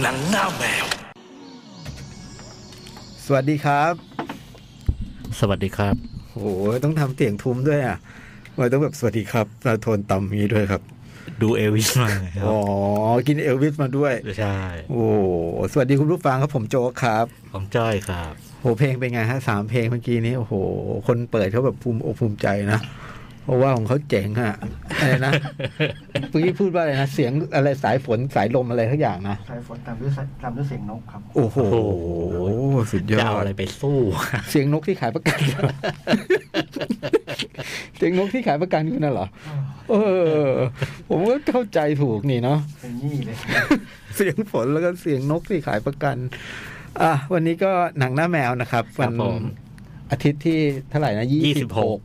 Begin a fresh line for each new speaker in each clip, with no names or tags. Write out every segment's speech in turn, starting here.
หนังหน้าแมว
สวัสดีครับ
สวัสดีครับ
โอ้ยต้องทำเสียงทุ้มด้วยอ่ะโอ้ยต้องแบบสวัสดีครับเราโทนต่ำอย่างนี้ด้วยครับ
ดูเอวิสมาไงครั
อ๋
บ
อกินเอลวิสมาด้วย
ใช่
โอ้สวัสดีคุณผู้ฟังครับผมโจ๊กครับ
ผมจ้อยครับ
โหเพลงเป็นไงฮะสามเพลงเมื่อกี้นี้โอ้โห คนเปิดเขาแบบภูมิอกภูมิใจนะ เพราะว่าของเขาเจ๋งอะอะไรนะเมื่อกี้พูดว่าอะไรนะเสียงอะไรสายฝนสายลมอะไรทักอย่างนะ
สายฝนตามด้วยสายตามด้วยเสียงนกครับ
โอ้โหสุดยอ
จะเอา
ด
อะไรไปสู้
เสียงนกที่ขายประกัน เสียงนกที่ขายประกันคุณน่ะเหรอ เออ ผมก็เข้าใจถูกนี่เนาะ
เป็นยี่เลย
เสียงฝนแล้วก็เสียงนกที่ขายประกัน อ่ะวันนี้ก็หนังหน้าแมวนะครับ
ครั
วั
บผม
อาทิตย์ที่เท่าไหร่นะยี่สิบหก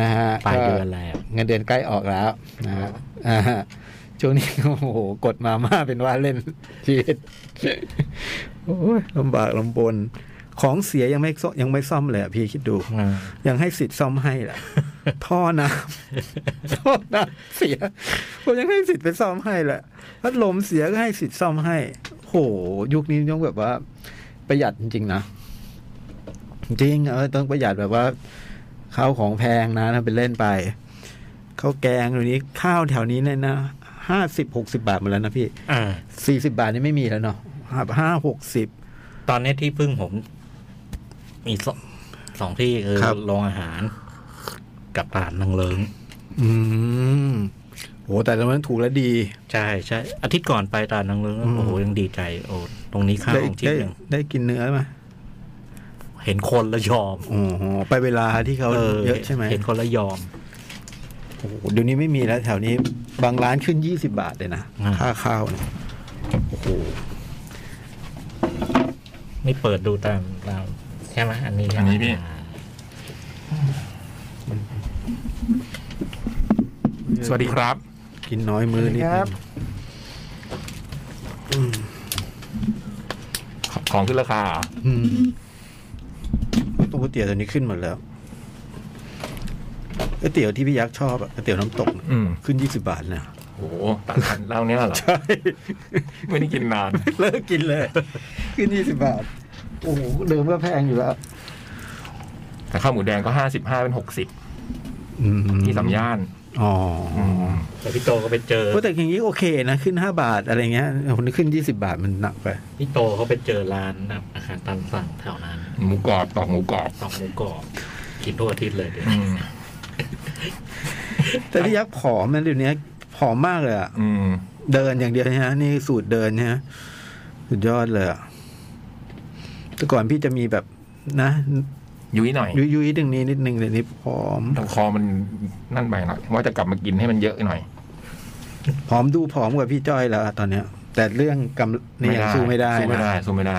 นะฮะ
ปลาย
ก็
เดือนแล้ว
เงินเดือนใกล้ออกแล้วนะฮะอ่าฮะช่วงนี้โอ้โหกดมาม่าเป็นว่าเล่นชีวิตโอ้ยลำบากลำบน ของเสียยังไม่ซ่อมยังไม่ซ่อมเลยอะพี่คิดดู ยังให้สิทธิ์ซ่อมให้ แหละ ท่อน้ำ ท่อน้ำเสียผมยังให้สิทธิ์ไปซ่อมให้แหละพัดลมเสียก็ให้สิทธิ์ซ่อมให้ โห ยุคนี้ต้องแบบว่า ประหยัดจริงๆนะ จริงเออต้องประหยัดแบบว่าข้าวของแพงนะถ้าเป็นเล่นไปข้าวแกงเดี๋ยวนี้ข้าวแถวนี้เนี่ยนะห้าสิบหกสิบาทหมดแล้วนะพี่
อ่า
สี่สิบาทนี่ไม่มีแล้วเนาะห้าหกสิบ
ตอนนี้ที่พึ่งผม มีสองสองที่คือ
ครับ
โรงอาหาร กับร้านนางเลิง
อืมโหแต่ละมันถูกและดี
ใช่ใช่อาทิตย์ก่อนไปร้านนางเลิงแล้ว
อืม
โอ้โหยังดีใจ โอ้ตรงนี้ข้าว
ได้
ของชิ้น
ได้
หนึ่ง
ได้กินเนื้อไหม
เห็นคนละยอม
โอ้โหไปเวลาที่เขาเยอะใช่ไหม
เห็นคนละยอม
โอ้โหเดี๋ยวนี้ไม่มีแล้วแถวนี้ บางร้านขึ้นยี่สิบาทเลยนะ
อ่า
ค่าข้าวเนี่ยโอ้โห
ไม่เปิดดูตามตามใช่ไหมอันนี้ใช่ไหม
อันนี้พี่ สวัสดีครับ
กินน้อยมือนิด
ค
นึ
รับ
ง
ของขึ้นราคาเหรอ
อืมตัวก๋วยเตี๋ยวตัวนี้ขึ้นหมดแล้วก๋วยเตี๋ยวที่พี่ยักษ์ชอบอะก๋วยเตี๋ยวน้ำตกน่ะ
อืม
ขึ้นยี่สิบาทนะ
โอ้โหตัดขันเหล่าเนี้ยเหรอ
ใช่
ไม่ได้กินนาน
เลิกกินเลย ขึ้นยี่สิบาท โอ้โหเดิมก็แพงอยู่แล้ว
แต่ข้าวหมูแดงก็ห้าสิบห้าเป็นหกสิบ
อืม
ที่สามย่าน
อ๋ออ
ม
แต่พี่โตก็ไปเจอ
เพราะแต่อย่างนี้โอเคนะขึ้นห้าบาทอะไรเงี้ยคนขึ้นยี่สิบาทมันหนักไป
พี่โตเขาไปเจอร้านแบบอาหารตามสั่งแถวนั้น
หมูกรอบต่อหมูกรอบ
สองหมูกรอบกินทุกอาทิตย์เลยเดี๋ยว
อืม
แต่พี่ยักษ์ผอมนะเดี๋ยวนี้ผอมมากเลยอะ
อืม
เดินอย่างเดียวนะฮะนี่สูตรเดินนะฮะสุดยอดเลยอะแต่ก่อนพี่จะมีแบบนะ
ยุ้ยหน่อย
ยุยยุยๆดึงนี้นิดนึงเดี๋ยวนี้ผอม
แต่คอมันนั่นไปหน่อยว่าจะกลับมากินให้มันเยอะหน่อย
ผอมดูผอมกว่าพี่จ้อยแล้วอะตอนเนี้ย แต่เรื่องกำนี่ยังสู้ไม่ได้
สู้ไม่
นะ
ได้สู้ไม่ได้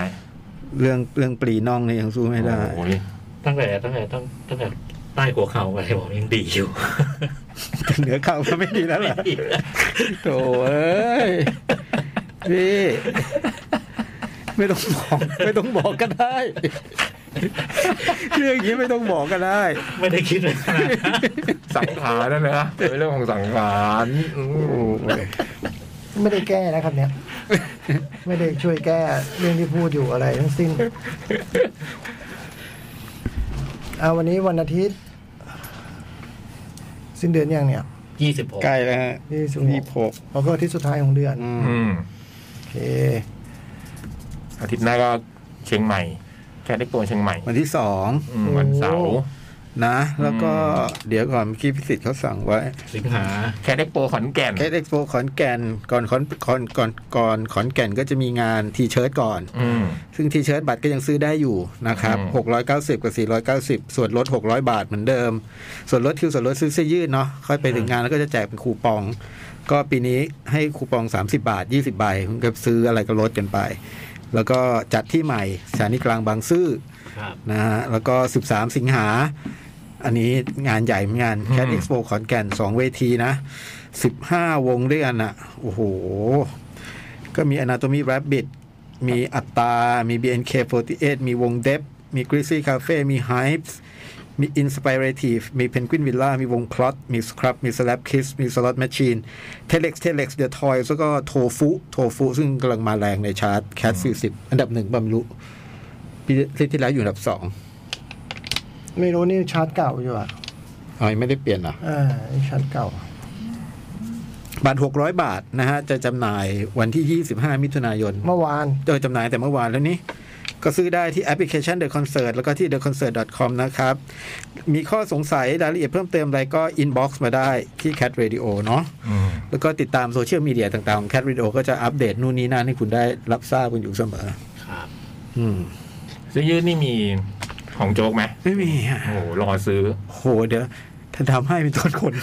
เรื่องเรื่องปลีน่องนี่ยังสู้ไม่ได้
โอ้ย
ตั้งแต่ตั้งแต่ตั้งตั้งแต่ใต้หัวเข่าอะไรผมยังดีอยู่
เหนือเข่าก็ไม่ดีแล้วล่ะ โถเอ้ยพี่ไม่ต้องบอกไม่ต้องบอกก็ได้ เรื่องอย่างนี้ไม่ต้องบอกก็ได้
ไม่ได้คิดเลยนะ
สังขารนั่นนะเป็นเรื่องของสังขารอืม
ไม่ได้แก้นะครับเนี่ย ไม่ได้ช่วยแก้เรื่องที่พูดอยู่อะไรทั้งสิ้นเอาวันนี้วันอาทิตย์ สิ้นเดือนยังเนี่ย
ยี่สิบหก
ใกล้แล้วฮะ
ยี่สิบหก
ยี่สิบหก
เราก็อาทิตย์สุดท้ายของเดือน
อืม
อืม
โอเค
อาทิตย์หน้าก็เชียงใหม่ แค่ได้ตัวเชียงใหม่
วันที่สอง
อืมวันเสาร์
นะ แล้วก็
อื
เดี๋ยวก่อนเมื่อกี้พิสิทธิ์เขาสั่งไว้
สิงหา
แค่ได้โปรขอนแก่น
แคสเอ็กซ์โปขอนแก่นก่อนขอนก่อนก่อนก่อนขอนแก่นก็จะมีงานทีเชิ t ก่อน
อืม
ซึ่งทีเชิ t บัตรก็ยังซื้อได้อยู่นะครับ
อืม
690 กับ 490 ส่วนลด 600 บาทเหมือนเดิม ส่วนลดคือส่วนลดซื้อเสื้อยืดเนาะค่อยไปถึงงานแล้วก็จะแจกเป็นคูปอง ก็ปีนี้ให้คูปอง 30 บาท 20 ใบคุณก็ซื้ออะไรก็ลดกันไป แล้วก็จัดที่ใหม่สถานีกลางบางซื่อ
ครับ
นะฮะแล้วก็ 13 สิงหา อันนี้งานใหญ่เหมือนกัน
อืม
แคดเอ็กซ์โปขอนแก่น 2 เวทีนะ 15 วงด้วยกันอ่ะ โอ้โห ก็มี Anatomy Rabbit มีอัตตา มี BNK48 มีวงเดฟมี Grizzly Cafe มี Hypes มี Inspirative มี Penguin Villa มีวง Plot มี Scrub มี Slap Kiss มี Slot Machine Telex Telex The Toys แล้วก็โทฟุโทฟุซึ่งกำลังมาแรงในชาร์ต Cat 40 อันดับหนึ่งบำรุปีที่แล้วอยู่อันดับสอง
ไม่รู้นี่ชาร์ตเก่าอยู่อ่ะ
อ๋อยังไม่ได้เปลี่ยนเหรอ่ะ
อ่านี่ชาร์ตเก่า
บัตร600 บาทนะฮะ จะจำหน่ายวันที่ 25 มิถุนายน
เมื่อวาน
โดยจำหน่ายแต่เมื่อวานแล้วนี้ ก็ซื้อได้ที่แอปพลิเคชัน The Concert แล้วก็ที่ theconcert.com นะครับ มีข้อสงสัยรายละเอียดเพิ่มเติมอะไรก็ inbox มาได้ที่ Cat Radio เนาะ
อืม
แล้วก็ติดตามโซเชียลมีเดียต่างๆของ Cat Radio ก็จะอัปเดตนู่นนี่นั่นให้คุณได้รับทราบกันอยู่เสมอ
ครับ
อืม
ซื้อยืดนี่มีของโจ๊กไหม
ไม่มีอะ
โอ้โหรอซื้อ
โหเดี๋ยวถ้าทำให้เป็นต้นคน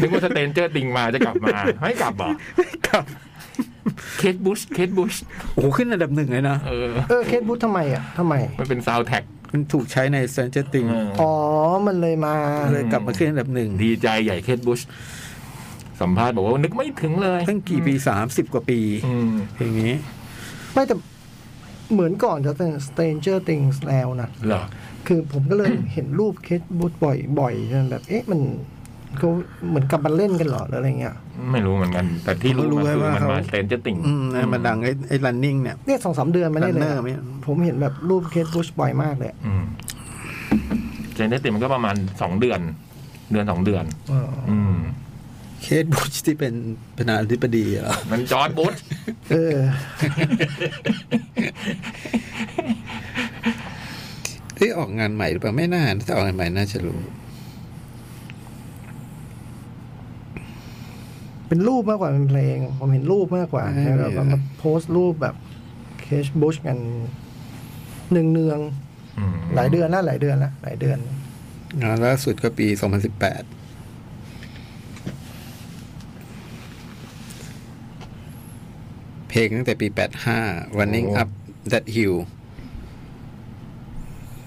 นึกว่าสเตนเจอร์ติงมาจะกลับ มาไม่กลับเหรอ
ครับ
เคทบุชเคทบุช
โอ้โหขึ้นอันดับหนึ่งเลยนะ
เออ
เออเคสบุ๊ททำไมอ่ะทำไม
มันเป็นซาวแท็ก
มันถูกใช้ใน s ซนเจติง
อ๋อ มันเลยมา
เลยกลับมาขึ้นอันดับหนึ่ง
ดีใจใหญ่เคทบุชสัมภาษณ์บอกว่านึกไม่ถึงเลย
ตั้งกี่ปีสามสิบกว่าปี
อืม
อย่างนี้
ไม่แต่เหมือนก่อนจะเป็น Stranger Things แล้วนะ
เหรอ
คือผมก็เลย เห็นรูปเคสบุ๊ทบ่อยๆจนแบบ เอ๊ะ มันเขาเหมือนกลับมาเล่นกันเหรอหรืออะไรเงี้ย
ไม่รู้เหมือนกัน แต่ที่
ผมก็รู้
รู้มันคือ
ไว้ว่า
มัน
เขา
มาสเตนเจอร์ติง
อืมนะมันดังไอ้ไอ้ running เนี่ย
เนี่ยสองสามเดือนมาได้เลย
รันเนอร์ไหม
อะผมเห็นแบบรูปเคสบุ๊ชบ่อยมากเลยอะ
สเตนเจอร์ติงมันก็ประมาณสองเดือน เดือนสองเดือน
อ๋อ
อืม
เคสบุชที่เป็นประธานาธิบดีเหรอ
มันจอร์ดบุช
เออ
ที่ออกงานใหม่หรือเปล่าไม่น่าถ้าออกงานใหม่น่าจะรู้
เป็นรูปมากกว่าเป็นเพลง ผมเห็นรูปมากกว่า
เออ
แล้วก็มาโพสต์รูปแบบเคสบุ๊ชกันหนึ่งเนือง
อืม
ๆหลายเดือนแล้วหลายเดือนแล้วหลายเดือน
งานล่าสุดก็ปี 2018 เพลงตั้งแต่ปี 85 running up that hill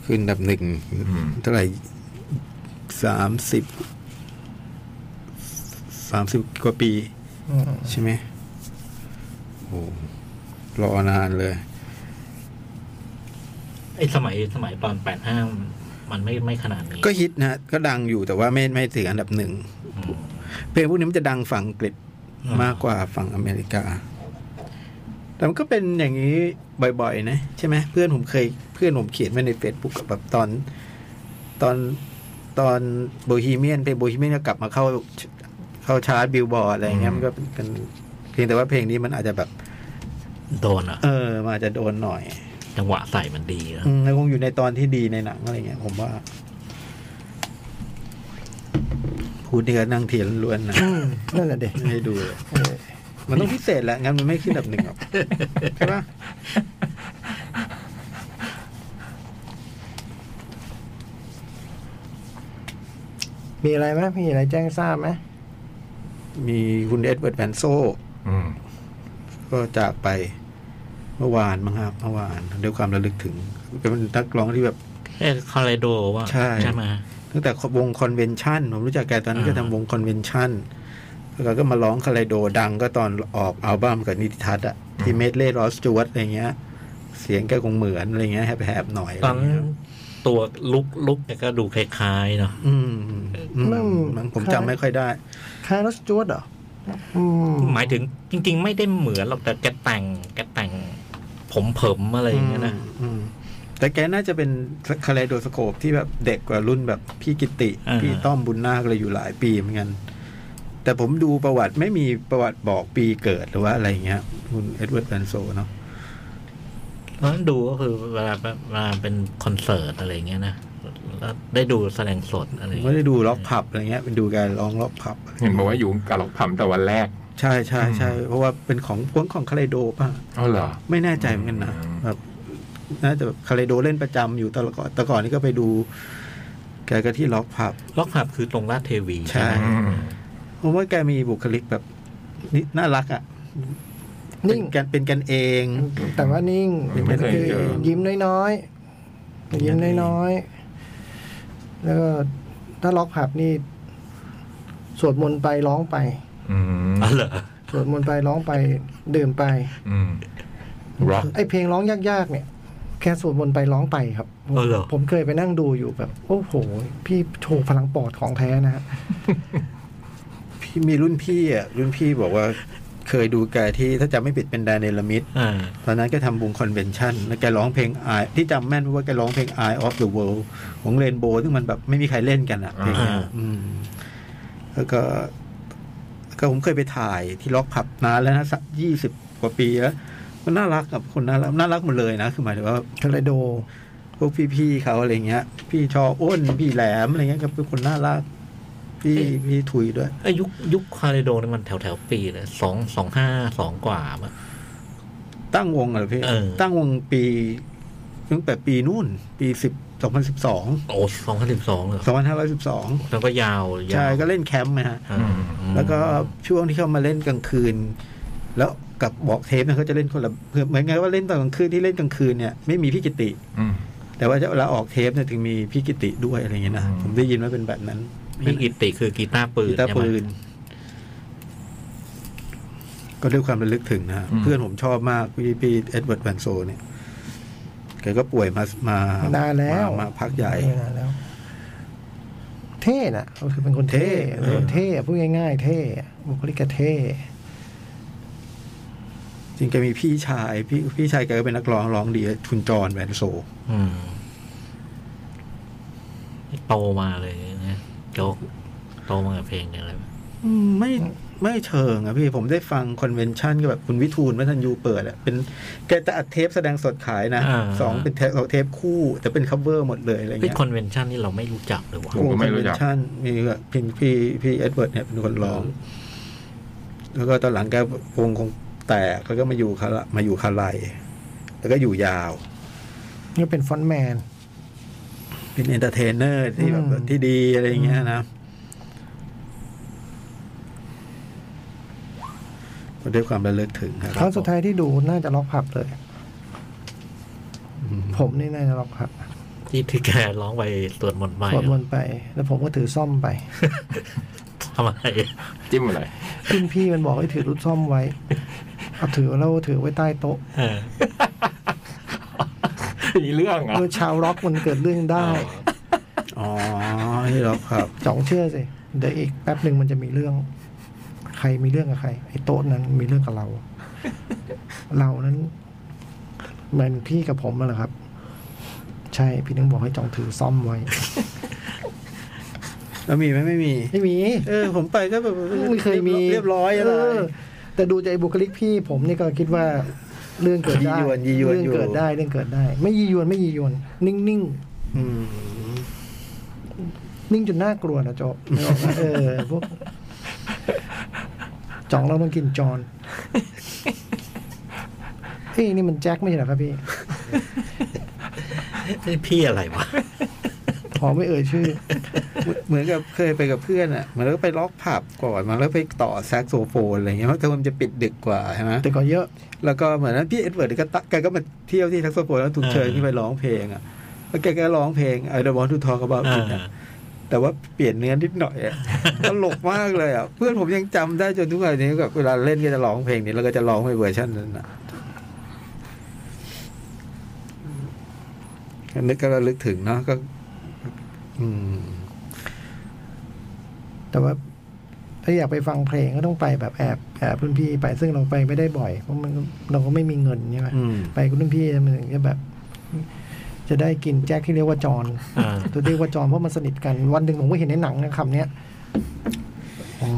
ขึ้นอันดับหนึ่ง
อืม
เท่าไหร่สามสิบสามสิบกว่าปี
อืม
ใช่ไหมโอ้รอนานเลย
ไอ้สมัยสมัยตอนแปดห้ามันไม่ไม่ขนาดนี้
ก็ฮิตนะฮะก็ดังอยู่แต่ว่าไม่ไม่ถึงอันดับหนึ่ง
อืม
เพลงพวกนี้มันจะดังฝั่งอังกฤษ
อืม
มากกว่าฝั่งอเมริกา แต่มันก็เป็นอย่างนี้บ่อยๆ นะ ใช่ไหมเพื่อนผมเคยเพื่อนผมเขียนไว้ในเฟซบุ๊กแบบตอน ตอนตอนโบฮีเมียนเพลงโบฮีเมียนก็กลับมาเข้าเข้าชาร์ตบิลบอร์ดอะไรอย่างเงี้ยมันก็เป็นเพียงแต่ว่าเพลงนี้มันอาจจะแบบ
โดนอ่ะ
เออมันอาจจะโดนหน่อย
จังหวะใส่มันดีนะ
อืมแล้วคงอยู่ในตอนที่ดีในหนังอะไรเงี้ยผมว่า พูดนี่ก็นั่งเถียงล้วนๆนะ
อืมนั่นแหละเด็ก
ไม่ให้ดูเลยมันต้องพิเศษแหละงั้นมันไม่ขึ้นอันดับหนึ่งหรอกใช่ปะ
มีอะไรไหมมีอะไรแจ้งทราบไหม
มีคุณเอ็ดเวิร์ดแวนโซ
อืม
ก็จากไปเมื่อวานมั้งครับเมื่อวานด้วยความระลึกถึง เป็นนักร้องที่แบบ
เอ้คอลเลโดว่า
ใช่
ใช่ไหม
ตั้งแต่วงคอนเวนชั่นผมรู้จักแกตอนนั้น
อ่า
ก็ทำวงคอนเวนชั่นแล้วก็มาร้องคาไลโดดังก็ตอนออกอัลบั้มกับนิติทัศน์อะที่เมดเล่รอสจวตอะไรเงี้ย เสียงแกคงเหมือนอะไรเงี้ยแหบๆหน่อย
ตอน
อะไรเงี้ย
ตัวลุกลุกเนี่ยก็ดูคล้ายๆเนาะ
อืมอืมอืมมันผมจำไม่ค่อยได้
คาร์ลสจวดเหรออืม
หมายถึงจริง ๆ ไม่ได้เหมือนหรอกแต่แกแต่งแกแต่ง ผมเผมๆอะไรอย่างเงี้ยนะ
อืมแต่แกน่าจะเป็นคาไลโดสโคปที่แบบเด็กกว่ารุ่นแบบพี่กิติ พี่ต้อมบุญนาคเลยอยู่หลายปีเหมือนกัน แต่ผมดูประวัติไม่มีประวัติบอกปีเกิดหรือว่าอะไรเงี้ย คุณเอ็ดเวิร์ดแวนโซเนาะ
เพราะฉะนั้นดูก็คือเวลาเวลาเป็นคอนเสิร์ตอะไรอย่างเงี้ยนะแล้วได้ดูแสดงสดอะไรอย่าง
ไม่
เงี้ย
ได้ดูล็อกผับอะไรเงี้ยเป็นดูการร้องล็อกผับ
เห็นบอกว่าอยู่กับล็อกพัมแต่วันแรก
ใช่ใช่ใช่เพราะว่าเป็นของพวกของคาเลโดป่ะ
อ๋อเหรอ
ไม่แน่ใจเหมือนกันนะ
อืม
แบบน่าจะแบบคาเลโดเล่นประจำอยู่ตลอดก่อนแต่ก่อนนี่ก็ไปดู แกก็ที่ล็อกผับ
ล็อกผับคือตรงราชเทวี
ใช่
ไหม
อืม
ผมว่าแกมีบุคลิกแบบนี่น่ารักอ่ะเป็
นิ่ง
นกันเป็นกันเอง
แต่ว่านิ่ง
ไม่เคย
คือ
เจอ
ยิ้มน้อยๆ ยิ้มน้อยๆ แล้วก็ถ้าล็อกผับนี่สวดมนต์ไปร้องไป
อืม
อ๋อเหรอ
สวดมนต์ไปร้องไปดื่มไป
อืมร็อก
ไอเพลงร้องยากๆเนี่ย แค่สวดมนต์ไปร้องไปครับ
เออเหรอ
ผมเคยไปนั่งดูอยู่แบบ โอ้โห พี่โชว์พลังปอดของแท้นะฮะ
พี่มีรุ่นพี่อ่ะรุ่นพี่บอกว่าเคยดูแกที่ถ้าจำไม่ผิดเป็นแดนเนลมิด
อ่า
ตอนนั้นแกทำบุงคอนเวนชั่น แล้วแกร้องเพลง Eye ที่จำแม่นเพราะว่าแกร้องเพลง Eye of the World ของเรนโบว์ซึ่งมันแบบไม่มีใครเล่นกันอ่ะเพลงเนี้ยอืมแล้วก็ก็ผมเคยไปถ่ายที่ล็อกผับนานแล้วนะสักยี่สิบกว่าปีแล้วมันน่ารักกับคนน่ารักน่ารักหมดเลยนะคือหมายถึงว่า
ทะเลโด
พวกพี่ๆเขาอะไรเงี้ย พี่ชออ้น พี่แหลมอะไรเงี้ยก็เป็นคนน่ารัก พี่พี่ถุยด้วย
ไอ้ยุคยุคคาเรโดนี่มันแถวแถวๆปีเลยสองสองห้าสองกว่ามั้ง
ตั้งวงเหรอพี่
เออ
ตั้งวงปีตั้งแต่ปีนู่น ปีสิบสองพันสิบสอง
โอ้สองพันสิบสองเลย
สองพันห้าร้อยสิบสอง
แล้วก็ยาว
ใช่
ยาว
ก็เล่นแคมป์นะฮะ
อ่าอืม
แล้วก็ช่วงที่เข้ามาเล่นกลางคืน แล้วกับบอกเทปเนี่ยเขาจะเล่นคนละเหมือนไงว่าเล่นตอนกลางคืนที่เล่นกลางคืนเนี่ยไม่มีพี่กิติ
อืม
แต่ว่าเวลาออกเทปเนี่ยถึงมีพี่กิติด้วยอะไรเงี้ยนะ
อืม
ผมได้ยินว่าเป็นแบบนั้น
พี่กิติคือกีตาร์ปืน
กีตาร์
ใช่ไหม
ปืน ก็ด้วยความระลึกถึงนะฮะ
อืม
เพื่อนผมชอบมากพี่พี่เอ็ดเวิร์ดแวนโซเนี่ยแกก็ป่วยมามาน
นานแล้ว
มามาพักใหญ่
ไม่นานแล้ว เท่นะก็คือเป็นคนเท่
เท่เออ
เท่อะพูดง่ายๆ เท่อะบุคลิกก็เท่
จริงแกมีพี่ชาย พี่พี่ชายแกก็เป็นนักร้องร้องดีคุณจรแวนโซ
อืมโตมาเลยนะโจ๊กโตมากับเพลงเนี่ยเลย
อืมไม่ไม่เชิงอะพี่ผมได้ฟังคอนเวนชั่นก็แบบคุณวิทูลวัฒนยูเปิดอะเป็นแกจะอัดเทปแสดงสดขายนะ
อ่า
สองเป็นเทปสองเทปคู่ แต่เป็นคัฟเวอร์หมดเลยอะไร
ไอ้
เงี้ย
คอนเวนชั่นนี่เราไม่รู้จักเลยว่ะ
ผมก็ไม่รู้จัก
คอนเวนชั่นมีแบบพี่พี่พี่เอ็ดเวิร์ดเนี่ยเป็นคนร้อง แล้วก็ตอนหลังแกวงคงแตกแล้วก็มาอยู่คาระมาอยู่คาไลแล้วก็อยู่ยาว
ก็เป็นฟอนต์แมน
เป็นเอนเตอร์เทนเนอร์ที่แบบ
อืม
ที่ดีอะไรอย่างเงี้ยนะก็ด้วยความระลึกถึงครับ
ครั้งสุดท้ายที่ดูน่าจะล็อกผับเลย
อืม
ผมนี่น่าจะล็อกผับ
ที่ที่แกร้องไปสวดมนต์ไป
สวดมนต์ไป แล้วผมก็ถือซ่อม ไป
ทำไม
จิ้มอะไร
รุ่นพี่มันบอกให้ถือรุ่นซ่อมไว้ เอาถือแล้วถือไว้ใต้โต๊ะ
เออ
มีเรื่องเหรอ
เมื่อชาวล็อกมันเกิดเรื่อง ได้
อ๋อที่ล็อกครับ
จ่องเชื่อสิเดี๋ยวอีกแป๊บหนึ่งมันจะมีเรื่อง ใครมีเรื่องกับใคร ไอ้โต๊ะนั้นมีเรื่องกับ เรา เรานั้นเหมือนพี่กับผมนั่นแหละครับ ใช่พี่นึงบอกให้จ่องถือซ่อมไว้
แล้วมีไหมไม่มี
ไม่มี
เออ ผมไปก็แบบ
ไม่เคยมี
เรียบร้อยอะไร
เแต่ดูใจบุคลิกพี่ผมนี่ก็คิดว่าเรื่องเกิดได้
ยียวนยียวน
เรื่อง
อ
เกิ
ยู่
ดได้เรื่องเกิดได้ ไม่ยียวนไม่ยียวน นิ่งนิ่ง
ม
ๆนิ่งจนน่ากลัวนะโจนึกออกปะเออพวกจ่องเราต้องกินจอนเอ้ยนี่มันแจ็คไม่ใช่เหรอครับพี่
ไอ้พี่อะไรวะ
ขอไม่เอ่ยชื่อ
เหมือนกับเคยไปกับเพื่อนอ่ะเหมือนแล้วก็ไปล็อกผับก่อนมาแล้วไปต่อแซกโซโฟนอะไรเงี้ยเพราะเทอมจะปิดดึกกว่าใช่ไหม
แต่ก็เยอะ
แล้วก็เหมือนนั้นพี่เอ็ดเวิร์ดก็ตักแกก็มาเที่ยวที่แซกโซโฟนแล้วถูกเชิญที่ไปร้องเพลงอ่ะแล้วแกก็ร้องเพลง I don't want to talk about it อะ แต่ว่าเปลี่ยนเนื้อนิดหน่อยอะ ตลกมากเลยอ่ะ เพื่อนผมยังจำได้จนทุกวันนี้แบบเวลาเล่นก็จะร้องเพลงนี้แล้วก็จะร้องไปเวอร์ชันนั้นอ่ะนึกก็ระลึกถึงเนาะก็ อืม
แต่ว่าถ้าอยากไปฟังเพลงก็ต้องไปแบบแอบแอบรุ่นพี่ไปซึ่งเราไปไม่ได้บ่อยเพราะมันเราก็ไม่มีเงินใช่ไหม
อืม
ไปกับรุ่นพี่มันถึงจะแบบ จะได้กินแจ็คที่เรียกว่าจอน
อ่า
ตัวเรียกว่าจอนเพราะมันสนิทกันวันหนึ่งผมก็เห็นในหนังนะคำเนี้ยอ๋อ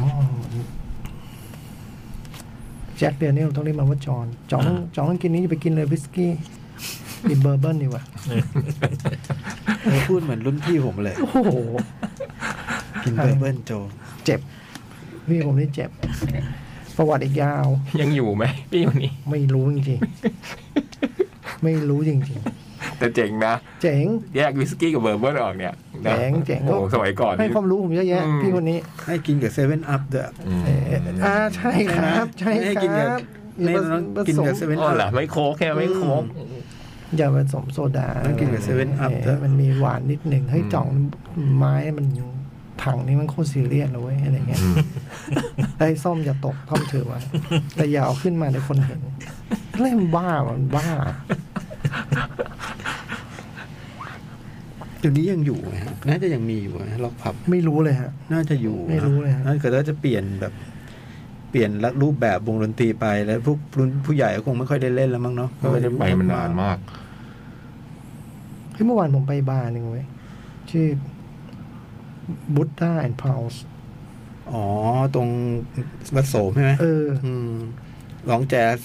แจ็คเดนเนลต้องเรียกมันว่าจอนจอนจอนกินนี้อย่าไปกินเลยวิสกี้กินเบอร์เบิร์นดีกว่า
เออพูดเหมือนรุ่นพี่ผมเลย
โอ้โห
กินเบอร์เบิลโจ
เจ็บพี่ผมนี่เจ็บ ประวัติอีกยาว
ยังอยู่ไหมพี่คนนี้
ไม่รู้จริงๆ ไม่รู้จริง
แต่เจ๋งนะ
ๆ เจ๋ง
แยกวิสกี้กับเบอร์เบิร์นออกเนี่ยนะ
เจ๋งเจ๋ง
โอ้โหสมัยก่อน
ให้
นี่
ความรู้ผมเยอะแยะ
อืม
พี่คนนี้
ให้กินกับเซเว่นอัพด้วย
อืม
เอ่ออ่าใช่ครับ ใช่
ห้
ค
กินกั
รับอย่า
นี่
ผ
น้อง
ผ
กิน
สม
กับเซเว่น
อ๋
อั
อ
พ
เหรอไม่โค้กใช่ไหมไม่โค้ก
อย่าผสมโซดา
ต้องกินกับเซเว่นอัพเถอะ
มันมีหวานนิดหนึ่งให้
อืม
จ่องไม้มันถังนี้มันโคตรซีเรียสเลยเว้ยอะไรเงี้ยไอ้ส้มอย่าตกท่อมถือไว้แต่อย่าเอาขึ้นมาในคนเห็นเล่นบ้ามันบ้า
เดี๋ยวนี้ยังอยู่ไหมฮะน่าจะยังมีอยู่นะล็อกผับ
ไม่รู้เลยฮะ
น่าจะอยู่นะ
ไม่รู้เลยฮะ
น่าเกิดว่าจะเปลี่ยนแบบ เปลี่ยนละรูปแบบวงดนตรีไปแล้วพวกรุ่นผู้ใหญ่ก็คงไม่ค่อยได้เล่นแล้วมั้งเนาะ
ไม่ได้ไปมานานมาก
เฮ้ยเมื่อวานผมไปบาร์หนึ่งเว้ยชื่อบุตตาแอนด์พาวส์
อ๋อ ตรงวัดโสมใช่ไหม
เออ
มร้องแจ๊ส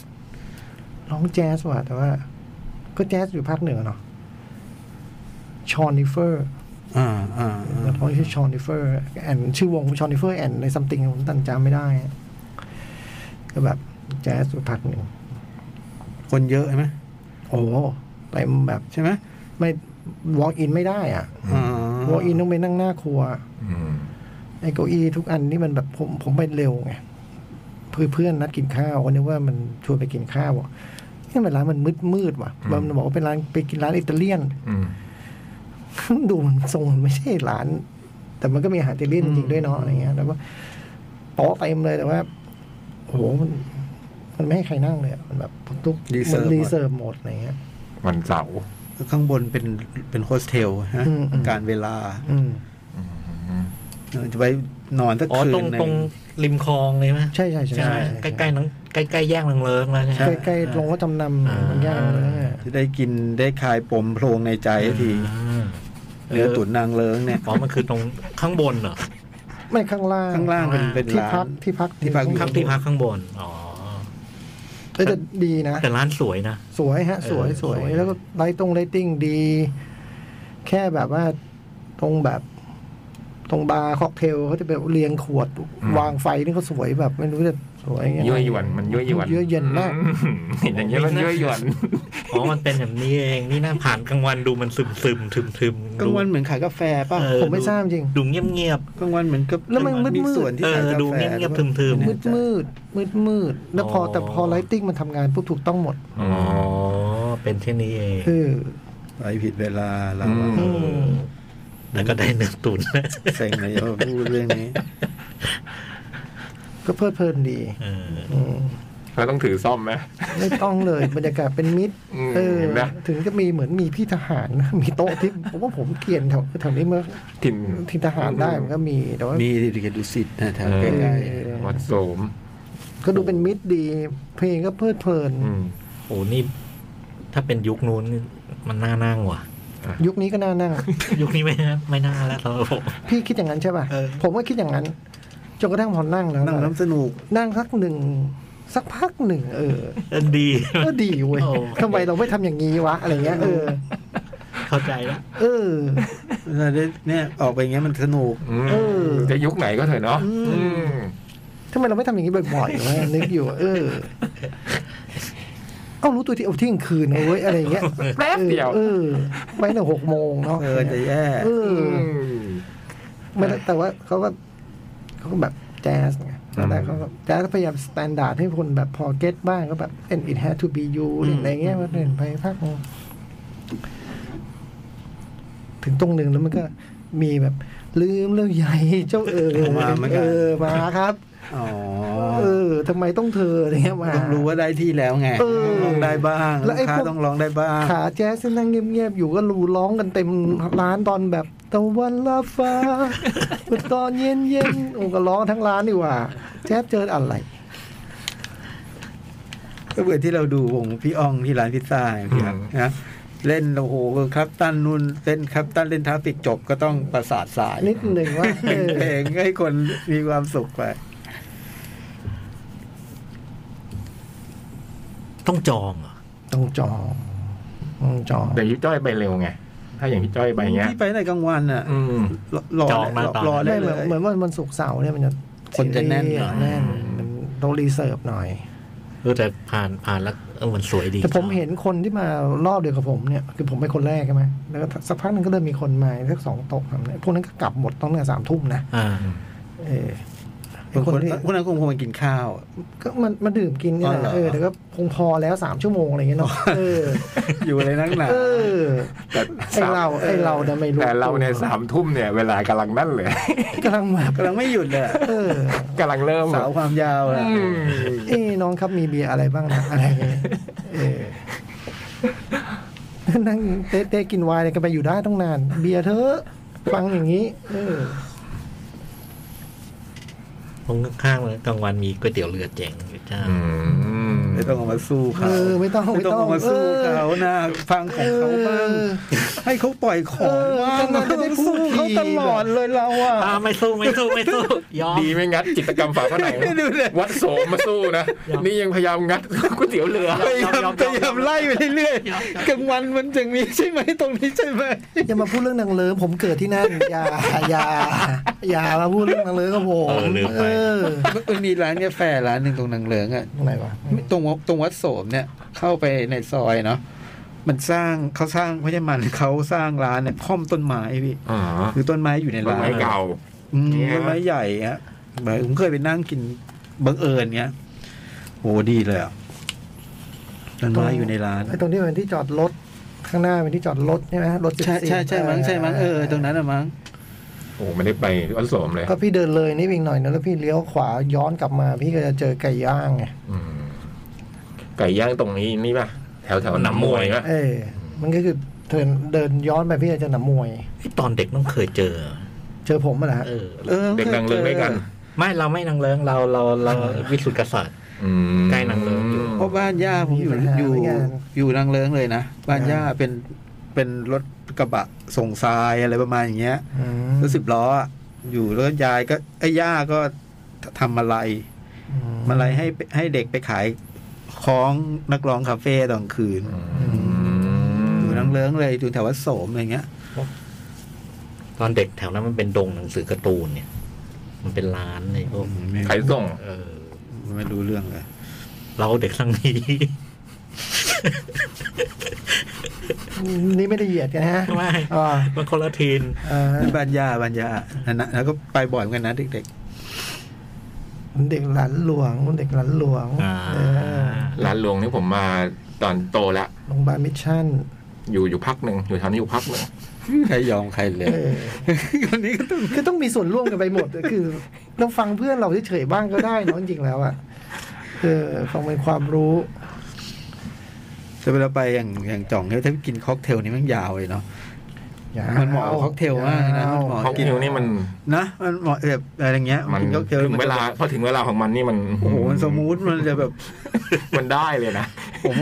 ร้องแจ๊สว่ะแต่ว่า ก็แจ๊สอยู่ภาคเหนือเนาะชอนนิเฟอร์
อ่าอ่าอ่า
เขาชื่อชอนนิเฟอร์แอนชื่อวงชอนนิเฟอร์แอนในซัมติงผมตันจำไม่ได้อะก็แบบแจ๊สอยู่ภาคเหนือ
คนเยอะใช่ไหม
โอ้โหเต็มแบบ
ใช่ไหม
ไม่วอล์กอินไม่ได้อ่ะ
อ่าว
อล์กอินต้องไปนั่งหน้าครัว
อืม
ไอ้เก้าอี้ทุกอันนี่มันแบบผมผมไปเร็วไงเพื่อนเพื่อนนัดกินข้าวก็นึกว่ามันชวนไปกินข้าวบอกนี่มันร้านมันมืดมืดๆว่ะ
อืม
มันบอกว่าเป็นร้านไปกินร้านอิตาเลียน
อืม
ดูมันทรงมันไม่ใช่ร้าน แต่มันก็มีอาหารอิตาเลียนจริงๆด้วยเนาะอะไรเงี้ยแต่ว่าโต๊ะเต็มเลยแต่ว่าโอ้โหมัน มันไม่ให้ใครนั่งเลยอะมันแบบทุกมันรีเซิร์ฟหมดอะไรเงี้ย
วันเสาร์
ข้างบนเป็นเป็นโฮสเทลฮะ
อืมอืม
การเวลา
อืม
อืม
เออจะไปนอนสัก
อ๋อ
คืน
ตรง
หนึ่
ตรงริมคลองเลยไหม
ใช่ใช่ใช่
ใช่ใกล้ๆนั้นใกล้ๆแยกนังเลิงแล้วใช่ไหม
ใกล้ๆใกล้ๆโรงก็จำนำ
อ่า
มันย่างเลยนะ
จะได้กินได้คลายปมโพรงในใจให้ที
อืม
เนื้อตุ๋นนางเลิงเนี่ย
อ๋อมันคือตรงข้างบนเหรอ
ไม่ข้างล่าง
ข้างล่างเป็นเป็น
ที่
ร้าน
พักที่พัก
ที่พัก
ข้างที่พักข้างบน อ๋อ
เอ้ยแต่ดีนะ
แต่ร้านสวยนะ
สวยฮะ สวย
เออ
สวย
สวย
แล้วก็ไลท์ตรงไลติ้งดี แค่แบบว่าตรงแบบ ตรงบาร์ค็อกเทลเขาจะแบบเรียงขวด
อืม
วางไฟนี่เขาสวยแบบ ไม่รู้จะสวยยังไง
ยั่วยวนมันยั่วยวน
ยั่วเย็นมาก
อืมเห็นอย่างเงี้ยมันยั่วยวน
อ๋อ มันเป็นแบบนี้เอง นี่น่าผ่านกลางวันดูมันซึมซึมทึมทึมๆ
กลางวัน
ดู
เหมือนขายกาแฟป่ะ
เออ
ผมไม่ทราบจริง
ดูเงียบเงียบ
กลางวันเหมือนกับ
แล้วมันมืดๆ
ส่วนที่
เออ
ขายกาแฟ
ดูเงียบๆ
หรือ
ทึมๆ
ไแน่
มืด
ใจ
มืดมืดมืดแล้วพอแต่พอไลติ้งมันทำงานปุ๊บถูกต้องหมด
ๆอ๋อ เป็นเช่นนี้เอง
คือ
ไปผิดเวลาเรา
อืม
เออแล้วก็ได้เนื้อตุ๋น
เซ็งเลยเราพูดเรื่องนี้
ก็เพลิดเพลินดี
เออ
อืม
เราต้องถือซ่อมไหม
ไม่ต้องเลยบรรยากาศเป็นมิตร
อืม
เออ
เห็นไหม
ถึงจะมีเหมือนมีพี่ทหารนะมีโต๊ะที่ผมว่าผมเกลียนแถวแถวนี้เมื่อ
ถิ่น
ที่ทหารได้มันก็มีแต่ว่า
มีดิเกตดุสิตนะแถว
เอ
ใก
อ
ล้
วัดโสม
ก็ดูเป็นมิตรดี เพลงก็เพลิดเพลิน
อืม
โอ้นี่ ถ้าเป็นยุคนู้นนี่มันน่านั่งว่ะ
ยุคนี้ก็น่านั่ง
ยุคนี้ไม่น่าไม่น่าแล้วสำหรับผม
พี่คิดอย่างนั้นใช่ป่ะ
เออ
ผมก็คิดอย่างนั้น จนกระทั่งพอนั่งแล้ว
ๆนั่งน้ำสนุก
นั่งสักหนึ่ง สักพักหนึ่ง เออ
เออดี
ก็ดีเว้ย
โอ้
ทำไมเราไม่ทำอย่างนี้วะ อะไรเงี้ย เออ
เข้าใจแล้ว
เออ
เนี่ยออกไปอย่างเงี้ยมันสนุก
อืม
เออ
จะยุคไหนก็เถอะเนาะอืม
ทำไมเราไม่ทำอย่างนี้บ่อยๆวะนึกอยู่ เออ เอ้ารู้ตัวที่เอาเที่ยงคืนนะเว้ยอะไรเงี้ย
แป๊บเดียว
เออไปหนึ่งหกโมงเนาะ
เออจะแย่
เออ
ม
ไม่ได้แต่ว่าเขาก็เขาก็แบบแจ๊สไง
อืม
แต่เขาก็แจ๊สก็พยายามสแตนดาร์ดให้คนแบบพอเก็ตบ้างก็แบบ and it had to be you หรืออะไรเงี้ยมันเห็นไปพักหนึ่งถึงตรงหนึ่งแล้วมันก็มีแบบ ลืมแล้วใหญ่เจ้าเออ
มาเหมือนกัน
เออมาครับ
อ๋อ
เออทำไมต้องเธออะไรเงี้ยมา
ต้องรู้ว่าได้ที่แล้วไง
เออ
ร้องได้บ้าง
แล้
ลู
ว
ก
ไอ้
ค้า
พวก
ต้องร้องได้บ้าง
ขาแจ๊สที่นั่งเงียบๆอยู่ก็รูร้องกันเต็มร้านตอนแบบตะวันละฟ้า ตอนเย็นๆโอ้ก็ร้องทั้งร้านดีกว่า แจ๊สเจออะไร
ก็เหมือนที่เราดูวงพี่อ่องที่ร้านพิซซ่าพี่ครับ
อืม
นะเล่นโอ้โหครับตั้นนุ่นเล่นครับตั้นเล่นทราฟฟิกจบก็ต้องประสาทสาย
นิดหนึ่งว่าเออ
เพลงให้คนมีความสุขไป
ต้องจองเหรอ
ต้องจองต้องจอง
แต่พี่จ้อยไปเร็วไง ถ้าอย่างพี่จ้อยไปเงี้ย
ที่ไปในกลางวันอ่ะ
อืม
รอ
จองมาตอน
รอได้
ไม่เห
เลย
มือนเหมือนว่ามันสุกร์เสาร์เนี่ยมันจะ
คนจะแน่นหน่อย
แน่นมันต้องรีเซิร์ฟหน่อย
เออแต่ผ่านผ่านแล้วเออมันสวยดี
แต่ผมเห็นคนที่มารอบเดียวกับผมเนี่ย คือผมเป็นคนแรกใช่ไหมแล้วก็สักพักหนึ่งก็เริ่มมีคนมาสักสองโต๊ะสามเนี่ยพวกนั้นก็กลับหมดต้องแต่สามทุ่มนะ
อ่า
เออไอ้
บางคนพวกนั้นคงคงมากินข้าว
ก็มันมันดื่มกินเนี่ย
อ๋อเหรอ
นะเออแต่ก็คงพอแล้วสามชั่วโมงอะไรเงี้ยเนาะเออ
อยู่อะไรนักหนา
เออ
แต่
ไอเราไอเราเนี่ยไม่รู้
แต่เราเนี่ย
ตัว
สามทุ่มเนี่ย เวลากำลังนั่นเลย
กำลังแบบ
กำลังไม่หยุดเลยอะ
เออก
ำลังเริ่ม
สาวความยาวอะ
อืม
เอ้น้องครับมีเบียร์อะไรบ้างนะอะไรเงี้ยเออ นั่งเต้เต้กินไวายเลยกันไปอยู่ได้ต้องนาน เบียร์เถอะฟังอย่างนี้ เออ
ตรงข้างๆเลยกลางวันมีก๋วยเตี๋ยวเรือเจ๋งอยู่เจ้า
อืม
ไม่ต้องเอามาสู้เขา
เออไม่ต้อง
ไม่ต้อง
ไม่ต้อง
เอามาสู้
เออ
เขานะฟังของเขาบ้างให้เขาปล่อยของบ้าง
เออจะได้พูด
สู้เขา
ที
ตลอดเลยเราอ่ะ
อ่าไม่สู้ไม่สู้ไม่สู้ยอม
ดีไม่งัดจิตรกรรมฝาผนัง
ดูดิ
วัดโสมมาสู้นะ
ยอม
นี่ยังพยายามงัด ก๋วยเตี๋ยวเรือ
พยายาม
ยอม
พ
ยอม
ยายามไล่ไปเรื่อย
ยอมยอม
ๆกลางวันมันจะมีใช่ไหมตรงนี้ใช่ไหม
อย่ามาพูดเรื่องนางเลิฟผมเกิดที่นั่นอย่าอย่าอย่ามาพูดเรื่องนางเลิฟกับผม
เออลืมไป
เออ
มันมีร้านกาแฟร้านหนึ่งตรงนางเหลืองอ่ะ
ไหนวะ
ตรงตรงวัดโสมเนี่ย เข้าไปในซอยเนาะมันสร้างเขาสร้างไม่ใช่มัน เขาสร้างร้านเนี่ยค่อมต้นไม้พี่
อ๋อ
คือต้นไม้อยู่ใน
ต้น
ร้าน
ไม้เก่า
อืม
เนี่ย
ต้นไม้ใหญ่ฮะแบบผมเคยไปนั่งกินบังเอิญเงี้ยโหดีเลยอ่ะต้นไม้อยู่ในร้าน
ไอ้ตรงที่เป็นที่จอดรถข้างหน้าเป็นที่จอดรถใช่ไหมรถสิบ
ใช่
สี่
ใช่ใช่มั้งใช่มั้งเออตรงนั้นอะมั้ง
โอ้ไม่ได้ไปวัดโสมเลย
ก็พี่เดินเลยนี่อีกหน่อยนะแล้วพี่เลี้ยวขวาย้อนกลับมา พี่ก็จะเจอไก่ย่างไง
อืมไก่ย่างตรงนี้นี่ป่ะ แถวแถวๆหน้ำมวยป่ะ
เออ มันก็คือเดินเดินย้อนไปพี่จะเจอหนามวย
ที่ตอนเด็กต้องเคยเจอ
เจอผมมาแล้ว
เออ
ออ
เด็กดังเลิงด้วยกัน
ไม่เราไม่นางเลิงเราเราเราวิสุทธิกษัตริย์
อืม
ใกล้หนังเลยอยู่
เพราะบ้านย่าผมอยู่อยู่อยู่นางเลิงเลยนะบ้านย่าเป็นเป็นรถกระบะส่งทรายอะไรประมาณอย่างเงี้ย
อืม
รถสิบล้ออะอยู่แล้วยายก็ไอ้ย่าก็ทำอะไรมาอะไรให้ให้เด็กไปขายคล้องนักร้องคาเฟ่ตอนกลางคืน
อืม
อยู่นังเลิ้งเลยอยู่แถววัดโสมอะไรเงี้ย
ตอนเด็กแถวนั้นมันเป็นดงหนังสือการ์ตูนเนี่ย มันเป็นร้านในพวก
ไม่
ขายส่ง
เออ
ไม่รู้เรื่องเลย
เราเด็กครั้งนี้
นี่ไม่ได้เหยียดกันนะฮะ
ไม่
อ่า
มันคนละทีน
อ่า
บ้านย่าบ้านย่านะนะแล้วก็ไปบ่อยเหมือนกันนะเด็ก
เด็กหลานหลวงเด็กหลานหลวง
อ่า
เออ
ร้านหลวงนี่ผมมาตอนโตแล้ว
โรงพยาบาลมิชชั่น
อยู่อยู่พักหนึ่งอยู่แถวนี้อยู่พักหนึ่ง
ๆ ใครยอมใครเลย
เออ
คนนี้ก็ต้อง
คือต้องมีส่วนร่วมกันไปหมด คือเราฟังเพื่อนเราเฉยๆบ้างก็ได้เนอะจริงๆแล้วอ่ะเออฟังเป็นความรู้
จะเวลาไปอย่างอย่างจ่องเนี่ยถ้ากินค็อกเทลนี่มันยาวเลยเนาะ
อย่า
มันเหมาะกับค็อกเทลมากนะมันเหมาะ
เพราะกินตรงนี้มัน
นะมันเหมาะแบบอะไรเงี้ย
มัน
กินค็อกเทล
ถึงเวลาพอถึงเวลาของมันนี่มัน
โอ้โหมันสมูทมันจะแบบ
มันได้เลยนะ
ผม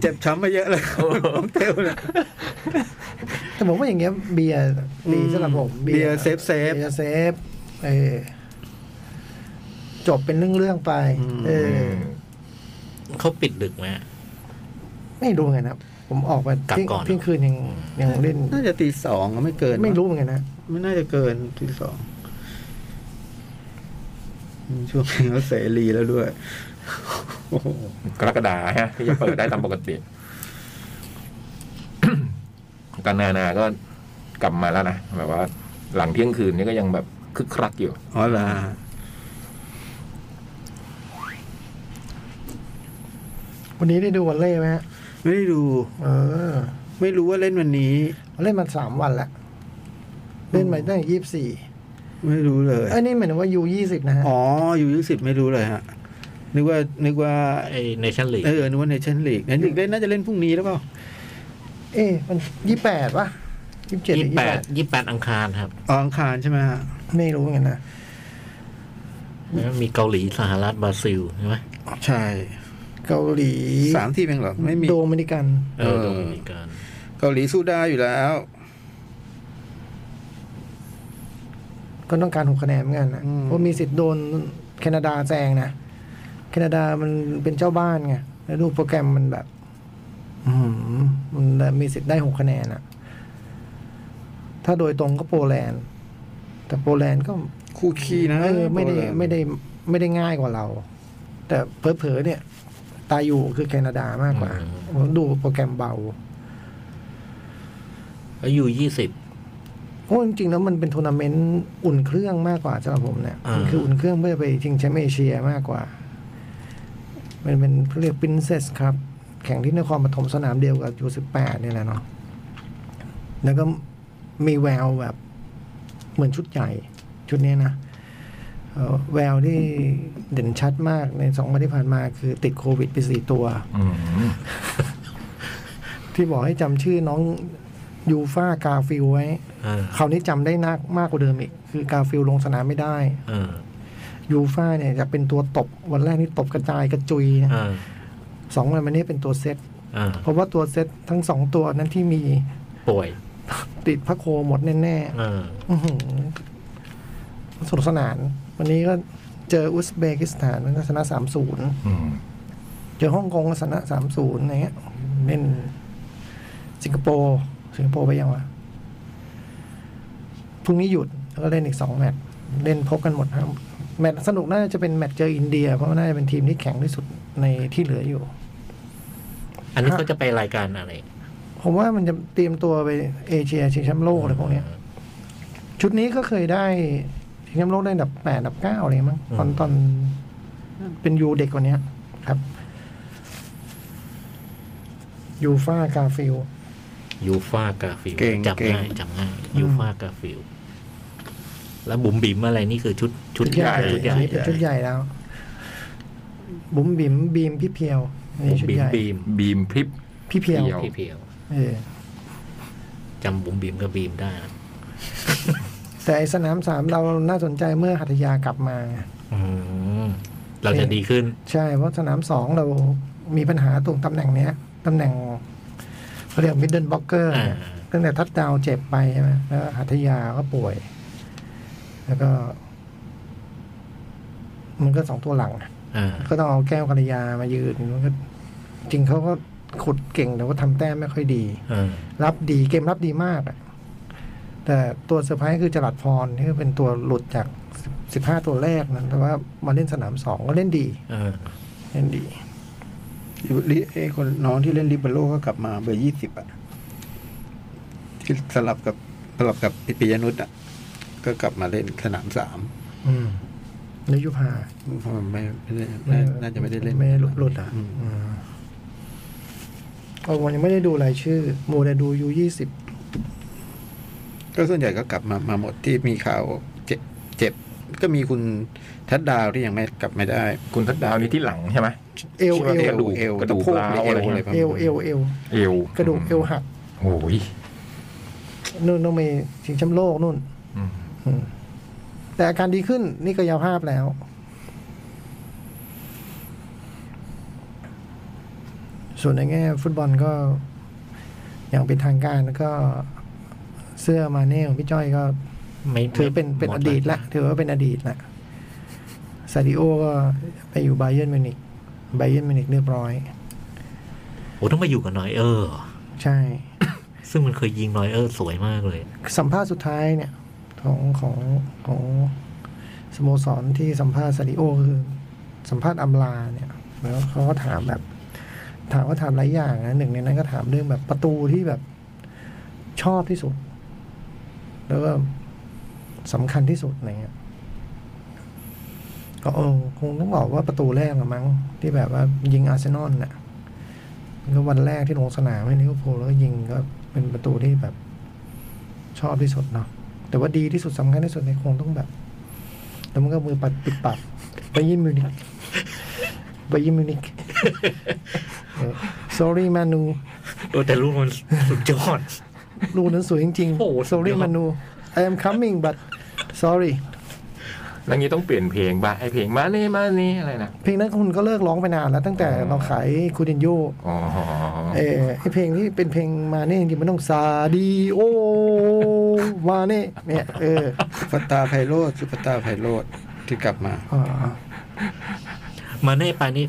เจ็บช้ำมาเยอะเลย ค็อกเทลเนี่ย
แต่ผมว่าอย่างเงี้ยเบียร์ดี
อืม
สำหรับผม
เบียร์เซฟเซฟ
เบียร์เซฟเออจบเป็นเรื่องๆไป
อืม
เออ
เขาปิดดึกไหม
ไม่รู้ไงนะครับผมออกมาก
ลับ
เที่ยง
ก่อน
เที่ยงคืนยังยังเล่น
น่าจะตีสองอะไม่เกิน
ไม่รู้เหมือนกันนะ
ไม่น่าจะเกินที่สองช่วงนี้เขาเสรีแล้วด้วย โอ้โห
กรกฎาฮะที่จะเปิดได้ตามปกติ กันนานาก็กลับมาแล้วนะแบบว่า หลังเที่ยงคืนนี่ก็ยังแบบคึกคักอยู่
อ๋อล่ะ
วันนี้ได้ดูวันเล่ไหมฮะ
ไม่ได้ดู
เออ
ไม่รู้ว่าเล่นวันนี้
เล่นมาสามวันละเล่นมาตั้งยี่สิบสี่
ไม่รู้เลย
ไอ้ยนี่หมายถึงว่ายูยี่สิบนะฮะ
อ๋ออยู่ยี่สิบไม่รู้เลยฮะ นึกว่า นึกว่า
ไอเนชั่นลีก
เออนึกว่าในชั้นลีกในลีกเล่นน่าจะเล่นพรุ่งนี้หรือเปล่า
เอ๊ะมันยี่แปดป่ะยี่เจ็ดหรื
ยี่
อยี่
แป
แป
ด
ด
ยี่แปดอังคารครับ
อ๋ออังคารใช่ไหมฮะ
ไม่รู้เหมือนกันนะ
แล้วมีเกาหลีสหรัฐบราซิลใช่ไหม
ใช่
เกาหลี
สามทีมเองเหรอไม่มี
โดมินิกัน
เออ
เออ
โดมินิกัน
เกาหลีสู้ได้อยู่แล้ว
ก็ต้องการหกคะแนนเหมือนกันนะ
อืม
เพราะมีสิทธิ์โดนแคนาดาแซงนะแคนาดามันเป็นเจ้าบ้านไงแล้วดูโปรแกรมมันแบบ อืมมันมีสิทธิ์ได้หกคะแนนอะถ้าโดยตรงก็โปแลนด์ แต่โปแลนด์ก็
คู่ขี้นะ
เออไม่ได้ไม่ได้ไม่ได้ง่ายกว่าเรา แต่เผลอๆเนี่ย ตาอยู่คือแคนาดามากกว่าผมดูโปรแกรมเบา
แล้วยูยี่สิบ
เพราะจริงๆแล้วมันเป็นทัวร์นาเมนต์อุ่นเครื่องมากกว่าสำหรับผมเนี่ย
อ่ามั
นคืออุ่นเครื่องเพื่อไปชิงแชมป์เอเชียมากกว่า มันเป็นเขาเรียกปรินเซสครับ แข่งที่นครปฐมสนามเดียวกับยูสิบแปดนี่ยแหละเนาะแล้วก็มีแววแบบ เหมือนชุดใหญ่ ชุดเนี้ยนะเอ่อแววที่เด่นชัดมากในสองวันที่ผ่านมาคือติดโควิดไปสี่ตัว
อืม
ที่บอกให้จำชื่อน้องยูฟากาฟิลไว้
เออ
คราวนี้จำได้นากมากกว่าเดิมอีก คือกาฟิลลงสนามไม่ได้
เออ
ยูฟาเนี่ยจะเป็นตัวตบวันแรกนี่ตบกระจายกระจุยนะ
เออ
สองวันมานี้เป็นตัวเซต
เออ
เพราะว่าตัวเซตทั้งสองตัวนั้นที่มี
ป่วย
ติดพระโคหมดแน่
เออ
ๆอื้อหือสนุกสนาน วันนี้ก็เจออุซเบกิสถานก็ชนะสามศูนย์
อืม
เจอฮ่องกงก็ชนะสามศูนย์อะไรเงี้ยเล่นสิงคโปร์สิงคโปร์ไปยังวะพรุ่งนี้หยุดแล้วก็เล่นอีกสองแมตช์เล่นพบกันหมดครับแมตช์สนุกน่าจะเป็นแมตช์เจออินเดีย เพราะว่าน่าจะเป็นทีมที่แข็งที่สุดในที่เหลืออยู่
อันนี้เขาจะไปรายการอะไร
ผมว่ามันจะเตรียมตัวไปเอเชียชิงแชมป์โลกอะไรพวกเนี้ย ชุดนี้ก็เคยได้ชิงแชมป์โลกได้อันดับแปดอันดับเก้าอะไรมั้งตอนตอนเป็นยูเด็กกว่าเนี้ยครับยูฟ่ากาฟิล
ยูฟากาฟิล
เก่ง
จำง่าย
เก่ง
จำง่ายยูฟากาฟิลแล้วบุ๋มบิ๋มอะไรนี่คือชุดชุด
ชุดใหญ่
ชุดใหญ่
อันนี้เป็นชุดใหญ่แล้ว บุ๋มบิ๋มบีมพี่เพียวนี่
บุ๋ม
ชุด
บิ๋
ให
ม
ญ่
บีม
บีมพริบ
พี่เพียว
เพียว
พี่เพียว
เออ
จำบุ๋มบิ๋มกับบีมได้นะ
แต่ไอ้สนามสามเราน่าสนใจเมื่อหัตถยากลับมา
อืมเราจะดีขึ้น
ใช่เพราะสนามสองเรามีปัญหาตรงตำแหน่งเนี้ยตำแหน่งเขาเรียกมิดเดิลบล็อกเกอร์
อ่า
ตั้งแต่ทัดดาวน์เจ็บไปใช่ไหมแล้วหัตถยาก็ป่วย แล้วก็ มันก็สองตัวหลัง
อ่า
ก็ต้องเอาแก้วกัลยามายืนมันก็จริงเขาก็ขุดเก่งแต่ว่าทำแต้มไม่ค่อยดี
เออ
รับดีเกมรับดีมากอะแต่ตัวเซอร์ไพรส์คือจรัดพรที่เป็นตัวหลุดจากสิบห้าตัวแรกนะแต่ว่ามาเล่นสนามสองก็เล่นดี
เออ
เล่นดี
ลิเอยคนน้องที่เล่นลิเบโรก็กลับมาเบอร์ยี่สิบอ่ะที่สลับกับสลับกับปิยนุชอ่ะ ก็กลับมาเล่นสนามสาม
อืมนยุพา
เพราะมันไม่ไม่ได้น่าน่าจะไม่ได้เล่น
ไม่หลุดหลุดอ่ะ
อืม
อืมเอาวันยังไม่ได้ดูรายชื่อโมเดดูยูยี่สิบ
ก็ส่วนใหญ่ก็กลับมามาหมดที่มีข่าวเจ็บเจ็บ ก็มีคุณทัดดาวที่ยังไม่กลับไม่ได้
คุณทัดดาวนี่ที่หลังใช่ไหม
เอลเอล
เอ
ล
วเอว
กระดูก
สโพกหรือเอวอะไรประมาณ
เอ
นั้
ล
น
เอลเอล
เอว
กระดูกเอลหัก
โอ้ย
นู่นต้องไปชิงแชมป์โลกนู่น
อืม
อืมแต่อาการดีขึ้นนี่กายภาพแล้ว ส่วนในแง่ฟุตบอลก็ อย่างเป็นทางการแล้วก็เสื้อมาเน่ของพี่จ้อยก็
ไม่
ถือเป็นเป็นอดีตละถือว่าเป็นอดีตละซาดิโอก็ไปอยู่ไบเยร์นมิวนิกไบเยร์นมิวนิกเรียบร้อย
โอ้ต้องมาอยู่กับน้อยเออร์
ใช่
ซึ่งมันเคยยิงน้อยเออร์สวยมากเลย
สัมภาษณ์สุดท้ายเนี่ย ของของของสโมสรที่สัมภาษณ์ซาริโอคือ สัมภาษณ์อำลาเนี่ย แล้วเขาก็ถามแบบ ถามว่าถามหลายอย่างนะหนึ่งในนั้นก็ถามเรื่องแบบประตูที่แบบชอบที่สุด แล้วก็สำคัญที่สุดอะไรเงี้ยก็เออคงต้องบอกว่าประตูแรกละมั้ง ที่แบบว่ายิงอาร์เซนอลน่ะก็วันแรกที่ลงสนามให้ลิเวอร์พูลแล้วก็ยิงก็เป็นประตูที่แบบ ชอบที่สุดเนาะแต่ว่าดีที่สุดสำคัญที่สุดในยคงต้องแบบแล้วมันก็มือปัดปิดปากไปยินมิวนิกไปยินมิวนิก sorry มานู
โอ้แต่ลูกมันสุดยอด
ลูกนั้นสวยจริง
โอ้โห
ๆ
สุด
sorry
ยอด
มานู I am coming but sorry
แล้วงี้ต้องเปลี่ยนเพลงป่ะไอเพลงมาเน่มาเน่อะไรนะ
เพลงนั้นคุณก็เลิกร้องไปนานแล้วตั้งแต่เราขายคูดินโย
อ๋อ
เออไอเพลงที่เป็นเพลงมาเน่จริงๆมันต้องซาดีโอมาเน่เนี่ยเออ
ซุปเปอร์สตาร์ไพโรดซุปเปอร์สตาร์ไพโรดที่กลับมา
อ่า
มาเน่ปานี่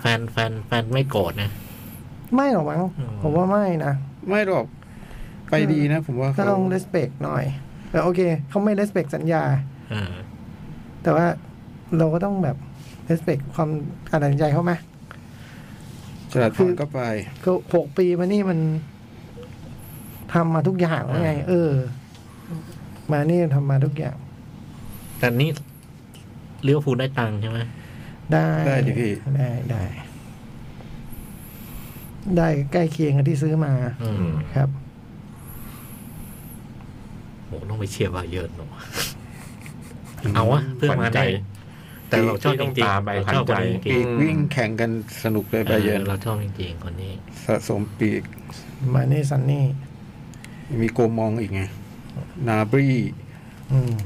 แฟนแฟนแฟนไม่โกรธนะ
ไม่หรอกมั้ง
อืม
ผมว่าไม่นะ
ไม่หรอกไปดีนะ ผมว่า
ก็
เขา
ต้องเลสเ c t หน่อย แต่โอเค เขาไม่เลสเ c t สัญญา
เออ
แต่ว่าเราก็ต้องแบบเลสเ c t ความการตัดสินใจเขาไหม
จลาดพรก็ไป
ก็หกปีมานี่มันทำมาทุกอย่างแล้วไง เออ มานี่ทำมาทุกอย่าง
แต่นี่เลี้ยวภูลได้ตังค์ใช่ไหม
ได้
ได้ดิพี่
ได้ได้ ได้ใกล้เคียงกับที่ซื้อมา
อื
อื
ม
ม
ครับ
โหต้องไปเชียร์บาเยิร์นหนอเอาวะเพื่อ
ขวัญ
มา
ใจ
เน่ แต่เราชอบ
ที่
จ
ต้อง
ริง
ตาม
ๆ
ไป
เรา
ทัน
ชอบ
ใจ
คนนี้จริ
ปี
ง
กวิ่งแข่งกันสนุกเลย
ๆ
ไปเย
อ
อะ
อเราชอบจริงๆคนนี้
สะสมปีก
มาเน่ซันนี่
มีโกมองอีกไง นาบรี
อืม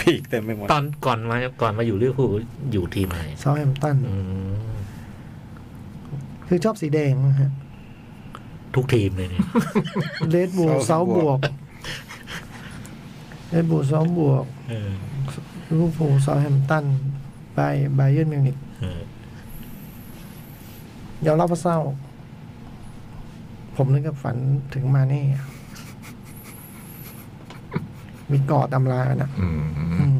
ปีกเต็มไปหมด
ตอนก่อนมาก่อนมาอยู่ลิเวอร์พูลอยู่ทีมไหน
ซาแฮมตัน
อืม
คือชอบสีแดงนะฮะ
ทุกทีมเลยเนี่ย
เรดบูล
South
เซาบวกเรดบูลเซาบวก
เออ
ลูกพูลเซาแฮมตันไบไบเยอร์มิวนิก
เออย
อมรับว่าเศร้า ผมนึกกับฝันถึงมาเน่อะมีกอดตำราน่ะ
อืม
อืม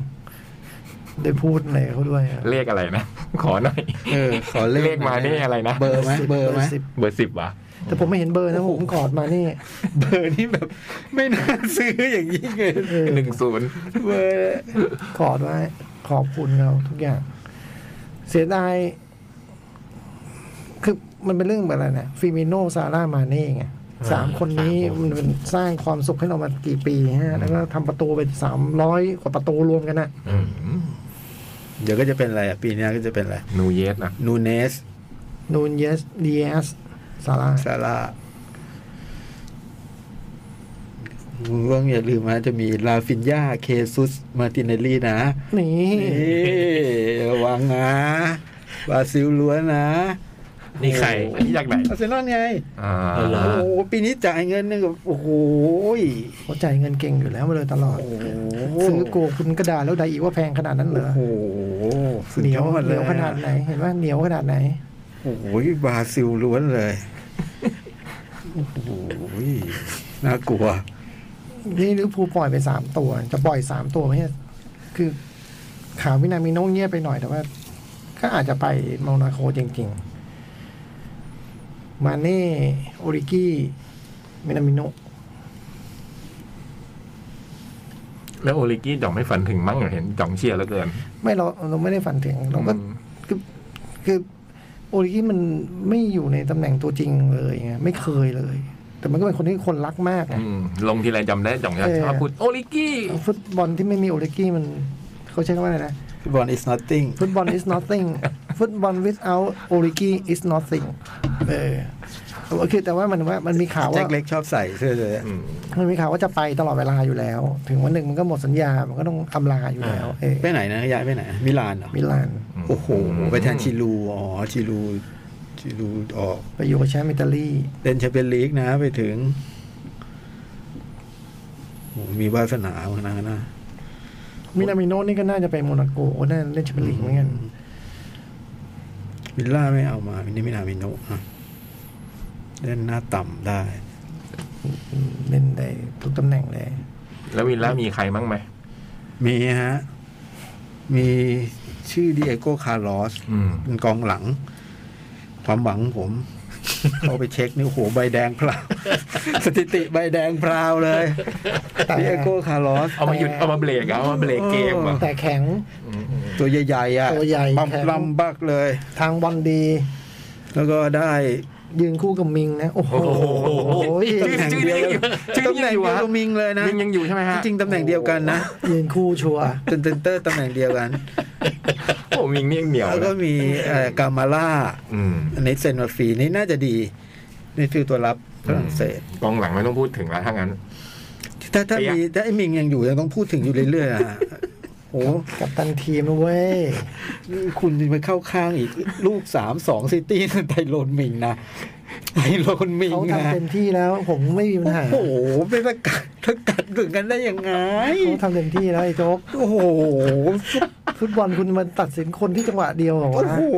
ได้พูดอะไรกับเขาด้วยอะ
เลขอะไรนะ ขอหน่อย
เออ ขอเลข
เลขมานี่อะไรนะ
เบอร์ไหมเบอร์ไหม
สิบ
เบอร์สิบวะ
แต่ผมไม่เห็นเบอร์นะผมกอดมานี่
เบอร์นี่แบบ ไม่น่าซื้ออย่างยิ่งเลย
เออ
หนึ่งศูนย์
เบอร์
กอดไว้ขอบคุณเราทุกอย่าง เสียดายคือมันเป็นเรื่องแบบอะไรนะฟิมิโนซาร่ามาเน่ไงสามคนนี้มันเป็นสร้างความสุขให้เรามากี่ปีฮะ แล้วก็ทำประตูไปสามร้อยกว่าประตูรวมกันนะ
เดี๋ยวก็จะเป็นอะไรอ่ะ ปีนี้ก็จะเป็นอะไร
นูเยสนะ
นูเนส
นูนเยสดีเอสซาร่า
ซาร่ามึงต้องอย่าลืมนะจะมีลาฟินยาเคซุส มาตินเนลลี่นะ
นี่
นี่ระวังนะ บราซิลล้วนนะ
นี่ใคร
อันนี้จากไหน
อาร์เซนอลไง
อ่า
อ๋อเหร
โอ้โห ปีนี้จ่ายเงินนึงกับโอ้โหย
เขาจ่ายเงินเก่งอยู่แล้วมาเลยตลอด
โอ้โห
ซื้อโกคุณกระดาษแล้วไดอีกว่าแพงขนาดนั้นเหร
โอ้
อ
โห
เหนียว
สุดอ
เห
ล
นียวขนาดไหนเห็นว่าเหนียวขนาดไหน
โอ้โหยบราซิลล้วนเลย โอ้โหยน่ากลัว
นี่ลิเวอร์พูลปล่อยไปสามตัว จะปล่อยสามตัวไหมเนี่ยคือข่าววินามิโน่เงียบไปหน่อยแต่ว่า ก็อาจจะไปโมนาโคจริง ๆ มาเน่โอริกี้มินามิโน่
แล้วโอลิกี้จ่องไม่ฝันถึงมั้งเหรอเห็นจ่องเชียร์แล้วเกิน
ไม่เราเราไม่ได้ฝันถึง เราก็
อืม
คือคือโอริกี้มันไม่อยู่ในตำแหน่งตัวจริงเลยไงไม่เคยเลย แต่มันก็เป็นคนที่คนรักมากไง
อืมลงทีไรจำได้จ่องจะ
เออ
ชอบพูดโอลิกี้
ฟุตบอลที่ไม่มีโอเลกี้มันเขาใช้คำว่าอะไรนะ
ฟุตบอล is nothing
ฟุตบอล is nothing ฟุตบอล without โอเลกี้ is nothing เออโอเคแต่ว่ามันว่ามันมีข่าว
แจ็ค
ว่า
เล็กชอบใส่เสื้อเลย
อืม
มันมีข่าวว่าจะไปตลอดเวลาอยู่แล้ว ถึงวันหนึ่งมันก็หมดสัญญา มันก็ต้องอำลาอยู่แล้วเออ
ไปไหนนะย้ายไปไหน มิลานเหรอ
มิลาน
โอ้โห ไปแทนชิลู อ๋อ ชิลู ชิลูออก
ไปอยู่กับแชมป์อิตาลี
เล่นแชมเปี้ยนลีกนะไปถึงโอ้มีวาสนาขนาดนั้นนะ
มินามิโน่นี่ก็น่าจะไปโมนาโกก็น่าเล่นแชมเปี้ยนลีกเหมือนกัน
วิลล่าไม่เอามามินิมินามิโนะนะเล่นหน้าต่ำได้
เล่นได้ทุกตำแหน่งเลย
แล้ววินล่ามีใครมั้งไหม
มีฮะ มีชื่อดิเอโกคาร์ลอส
อืม
เป็นกองหลัง ความหวังของผม เขาไปเช็คนี่โอ้โหใบแดงพราว สถิติใบแดงพราวเลยดิเอโกคาร์ลอส
เอามาหยุดเอามาเบรกอะเอามาเบรกเกมอะ
แต่แข็ง
ตัวใหญ่ๆอ่ะ
ตัวใหญ่
บัม
แข็ง
บัมบักเลย
ทางบอลดี
แล้วก็ได้
ยืนคู่กับมิงนะ โอ้โห
ชื่อชื่อนี้ยังอยู่ชื่อ
ตำ
นี้
แห
ยัง
น่งเดียว
อยู่ฮะ
กับมิงเลยนะ
ยังยังอยู่ใช่ไหมฮะ
จริงๆตำแหน่งเดียวกันนะ
ยืนคู่ชัวร์
เซนเตอร์ตำแหน่งเดียวกัน
โอ้มิงนี่ยังเหนียว
แล้ว
เล
ก็
ย
มีเอ่อกามาล่า
อืม
อันนี้เซนมาฟรีนี่น่าจะดีนี่คือตัวรับฝรั่งเศส
กองหลังไม่ต้องพูดถึงแล้วถ้างั้น
ถ้าถ้า
เปี๊ยะ
มีถ้าไอ้มิงยังอยู่ยังต้องพูดถึงอยู่เรื่อยๆอะฮะโอ้โห
กับตันทีมนะเว้ย
นี่คุณไปเข้าข้างอีก ลูกสามสองซิตี้นั่นไทโรนมิงนะไทโรนมิง
เขา
นะ
ทำเต็มที่แล้ว ผมไม่มีปัญ
โอ้
หา
โหไปสกัดสกัดถึงกันได้ยังไง
เขาทำเต็มที่แล้วไอ้โจ๊ก
โอ้โห
ฟุตบอลคุณมันตัดสินคนที่จังหวะเดียวเหรอ
โอ้
วะ
โห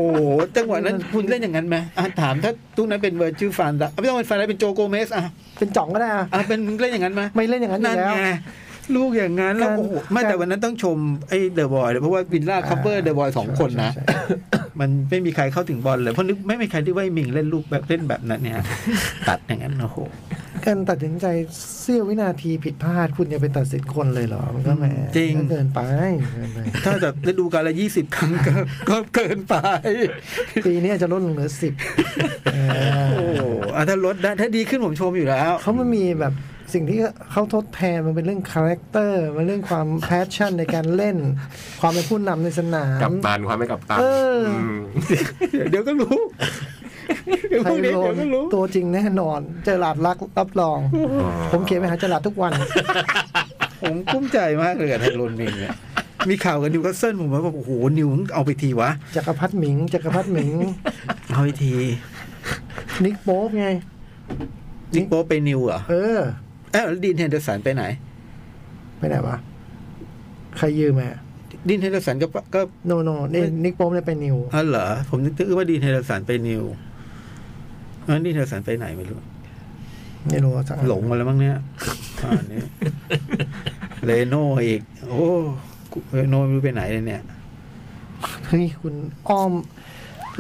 จังหวะนั้นคุณเล่นอย่างนั้นไหมอ่ะถามถ้าตู้นั้นเป็นเวอร์จิฟันละไม่ต้องเป็นฟันแล้วเป็นโจโกเมสอ่ะ
เป็นจ่องก็ได้อะ
อ่ะเป็นเล่นอย่างนั้นไหม
ไม่เล่นอย่างนั้นอยู่
นั่น
แล้ว
ไงลูกอย่างนั้นแล้ว
การ
โอ้โหไม่
การ
แต่วันนั้นต้องชมไอ้เดอะบอยเพราะว่าวินล่าคัพเปอร์เดอะบอยสองคนนะ
ใช่ใช่ใช่
มันไม่มีใครเข้าถึงบอลเลย เพราะนึกไม่มีใครที่ว่าไอ้มิงเล่นลูกแบบเล่นแบบนั้น เนี่ย ตัดอย่างนั้นโอ้โห
การตัดสินใจเสี้ยววินาทีผิดพลาดคุณจะไปตัดสินคนเลยเหรอ มันก็แหมก็เกินไปเกินไป
ถ้าจะฤดูกาลละยี่สิบครั้งก็ ก็เกินไป
ปีนี้อาจจะลดลงเหลือ สิบ
โอ้โหอ่ะถ้าลดได้ถ้าดีขึ้นผมชมอยู่แล้ว
เขามันมีแบบ สิ่งที่เขาทดแทนมันเป็นเรื่องคาแรคเตอร์มันเรื่องความแพชชั่นในการเล่น ความเป็นผู้นำในสนาม
กับตานความไม่กับตาน
เอออื
ม
เดี๋ยวก็รู้ เดี๋ยว
ไท
พวก
โร
นี้เดี๋ย
น
วก็รู้
ตัวจริงแน่นอน เจอหลาดรักรับร อง ผมเขียนไปหาเจอหลาดทุกวัน
ผมกุ้มใจมากเลยกับไทโรนมิงเนี่ยมีข่าวกับนิวคาสเซิลผมว่าแบบโอ้โหนิวมึงเอาไปทีวะ
จักรพัฒหมิง จักรพัฒหมิง
เอาไปที
นิกโป๊ปไง
นิกโป๊ปไปนิวเหรอ
เออ
เอ้าแล้วดินเฮนเดอร์สันไปไหน
ไปไหนวะ ใครยืมอ่ะ
ดินเฮนเดอร์สันก็ก็
โนโนนี่นิกโป๊ปเนี่ยไปนิว
อ๋อเหรอผมนึกว่าดินเฮนเดอร์สันไปนิวแล้วดินเฮนเดอร์สันไปไหนไม่รู้
ไม่รู้สัก
หลงมาแล้วมั้งเนี่ยป่านนี้ เรโน่อีก โอ้เรโน่ไม่รู้ไปไหนเลยเนี่ย
เฮ้ยคุณอ้อม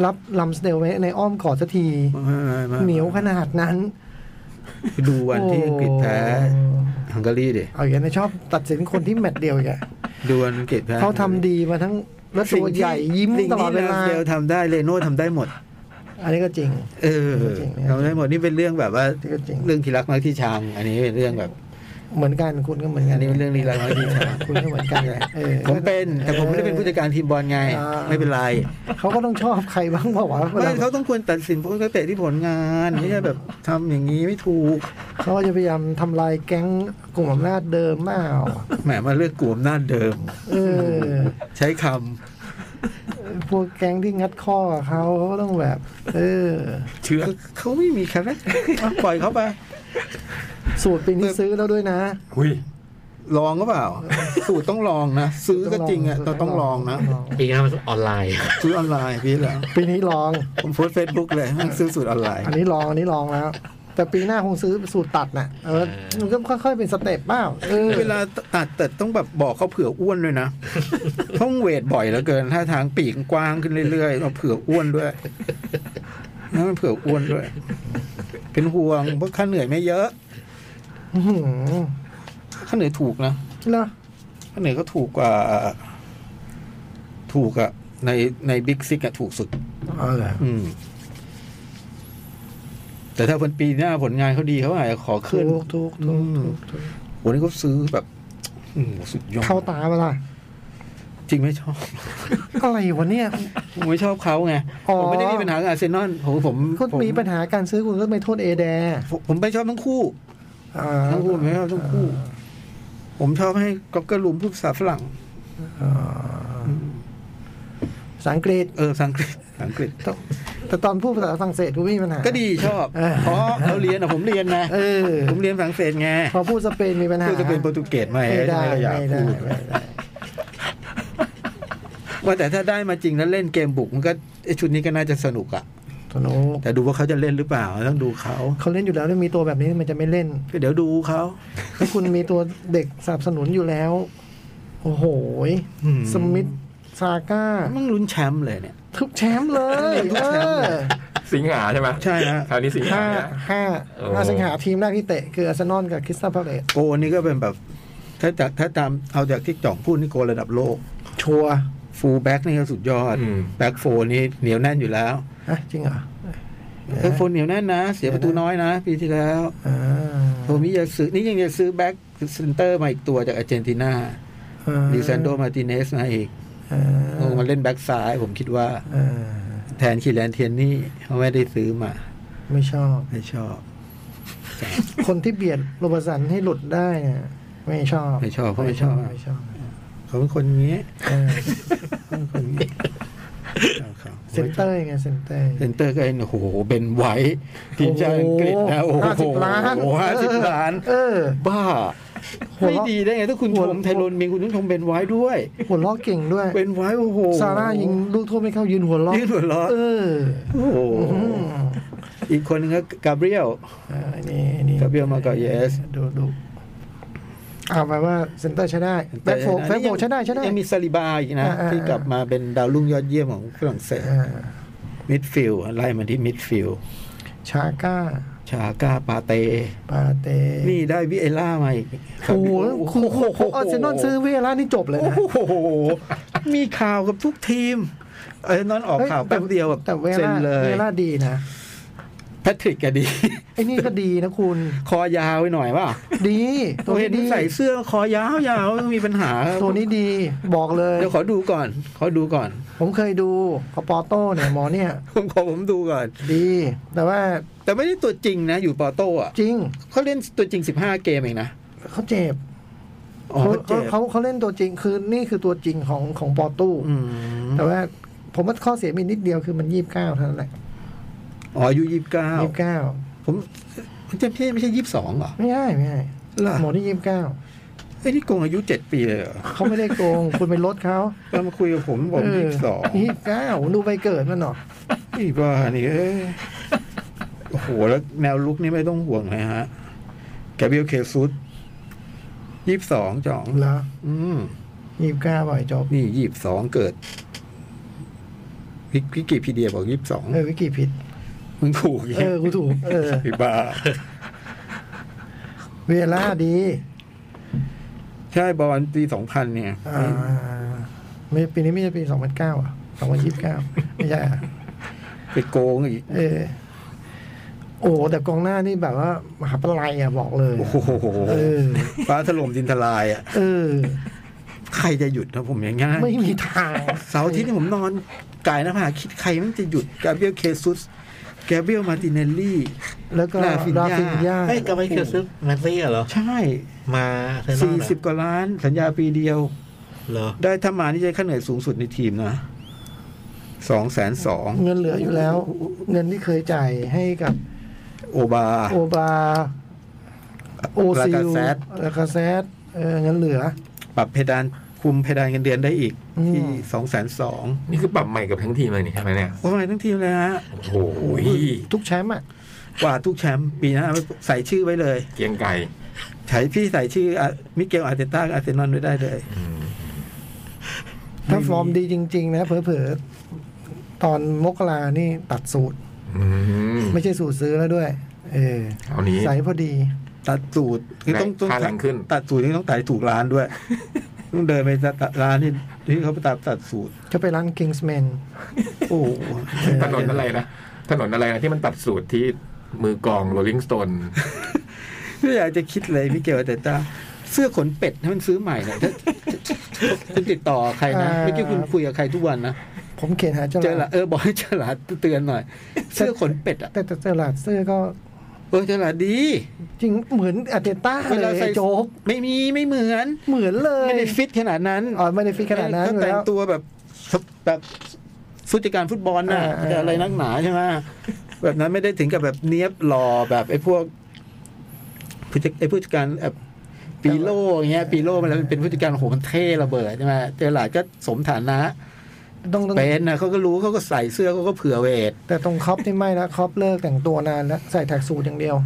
รับลำสเตลไว้ในอ้อมกอดสักที
ไม่ไม่ไม่
เหนียวขนาดนั้น
ดูวันที่อังกฤษแพ้
โอ้
ฮังการีดิ
เอาอย่างนี้ชอบตัดสินคนที่แมตช์เดียวอย่างเงี้ย
ดูวันอังกฤษแพ้
เขาทำดีมาทั้งแล้วตัวใหญ่ยิ้มตลอดเวลา
เดลทำได้เรโน่ทำได้หมด
อันนี้ก็จริง
เออ
จริงๆ
ทำได้หมดนี่เป็นเรื่องแบบว่า
ที่ก็จริง
เรื่องที่รักมากที่ชังอันนี้เป็นเรื่องแบบ
เหมือนกันคุณก็เหมือนกั
อั
น
นนี้เป็นเรื่องลี้ลับน้อยที่ชัง
คุณก็เหมือนกันแหละเออ
ผมเป็นแต่ผมไม่ได้เป็นผู้จัดการทีมบอลไง
อ่า
ไม่เป็นไร
เขาก็ต้องชอบใครบ้างเปล่าวะเวลา
ไม่เขาต้องควรตัดสินพวกนักเตะที่ผลงานไม่ใช่แบบทำอย่างนี้ไม่ถูก
เขาจะพยายามทำลายแก๊งกลุ่มอำนาจเดิมเปล่า
แหมมาเลือกกลุ่มหน้าจเดิม
เออ
ใช้ค
พวกแก๊งที่งัดข้อเขาเขาก็ต้องแบบ เออ
ำเชื้อเขาไม่มีคาแรคเตอร์ปล่อยเขาไป
สูตรปีนี้ซื้อแล้วด้วยนะ
อุ้ย
ลองก็เปล่า สูตรต้องลองนะ ซื้อก็จริงอ่ะเราต้องลองนะ
ปีหน้ามันออนไลน์
ซื้อออนไลน์พี่แล้ว
ปีนี้ลอง
ผมโพสเฟซบุ๊กเลยแม่งซื้อสูตรออนไลน์
อันนี้ลอง อันนี้ลองแล้ว แต่ปีหน้าคงซื้อสูตรตัดน่ะ เออ มันก็ค่อยๆเป็นสเต็ปเปล่าเออ
เวลาตัดแต่ต้องแบบบอกเขาเผื่ออ้วนด้วย นะต้องเวทบ่อยเหลือเกิน ถ้าทางปีกกว้างขึ้นเรื่อยๆเราเผื่ออ้วนด้วยนั่นเผื่ออ้วนด้วย เป็นห่วงเพราะค่าเหนื่อยไม่เยอะ
อื้อหือ
ค่าเหนื่อยถูกนะ
เหรอ
ข้าวเหนียวก็ถูกกว่า ถูกอะในในบิ๊กซิกอะถูกสุด
เอาเหรอ
อืม แต่ถ้าผลปีหน้าผลงานเขาดีเขาอาจจะขอ
ถู
ขึ้น
กถูกถูกถูกถูก
วันนี้เขาซื้อแบบอืมสุดยอด
เข้าตาเวลา
จริงไม่ชอบ
อะไรวะเนี่ย
ผมไม่ชอบเขาไง
อ๋อ
ผมไม่ได้มีปัญหากับอาร์เซนอลผมผม
คุณ
ผม
มีปัญหาการซื้อคุณก็ไปโทษเอแดร์
ผมผมไม่ชอบทั้งคู่
อ่า
ทั้งคู่ผมไม่ชอบทั้งคู่ ผมชอบให้กอกเกอร์ลุมพูดภาษาฝรั่ง
อ่าภาษาอังกฤษ
เออภาษาอังกฤษภาษาอังกฤษ
แต่แต่ตอนพูดภาษาฝรั่งเศสคุณไม่มีปัญหา
ก็ดีชอบ
เออ
เพราะเราเรียนอะผมเรียนนะ
เออ
ผมเรียนฝรั่งเศสไง
พอพูดสเปนมีปัญหา
เพื่อจะเป็นโปรตุเกสไหม
ไม่ได้
ใช่ห
ไม่
อ
ได้
ยาก
ไม่
พูด
ได้
ว่าแต่ถ้าได้มาจริงแล้วเล่นเกมบุกมันก็ไอ้ชุดนี้ก็น่าจะสนุกอะ
สนุก
แต่ดูว่าเขาจะเล่นหรือเปล่าต้องดูเขา
เขาเล่นอยู่แล้วเนี่ยมีตัวแบบนี้มันจะไม่เล่น
ก็เดี๋ยวดูเขา
ถ้าคุณมีตัวเด็กสนับสนุนอยู่แล้ว โอ้โหย
อืม
สมิธซาก้า
มันต้องลุ้นแชมป์เลยเนี่ย
ทุกแชมป์เลย
ทุก
เอ
แชมป์
อ
เลย
สิงหาใช่ไหม
ใช่ฮะ
คราวนี้สิงหา
ห้า
นะ
ห้า
โอ้
ห้าสิงหาทีมแรกที่เตะคืออาร์เซนอลกับคริสตัลพาเลต
โกนี่ก็เป็นแบบ ถ้าจากถ้าตามเอาจากที่จ่องพูดนี่โกระดับโลก
ชัวร์
ฟูลแบ็กนี่ก็สุดยอด
อืม
แบ็กโฟร์นี่เหนียวแน่นอยู่แล้ว
ฮะจริงเหรอ
แบ็กโฟร์เหนียวแน่นนะ เสียประตูน้อยนะ ปีที่แล้ว
อ่า
โทมิยาซึนี่ยังจะซื้อแบ็กเซนเตอร์มาอีกตัวจากอาร์เจนตินา
อ่า
ดิซันโดมาติเนสมาอีก
อ่า
ลงมาเล่นแบ็กซ้ายผมคิดว่า
อ่า
แทนคีแลนเทียนนี่เขาไม่ได้ซื้อมา
ไม่ชอบ
ไม่ชอบ
คนที่เบียดโรบร์ตสันให้หลุดได้เนี่ยไม่ชอบ
ไม่ชอบเขาไม่ชอบ
ไม่ชอบ
เขาเป็นคนอย่างเงี้ย
เออ
เขาเป็นคนอย่างเงี้ยเอาเขา
เซนเตอร์ไงเซนเตอร์
เซนเตอร์ก็เห็นโอ้โหเป็นไว้ทีมชาติอังกฤษนะโอ้
ห้า
โห
สิบล้าน
โอ้โห้าสิบ
เออ
ล้าน
เออ
บ้า
หัว
ไม่
เราะ
ดีได้ไงถ้าคุณ
หั
ช
วเราะ
มไทยรนมิงคุณต้องชมเป็นไว้ด้วย
หัวล้อเก่งด้วย
เป็นไว้โอ้โห
ซาร่ายิงลูกโทษไม่เข้ายืนหัวล้อ
ยืนหัวล้อ
เออ
โอ้โหอีกคนนึงก็กาเบรียล
อ่านี่นี่
กับเบลมากับ ES
ดูดูเอาไปว่าเซนเตอร์ใช้ได้แบ็คโฟร์แบ็คโฟร์ใช้ได้ใช้ได้
ยังมีซาลิบาอีกนะ
อ่าอ่า
ที่กลับมาเป็นดาวรุ่งยอดเยี่ยมของฝรั่งเศส
อ่า
มิดฟิลด์ไล่มาที่มิดฟิลด์
ชาก้า
ชาก้าปาเต
ปาเต
นี่ได้วิเอล่ามาอีก
โอ้โหคู่โคโคอาร์เซนอลซื้อเวลานี่จบเลย
โอ้
นะ
โห มีข่าวกับทุกทีม เอ้ยนอนออกข่าวแป๊บเดียวแบบ
แต่เว
เซ็น
ลา
เลย
เวลาดีนะ
แพทริกก็ดี
ไอ้นี่ก็ดีนะคุณ
คอยาวไปหน่อยว่า
ดี
ตัวเห็น
ดี
ใส่เสื้อคอยาวยาวมีปัญหา
ตัวนี้ดีบอกเลย
เดี๋ยวขอดูก่อน ขอดูก่อน
ผมเคยดูกระปอโต้เนี่ยหมอเนี่ย
ผมขอผมดูก่อน
ดี แต่ว่า
แต่ไม่ได้ตัวจริงนะ อยู่ปอโต้อะ
จริง
เขาเล่นตัวจริง 15 เกมเองนะ
เขาเจ็บ
อ๋อ
เขา
เจ็บ
เขาเขาเล่นตัวจริงคือนี่คือตัวจริงของของปอโต้
อืม
แต่ว่าผมว่าข้อเสียมีนิดเดียวคือมันยี่สิบเก้าเท่านั้นแหละ
อ๋ออายุยี่สิบเก้า
ยี่สิบเก้า
ผมมันจะไม่ใช่ไม่ใช่ยี่สิบสองเหรอ
ไม่ได้ไม่ได้
เหรอ
หมอนี่ยี่สิบเก้า
ไอ้ยนี่โกงอายุเจ็ดปีเลยเหรอ
เขาไม่ได้โกง คุณไปลดเขา
แล้วมาคุยกับผมบอกยี่สิบสอง
ยี่สิบเก้าดูใบเกิดมันหรอ
อีบ้านี่เอ้ยโอ้โห แล้วแนวลุกนี่ไม่ต้องห่วงเลยฮะ แกเบิลเคซุสยี่สิบสองจ่อง
เหรอ
อืม
ยี่สิบเก้าบ่อยจบ
นี่ยี่สิบสองเกิดวิกิวิกิพีเดียบอกยี่สิบสอง
เออวิกิผิด
มึงถูกอีก
เออกูถูกเออ
ไอ้บ้า
เวลาดี
ใช่บอลปีสองพันเนี่ย
อ่าไม่ปีนี้ไม่ใช่ปีสองพันเก้าอ่ะสองพันยี่สิบเก้าไม่ใช่อะ
ไปโกงอีก
เออ โอ้ แต่กองหน้านี่แบบว่า มหาปลายอ่ะบอกเลย
โอ้โห
เออ
ฟ้าถล่มดินทลายอ่ะ
เออ
ใครจะหยุดนะผมอย่างงี้
ไม่มีทาง
เสาร์อาที่นี่ผมนอนกายหนะผากคิดใครมันจะหยุดแกเบิลเคซุสแกเบิลมาร์ติเนลลี่
แล้วก็
ลาฟินยา
ฟินยา
เฮ้ยก็ไม่คือซื้อแมนซี่เหรอ
ใช่
มาเซนอล
สี่สิบกว่าล้าน สัญญาปีเดียว
เหรอ
ได้ถ้ามานี่จะขั้นเหนื่อยสูงสุดในทีมนะสองแสนสอง
เงินเหลืออยู่แล้ว เงินที่เคยจ่ายให้กับ
โอบา
โอบา โอซิล
ลากาเซต
ลากาเซตเออเงินเหลือ
ปรับเพดานคุมเพดานเงินเดือนได้อีก
อืม
ที่สองแสนสอง
นี่คือปรับใหม่กับทั้งทีมเลยนี่ใช่ไหมเนี่ย
โอ้ยทั้งทีมเลยฮะ
โอ้โห
ทุกแชมป์อ่ะ
กว่าทุกแชมป์ปีหน้าใส่ชื่อไว้เลย
เกรียงไก่
ใช้พี่ใส่ชื่ออ่ะมิเกลอาร์เตต้ากับอาร์เซนอลไว้ได้เลย
ถ้า
ไม่มี
ฟอร์มดีจริง ๆ นะ เผลอๆ ตอนมกรานี่ตัดสูตร
อืม
ไม่ใช่สูตรซื้อแล้วด้วย เออ
เอานี้
ใส่พอดี
ตัดสูตรคือต้องต้อง
ค่าแรงขึ้น
ตัดสูตรนี่ต้องตัดถูกร้านด้วย ต้องเดินไปตัดร้านที่ที่เขาไปตัดตัดสูตร
จะไปร้าน Kingsman
โอ้โห
ถนนอะไรนะ ถนนอะไรนะที่มันตัดสูตรที่มือกลองโรลลิงสโตน
ไม่อยากจะคิดเลยพี่เกลแต่ตาเสื้อขนเป็ดให้มันซื้อใหม่หน่อยถ้าคุณติดต่อใครนะ
อ่า
เมื่อกี้คุณคุยกับใครทุกวันนะ
ผมเขียนหาเจ้า
เจอ
ห
ละ
ลาด
เออบอกให้เจอละเตือนหน่อย เสื้อขนเป็ดอ่ะ
แต่แต่เจ้าหลาดเสื้อก็
เออเจอละดี
จริงเหมือนอาร์เตต้า
เว
เล
ลายใส่
ไอ้โจ๊ก
ไม่มีไม่เหมือน
เหมือนเลย
ไม่ได้ฟิตขนาดนั้น
อ๋อไม่ได้ฟิตขนาดนั้น
เขาแต่ง
แล้ว
ตัวแบบแบบผู้จัดการฟุตบอลน่ะ
อ่าอ่า
จะอะไรนักหนาใช่ไหมแบบนั้นไม่ได้ถึงกับแบบเนี้ยบหล่อแบบไอ้พวกผู้จัดไอ้ผู้จัดการแบบปีโล่อย่างเงี้ยปีโล่มันเป็นผู้จัดการโหมันเท่ระเบิดใช่ไหมเจอหลาดก็สมฐานะ
ต้องต้อง
เป็นนะเขาก็รู้เขาก็ใส่เสื้อเขาก็เผื่อเวท
แต่ตรงครอปที่ไม่ละครอปเลิกแต่งตัวนานแล้ว ใส่แท็กสูตรอย่างเดียว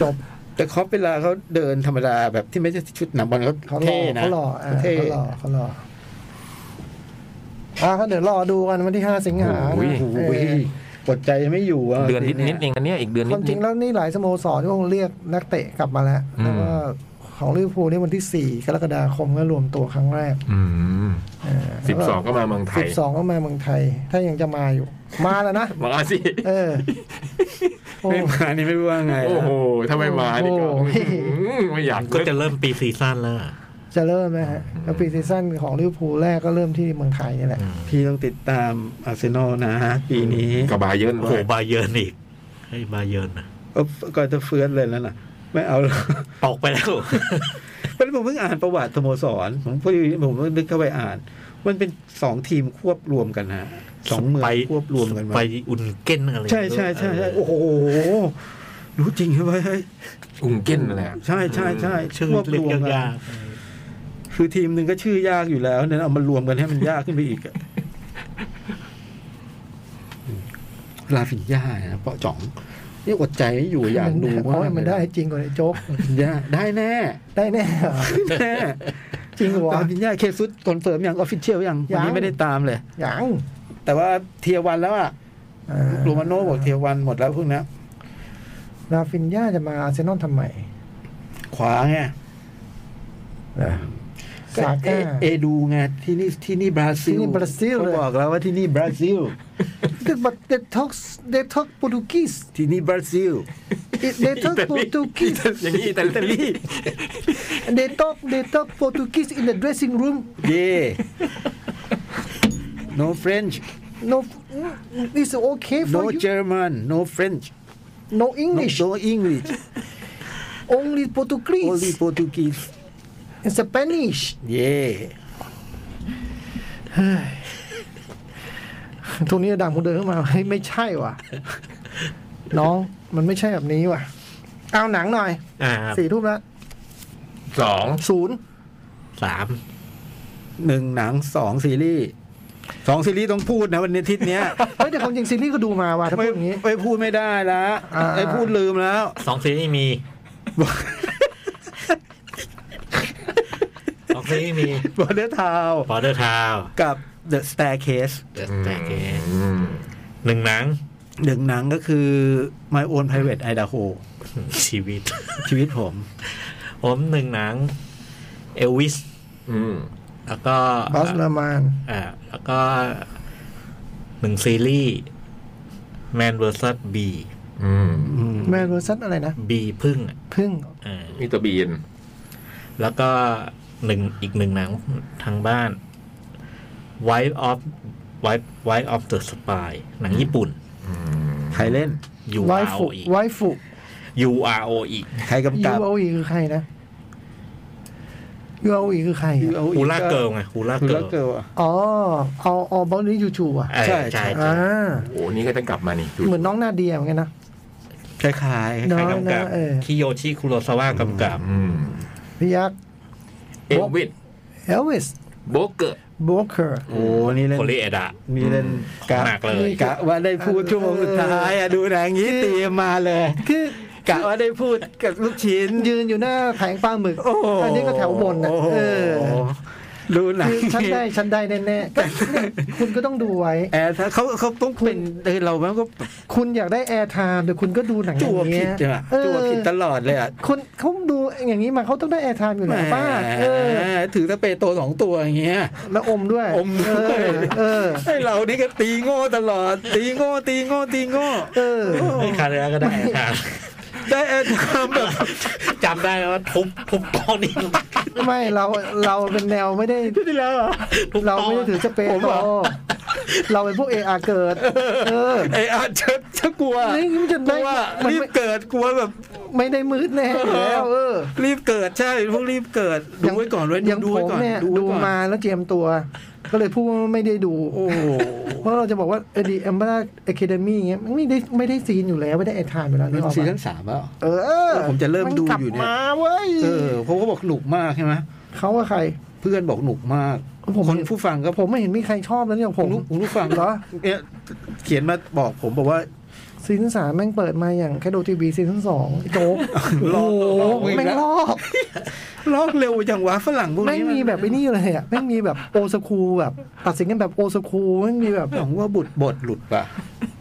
จบ
แต่เขาเวลาเขาเดินธรรมดาแบบที่ไม่ใช่ชุดหนังบอล
เขา
เขา
หล่อ
เท่นะ
เขาหล่ออ่า
เท่
เขาหล่อเขาหล่ออ่ะก็เดี๋ยวรอดูกันวันที่ห้าสิงหา
โอ้ย
โอ้โห
เออ
อดใจไม่อยู่ะ
เดือนนิด
ปี
นิด
ย
เองอันเนี้ยอีกเดือน
ความจ
นิ
ริ
ด
งแล้วนี่หลายสโมสรก็คงเรียกนักเตะกลับมาแล้ว
อืม
แล้วก็ของลิเวอร์พูลนี่วันที่สี่กรกฎาคมก็รวมตัวครั้งแรก
สิบสองก็มาเมืองไท
สิ
ย
บสองก็มาเมืองไทย ถ้ายังจะมาอยู่ มาแล้วนะ
มาสิ
เอ อ โอ้
ไม่มานี่ไม่รู้ว่าไงนะ
โอ้โหถ้าไม่มานี่ก็
โอ้โห
อืมไม่อยาก
ก็
ก็
จะ
จะ
เริ่มปีซีซั่นแล้วอะ
จะเริ่มนะฮะแล้วปีซีซั่นของลิเวอร์พูลแรกก็เริ่มที่เมืองไทยนี่แหละ
พี่ต้องติดตามอาร์เซนอลนะฮะปีนี้
กับบาเยิร์น
โอ้
ด้
โห
วย
บาเยิร์นอีกเฮ้ยบาเยิร์นอะ
เอ้าก็จะเฟื่อนเลยแล้วน่ะ ไม่เอาแล้ว
ตกไปแล้ว
เพราะผมเพิ่งอ่าน ประวัติสโมสรผมพอดีผมเพิ่งนึกเข้าไปอ่าน มันเป็นสองทีมควบรวมกันนะสองเมือง
ไป
ควบรวมกันมา
ไปอุ่นเก้นอะไร
ใช่ใช่ใช่ใช่โอ้โหรู้จริงใช่ไหมเฮ้ย
อุงเก้นนั่นแหละ
ใช่ใช่ใช่
ชื่อ
ควบ
เรียก
รวมกั
ยาน ก
คือทีมหนึ่งก็ชื่อยากอยู่แล้วเนี่ยเอามารวมกันให้มันยากขึ้นไปอีกอะลาฟินยานะเปาะจ่องนี่อดใจไม่อยู่อยากดู
เพ
มาก
ราะ
เลย
มันได้จริงกว่าไอ้โจ๊ก
ลาปินยาได้แน่
ได้แน่เหรอ
แน่
จริงเหร
ลาว
อะ
ปินยาเคซุสคอนเฟิร์มยังออฟฟิเชียลยัง
ยั
วัน
ง
นี้ไม่ได้ตามเลย
ยัง
แต่ว่าเทียวันแล้วอะ
อ่า
โรมาโน่บอกเทียวันหมดแล้วพวกเนี้ย
ราฟินยาจะมาอาร์เซนอลทำไม
ขวาไง
สาก้า
เอเอดูไงที่นี่ที่นี่บราซิล
ที่นี่บราซิล
เขา
เลย
บอกแล้วว่าที่นี่บราซิล
แต่ but they talk they talk Portuguese
ที่นี่บราซิล
they talk Portuguese
อย่างนี้อิตาลี
they talk they talk Portuguese in the dressing room
เย่ no French
no it's okay for
no
you
German no French
no
no,
English
no English
only Portuguese
only Portuguese
in Spanish
เย่
ทุกนี้ดังคนเดินเข้า มาเฮ้ยไม่ใช่ว่ะ น้องมันไม่ใช่แบบนี้ว่ะ เอาหนังหน่อย
อ่า
สี่ทุ่มแล้ว
สอง
ศู นย์
สาม
หนึ่งหนังสองซีรีส์สองซีรีส์ต้องพูดนะวันนี้อาทิศเนี้ย
เฮ้ยแต่ความจริงซีรีส์ก็ดูมาว่ะ ถ้าพู
ไม่
ดอย่างนี้
ไม่พูดไม่ได้ละ
อ่า
ไอ้พูดลืมแล้ว
สองซีรีส์มีสองซีรีส์มี
บอเดอร์ทาว
บอร์เดอร์ทาว
กับ The Staircase
แต่เก
อืม
หนึ่งหนัง
หนึ่งหนังก็คือ My Own Private Idaho
ชีวิต
ชีวิตผม
ผมหนึ่งหนังเอลวิส
อืม
แล้วก็
บอสเลอร์มาน
อ่าแล้วก็หนึ่งซีรีส์แมนเวอร์ซัสบี
อืม
อืม
แมนเวอร์ซัสอะไรนะ
บีพึ่งอ่ะ
พึ่ง
เออ
มิสเตอร์บีน
แล้วก็หนึ่งอีกหนึ่งหนังทางบ้าน Wife of Wife Wife of the Spy หนังญี่ปุ่น
ใครเล่น
U
ไว
R
ฟุ
O E
ไวฟุ
U R O E
ใครกำ
ยู
กับ
เอาอีคือใครนะยูเอาอีคือใครอะ
UOE
ฮูล่าเกิร์ลไงฮูล่า
ฮู
เกิ
ล่าเกิ
ร์ล
ร์ลอะ
อ๋อเอาเอาบอลนี้ยูทูบอ่ะ
เออ
ใช่
ใช่ใช่
อ่า
โอ้นี่ก็จะกลับมานี่
เหมือนน้องหน้าเดียเหมือนกันนะ
คล้ายๆคล้าย
เน
ใคร
อะ
กำกับ
เออ
คิโยชิคุโรซาวะกำกับ
อืม
พี่ยักษ์
เอลวิส
เอลวิส
โบเกอร์
บเกอร์
โอ้นี่เล่น
โคลีเอดะ
นี่เล่นกะ
หนักเลย
กะว่าได้พูดชั่วโมงสุดท้ายอะดูหนังนี้ตีมาเลย
คือก
ะว่าได้พูดกับลูกชิ้น
ยืนอยู่หน้าแผงปลาหมึก
โอ้โห
อันนี้ก็แถวบนนะ
โโห
เออ
ดูหนัง
คือฉันได้ฉันได้แน่ๆ ก็เนี่ยคุณก็ต้องดูไว้
แอร์ถ้าเขาเขาต้องเป็นเออเราแม่งก็
คุณอยากได้แอร์ไทม์แต่คุณก็ดูหนังอ
จั่ว
ย่าง
ผิ
เงี้
ด
ย
จ้ะ
เออ
จั่วผิดตลอดเลยอ่ะ
คนเขาดูอย่างนี้มาเขาต้องได้แอร์ไทม์อยู่แล้วป้าเออ
แหมถือสเปรย์ตัวสองตัวอย่างเงี้ย
แล้วอมด้วย
อมด้วย
เออเออ
ไอเรานี่ก็ตีโง่ตลอด ตีโง่ตีโง่ตีโง่
เออ
ไอ้คาเรียก็ได้ ครับ
ได้แอร์ไทำแบบ
จำได้ว่าทุบทุบกองนี่
ไม่เราเราเป็นแนวไม่ได้
ที่แล้วเหรอ
ทุบ
เรา
กอง
ไม่ได้ถือสเปรย์ต่อเราเป็นพวกเออาเกิด เออ
ไอ อาร์เชิดชักกลัว
นี่มันจะ
ก
ได้
ลัว
มัน
รีบเกิดกลัวแบบ
ไม่ได้มืดแน่อยู่แล้วเออ
รีบเกิดใช่พวกรีบเกิดดูไว้ก่อนไว้
ย่าง
ดู
ผ
ไว้
ม
ก่อน
เนี่ย
ดูไว้
ดู
ก่อน
มาแล้วเจียมตัว ก็เลยพูดว่าไม่ได้ดู
โอ้โห
เพราะเราจะบอกว่าเอดีแอมเบอร์อะคาเดมี่เงี้ยมันไม่ได้ไม่ได้ซีนอยู่แล้ว ไม่ได้แอทานอยู่แล้ว
มั
นี่
น
ออก
ซี
มา
ซั่นสามแล้ว
เออ
แล้วผมจะเริ่มดูอยู่เนี่ย
มักลับมาเว้ย
เออเขาก็บอกหนุกมากใช่ไหม
เขาว่าใคร
เพื่อนบอกหนุกมาก
ผม
คน
เห็น
ผู้ฟังก็
ผมไม่เห็นมีใครชอบแล้วอย่าง
ผ
ผ
ม มรู้ผมรู้ฟัง
เหรอ
เนี่ยเขียนมาบอกผมบอกว่า
ซีซั่นสามแม่งเปิดมาอย่างแค่ดูทีวีซีซั่นสองไอ้โจ๊ก
ลอก
โอ้โห
ลอกอีกแล้ว
แม่งลอก
ลอกเร็วจังวะฝรั่งพวก
แม่ง
นี้น
มีแบบไอ้นี่เลยอ่ะแม่งมีแบบโอสคูแบบ ตัดสินกันแบบโอสคูแม่งมีแบบ
ผมว่าบุตรบทหลุดป่ะ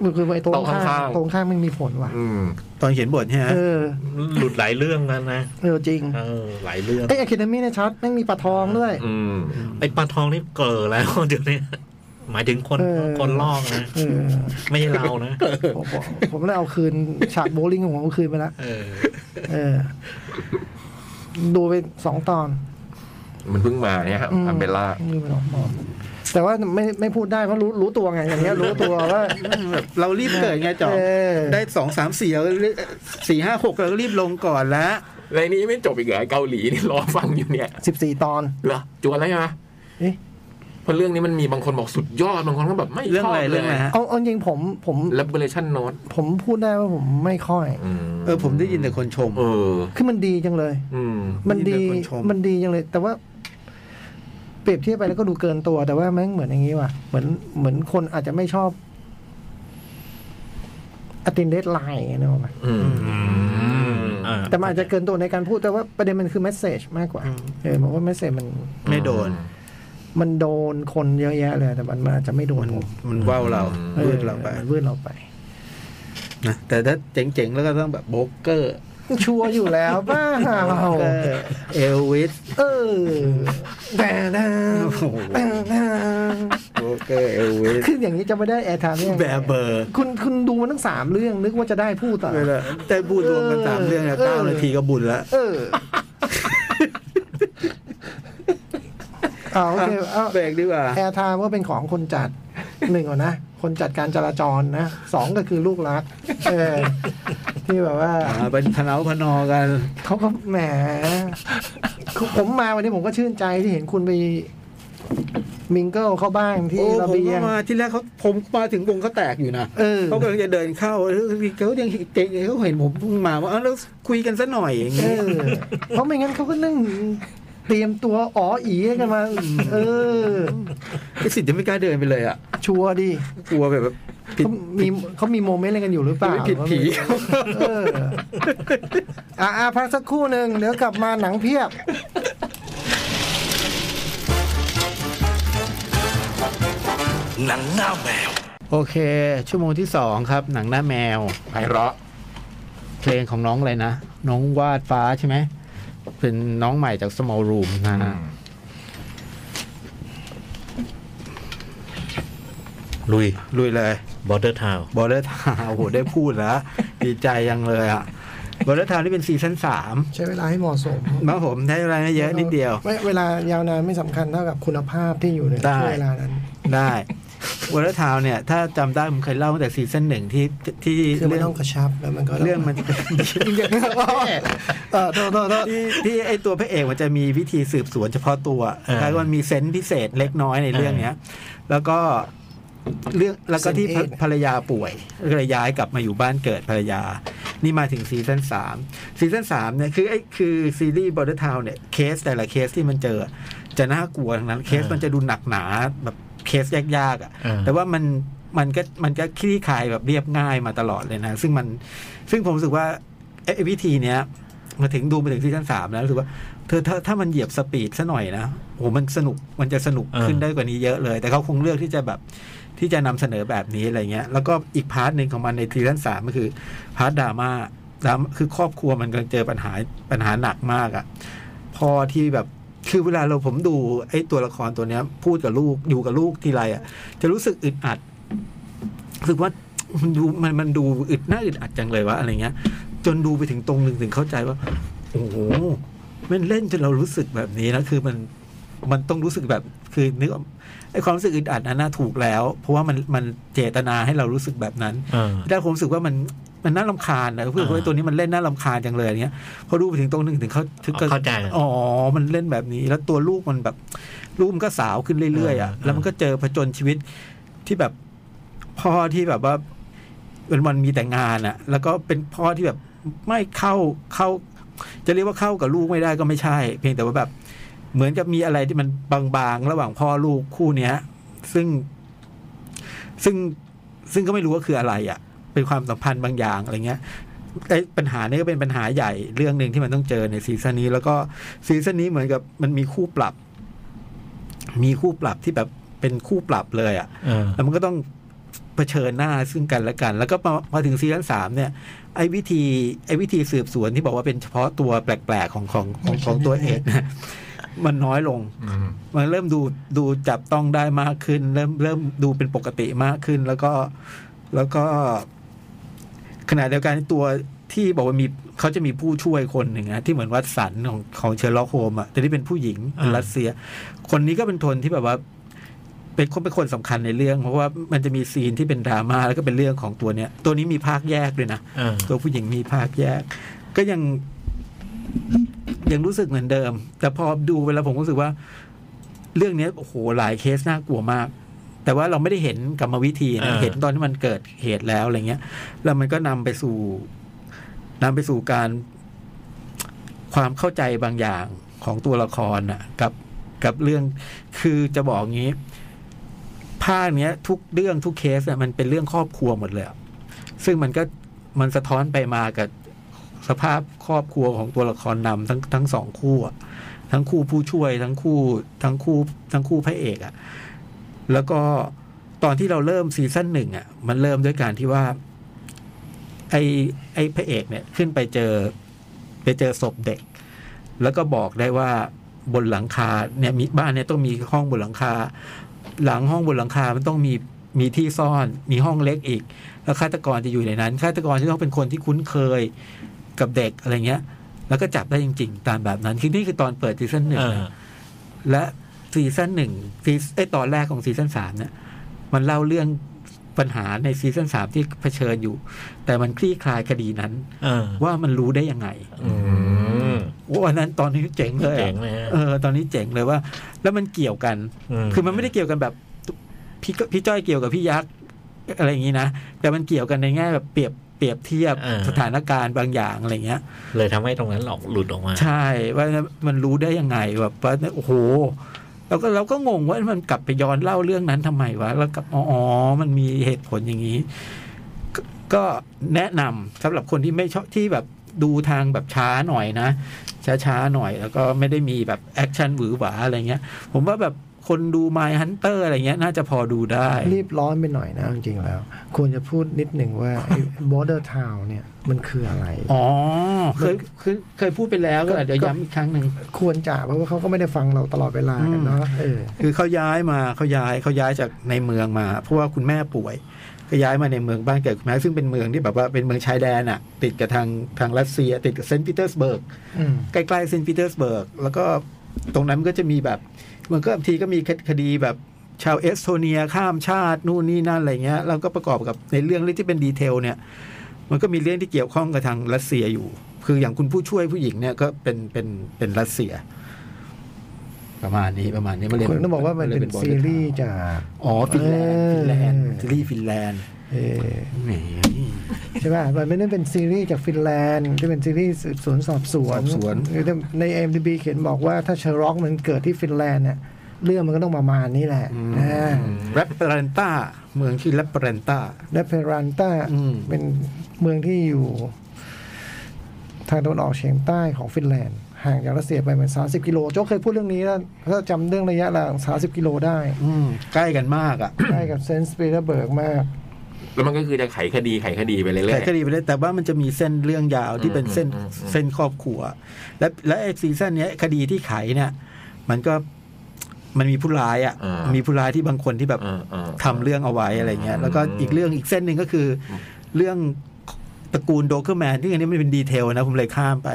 มันคือไอ้ตรง
ตรงข้าง
ข้าง
ๆ
ตรงข้างมันมีผลว่ะ
อืม
ตอนเขียนบทใช่ไหม
เออ
หลุดหลายเรื่องแล้วนะ
เออจริง
เออหลายเรื่อง
ไอ้อะคาเดมี่เนี่ยชัดแม่งมีปลาทองด้วย
อืม
ไอ้ปลาทองนี่เกลอแล้ว เดี๋ยวนี้หมายถึงคน
เออ
คนลอกนะ
เออ
ไม่ใช่เรานะ
ผมผมผมเลยเอาคืนฉากโบว์ลิ่งของผมเอาคืนไปละ
เออ
เออ ดูไปสองตอน
มันเพิ่งมาเนี่ยฮะ
อืม
อัมเบลล่า
ดูไปสองตอนแต่ว่าไม่ไม่พูดได้เพราะรู้รู้ตัวไงอย่างเงี้ยรู้ตัวว่า
แบบเรารีบเกิดไงจอม
เออ
ได้สองสามสี่เรารีบสี่ห้าหกเรารีบลงก่อนแล้ว
ในนี้ไม่จบอีกเหรอเกาหลีนี่รอฟังอยู่เนี่ย
สิบสี่ตอน
เหรอจวนแล้วใช่ไหม
เอ๊ะ
เพราะเรื่องนี้มันมีบางคนบอกสุดยอดบางคนก็แบบไม่
เรื่องอะไรเรื่องอะไรฮะ
เอาเอาจริงผมผม
เลเบเลชั่นโน้ต
ผมพูดได้ว่าผมไม่ค่อย
เออผมได้ยินแต่คนชม
เออ
คือมันดีจังเลย
อืม
มัน
ได้
ดี
ยินแต่คนชม
มันดีจังเลย แต่ว่า เปรียบเทียบไปแล้วก็ดูเกินตัว แต่ว่าแม่งเหมือนอย่างนี้ว่ะ เหมือนเหมือนคนอาจจะไม่ชอบอตินเดสไลน์นะว่า
อืม
เออ
แต่มันอาจจะเกินตัวในการพูดแต่ว่าประเด็นมันคือแมสเซจมากกว่า เออผมว่าแมสเซจมัน
ไม่โดน
มันโดนคนเยอะแยะเลย แต่มันมันอาจจะไม่โดน
มัน
ผม
มันว่าวเรา
ออ
วืดเราไป
มันวืดเราไป
นะแต่ถ้าเจ๋งๆแล้วก็ต้องแบบโบรกเกอร์
ชัวร์อยู่แล้วป้าเรา
เอลวิส
เออแต่นะแต่นะ
โบเกอร์เอลวิส
คืออย่างนี้จะไม่ได้แอร์ไทม์ได้ยังไง
แบบเบอร์
คุณคุณดูมันทั้งสามเรื่องนึกว่าจะได้พูดต่อ
ไม่ละแต่บูดรวมกันสามเรื่องอะ
เออ
เก้านาทีก็บุญละ
เออเอาโอเคเอา
เบรกดีกว่า
แอร์ไทม์ก็เป็นของคนจัดหนึ่งก่อนนะ คนจัดการจราจรนะสองก็คือลูกรัก เออ ที่แบบว่า
อ่าเป็นพะเนาพะนอกัน
เขาก็แหมคือผมมาวันนี้ผมก็ชื่นใจที่เห็นคุณไป มิงเกิลเข้าบ้างที่
โอ้
ระ
ผม
เบีย
ก็
ง
มาที่แรกเขาผมมาถึงวงเขาแตกอยู่นะ
เออ
เขากำลังจะเดินเข้าเขายังเตะเขาเห็นผมเพิ่งมาว่าเอ้าแล้วคุยกันซะหน่อยอย่าง
เอ
เงี้ย
อ เพราะไม่งั้นเขาก็นั่งเตรียมตัวอ๋ออีกันมา เออ
ไอ้สิทธิ์จะไม่กล้าเดินไปเลยอ่ะ
ชัวร์ดิ
กลัวแบบผิด
เขามีเขามีโมเมนต์อะไรกันอยู่หรือเปล่า
ผิดผี
เอออ่ะอ่ะพักสักครู่หนึ่งเดี๋ยวกลับมาหนังเพียบ
โอเค ชั่วโมงที่สองครับ หนังหน้าแมว
ไพเราะ
เพลงของน้องอะไรนะ น้องวาดฟ้าใช่ไหม เป็นน้องใหม่จาก small room นะ
อื
ฮะ
ม
ลุย
ลุยเลย
บอร์เดอร์ทาว
บอลเลอร์ทาวโอ้โห ได้พูดแล้ว ดีใจยังเลยอ่ะบอลเลอร์ทาวนี่เป็นซีซั่นสาม
ใช้เวลาให้เหมาะสม
มาผมได้อะไรนะเยอะนิดเดียว
ไม่เวลายาวนานไม่สำคัญเท่ากับคุณภาพที่อยู่ใน
ได้
ช่วงเวลานั้น
ได้ วอลทาวเนี่ย ถ้าจำได้ผมเคยเล่าตั้งแต่ซีซั่นหนึ่งที่ที่
คือไม่
เรื่
ต้องกระชับแล้วมันก็
เรื่องมัน จะเป็น
เออโทษโทษโทษ
ที่ที่ไอตัวพระเอกมันจะมีวิธีสืบสวนเฉพาะตัวคล้ายๆว่ามันมีเซนส์พิเศษเล็กน้อยในเรื่องเนี้ย แล้วก็เรื่องแล้วก็ที่ภรภรรยาป่วยก็เลยย้ายกลับมาอยู่บ้านเกิดภรรยา นี่มาถึงซีซั่นสามซีซั่นสามเนี่ยคือไอ้คือซีรีส์บอ r d เ r อร์ทาวเนี่ยเคสแต่ละเคสที่มันเจอ จะน่ากลัวทั้งนั้นเคสมันจะดูหนักหนาแบบเคสยากๆอ่ะ แต่ว่ามันมันก็มันก็คลี่คลายแบบเรียบง่ายมาตลอดเลยนะ ซึ่งมันซึ่งผมรู้สึกว่าไอ้ไอ้วิธีเนี้ยมาถึงดูมาถึงซีซั่นสามแล้วรู้สึกว่าเธอถ้าถ้ามันเหยียบสปีดซะหน่อยนะโอ้โหมันสนุกมันจะสนุกขึ้นได้กว่านี้เยอะเลย แต่เขาคงเลือกที่จะแบบที่จะนำเสนอแบบนี้อะไรเงี้ย แล้วก็อีกพาร์ทหนึ่งของมันในซีซั่นสามก็คือพาร์ทดราม่าดราม่าคือครอบครัวมันกำลังเจอปัญหาปัญหาหนักมากอะ พอที่แบบคือเวลาเราผมดูไอ้ตัวละครตัวเนี้ย พูดกับลูกอยู่กับลูกทีไรอ่ะ จะรู้สึกอึดอัดรู้สึกว่ามันดูมันมันดูอึดหน้าอึดอัดจังเลยวะอะไรเงี้ย จนดูไปถึงตรงหนึ่งถึงเข้าใจว่า โอ้โหมันเล่นจนเรารู้สึกแบบนี้นะคือมันมันต้องรู้สึกแบบคือนึกออกไอ้ความรู้สึกอึดอัดนั้นน่าถูกแล้ว เพราะว่ามันมันเจตนาให้เรารู้สึกแบบนั้น
อ่า
ได้ผมรู้สึกว่ามันมันน่าลำคาญนะเพื่อน
อ่า
เพื่อนตัวนี้มันเล่นน่าลำคาญจังเลยอย่างเงี้ยพอดูไปถึงตรงหนึ่งถึงเขาถึงก็
เข้าใจ
อ๋อ มันเล่นแบบนี้ แล้วตัวลูกมันแบบ ลูกมันก็สาวขึ้นเรื่อยๆอ่ะ
เออ
แล้วมันก็เจอผจญชีวิตที่แบบพ่อที่แบบว่าวันวันๆมีแต่งานอ่ะ แล้วก็เป็นพ่อที่แบบไม่เข้าเข้า จะเรียกว่าเข้ากับลูกไม่ได้ก็ไม่ใช่ เพียงแต่ว่าแบบ เหมือนกับมีอะไรที่มันบางๆ ระหว่างพ่อลูกคู่เนี้ย ซึ่ง ซึ่งซึ่งก็ไม่รู้ว่าคืออะไรอ่ะ เป็นความสัมพันธ์บางอย่างอะไรเงี้ยไอ้ปัญหานี้ก็เป็นปัญหาใหญ่เรื่องหนึ่งที่มันต้องเจอในซีซั่นนี้แล้วก็ซีซั่นนี้เหมือนกับมันมีคู่ปรับ มีคู่ปรับที่แบบเป็นคู่ปรับเลยอ่ะ
เออ
แล้วมันก็ต้องเผชิญหน้าซึ่งกันและกัน แล้วก็มามาถึงซีซั่นสามเนี่ยไอ้วิธีไอ้วิธีสืบสวนที่บอกว่าเป็นเฉพาะตัวแปลกๆของของของของตัวเอกเนี่ยมันน้อยลง
อืม
มันเริ่มดูดูจับต้องได้มากขึ้น เริ่มเริ่มดูเป็นปกติมากขึ้น แล้วก็แล้วก็ขณะเดียวกันตัวที่บอกว่ามีเขาจะมีผู้ช่วยคนหนึ่งนะที่เหมือนวัดสันของของเชอร์ล็อกโฮมอ่ะแต่ที่เป็นผู้หญิงเป็น
อ่า
รัสเซีย คนนี้ก็เป็นทนที่แบบว่า เป็นคนเป็นคนสำคัญในเรื่อง เพราะว่ามันจะมีซีนที่เป็นดราม่าแล้วก็เป็นเรื่องของตัวเนี้ย ตัวนี้มีภาคแยกด้วยนะ
เออ
ตัวผู้หญิงมีภาคแยก ก็ยัง ยังรู้สึกเหมือนเดิม แต่พอดูไปแล้วผมรู้สึกว่า เรื่องเนี้ยโอ้โหหลายเคสน่ากลัวมาก แต่ว่าเราไม่ได้เห็นกรรมวิธีนะ
อ่า
เห็นตอนที่มันเกิดเหตุแล้วอะไรเงี้ย แล้วมันก็นำไปสู่นำไปสู่การความเข้าใจบางอย่างของตัวละครน่ะ กับกับเรื่องคือจะบอกงี้ภาคเนี้ย ทุกเรื่องทุกเคสน่ะมันเป็นเรื่องครอบครัวหมดเลยอะซึ่งมันก็มันสะท้อนไปมากับสภาพครอบครัวของตัวละครนำทั้งทั้งสองคู่อะทั้งคู่ผู้ช่วย ทั้งคู่ ทั้งคู่ ทั้งคู่พระเอกอะแล้วก็ตอนที่เราเริ่มซีซั่นหนึ่งอะมันเริ่มด้วยการที่ว่า ไอ้ไอ้พระเอกเนี่ยขึ้นไปเจอ ไปเจอศพเด็ก แล้วก็บอกได้ว่าบนหลังคาเนี่ยมีบ้านเนี่ยต้องมีห้องบนหลังคา หลังห้องบนหลังคามันต้องมีมีที่ซ่อน มีห้องเล็กอีก แล้วฆาตกรจะอยู่ในนั้นฆาตกรจะต้องเป็นคนที่คุ้นเคยกับเด็กอะไรเงี้ย แล้วก็จับได้จริง ๆ ตามแบบนั้นคือนี่คือตอนเปิดซีซั่นหนึ่ง
เอ
นะ
อ
และซีซั่นหนึ่งซีไอยตอนแรกของซีซั่นสามเนี่ย มันเล่าเรื่องปัญหาในซีซั่นสามที่เผชิญอยู่ แต่มันคลี่คลายคดีนั้น
เออ
ว่ามันรู้ได้ยังไง
อืม
วันนั้นตอนนี้เจ๋งเลย
เจ๋
อะ
งเลยฮะ
เออ ตอนนี้เจ๋งเลยว่า แล้วมันเกี่ยวกัน คือมันไม่ได้เกี่ยวกันแบบพี่ก็พี่จ้อยเกี่ยวกับพี่ยักษ์อะไรอย่างนี้นะแต่มันเกี่ยวกันในแง่แบบเปรียบเปรียบเทียบสถานการณ์บางอย่างอะไรเงี้ย
เลยทำให้ตรงนั้นหลอกหลุดออกมา
ใช่ว่ามันรู้ได้ยังไงแบบว่าโอ้โหแล้วก็เราก็งงว่ามันกลับไปย้อนเล่าเรื่องนั้นทำไมวะแล้วกลับอ๋ออ๋อมันมีเหตุผลอย่างนี้กก็แนะนำสำหรับคนที่ไม่ชอบที่แบบดูทางแบบช้าหน่อยนะ ช้าช้าๆหน่อยแล้วก็ไม่ได้มีแบบแอคชั่นหวือหวาอะไรเงี้ย ผมว่าแบบคนดู My Hunter อะไรเงี้ย น่าจะพอดูได้
รีบร้อนไปหน่อยนะจริงๆแล้ว ควรจะพูดนิดหนึ่งว่าบอ r d e r Town เนี่ยมันคืออะไร
อ๋อ เคยเคยเคยพูดไปแล้วก็เดี๋ยวย้ำอีกครั้งหนึ่ง
ควรจะเพราะว่าเขาก็ไม่ได้ฟังเราตลอดเวลากันเนาะเออ
คือเขาย้ายมาเขาย้ายเขาย้ายจากในเมืองมา เพราะว่าคุณแม่ป่วยก็ย้ายมาในเมืองบ้านเกิดคุณแม่ซึ่งเป็นเมืองที่แบบว่าเป็นเมืองชายแดนอะติดกับทางทางรัสเซีย ติดกับเซนต์ปีเตอร์สเบิร์ก
อืม
ใกล้ๆเซนต์ปีเตอร์สเบิร์ก แล้วก็ตรงนั้นมันก็จะมีแบบมันก็บางทีก็มีคดีแบบชาวเอสโตเนียข้ามชาตินู่นนี่นั่นอะไรเงี้ยแล้วก็ประกอบกับในเรื่องที่เป็นดีเทลเนี่ย มันก็มีเรื่องที่เกี่ยวข้องกับทางรัสเซียอยู่ คืออย่างคุณผู้ช่วยผู้หญิงเนี่ยก็เป็นเป็นเป็นรัสเซีย ประมาณนี้ประมาณนี้มันเลย
คุณต้องบอกว่ามันเป็น
ลย
ซีรีส์จาก
อ๋อฟินแลนด์ฟินแลนด์
เออ
ซีรีส์ฟินแลนด์
เออ
แหม
ใช่ป่ะ มันไม่ได้เป็นซีรีส์จากฟินแลนด์ที่เป็นซีรีส์สืบสวนสอบสวนใน MDB เขียนบอกว่าถ้าเชอร็อกมันเกิดที่ฟินแลนด์เนี่ยเรื่องมันก็ต้องประมาณนี้แหละอ่า
แรปเปอร์เรนต้าเมืองชื่อแรปเปอร์เรนต้า
และเพรันต้า
อืม
เป็นเมืองที่อยู่ ทางตะวันออกเฉียงใต้ของฟินแลนด์ ห่างจากรัสเซียไปประมาณ30 กิโลโจ้เคยพูดเรื่องนี้แล้วถ้าจำเรื่องระยะห่าง30 กิโลได้
อืมใกล้กันมากอ่ะ
ใกล้กับเซนต์สปีเดอร์เบิร์กมาก
แล้วมันก็คือจะไขคดีไขคดีไปเรื่
แต่
อย
ก็ดีไปเลยแต่ว่ามันจะมีเส้นเรื่องยาวที่เป็นเส้น
อืมอืมอืม
เส้นครอบครัว และและไอ้ซีซั่นเนี้ยคดีที่ไขเนี่ยมันก็มันมีผู้ร้ายอ่ะ มีผู้ร้ายที่บางคนที่แบบ
ๆอ่าๆ
ทำเรื่องเอาไว้อะไรเงี้ย แล้วก็อีกเรื่องอีกเส้นหนึ่งก็คือ เรื่องตระกูลโดเกอร์แมนที่อันนี้มันเป็นดีเทลนะ ผมเลยข้ามไป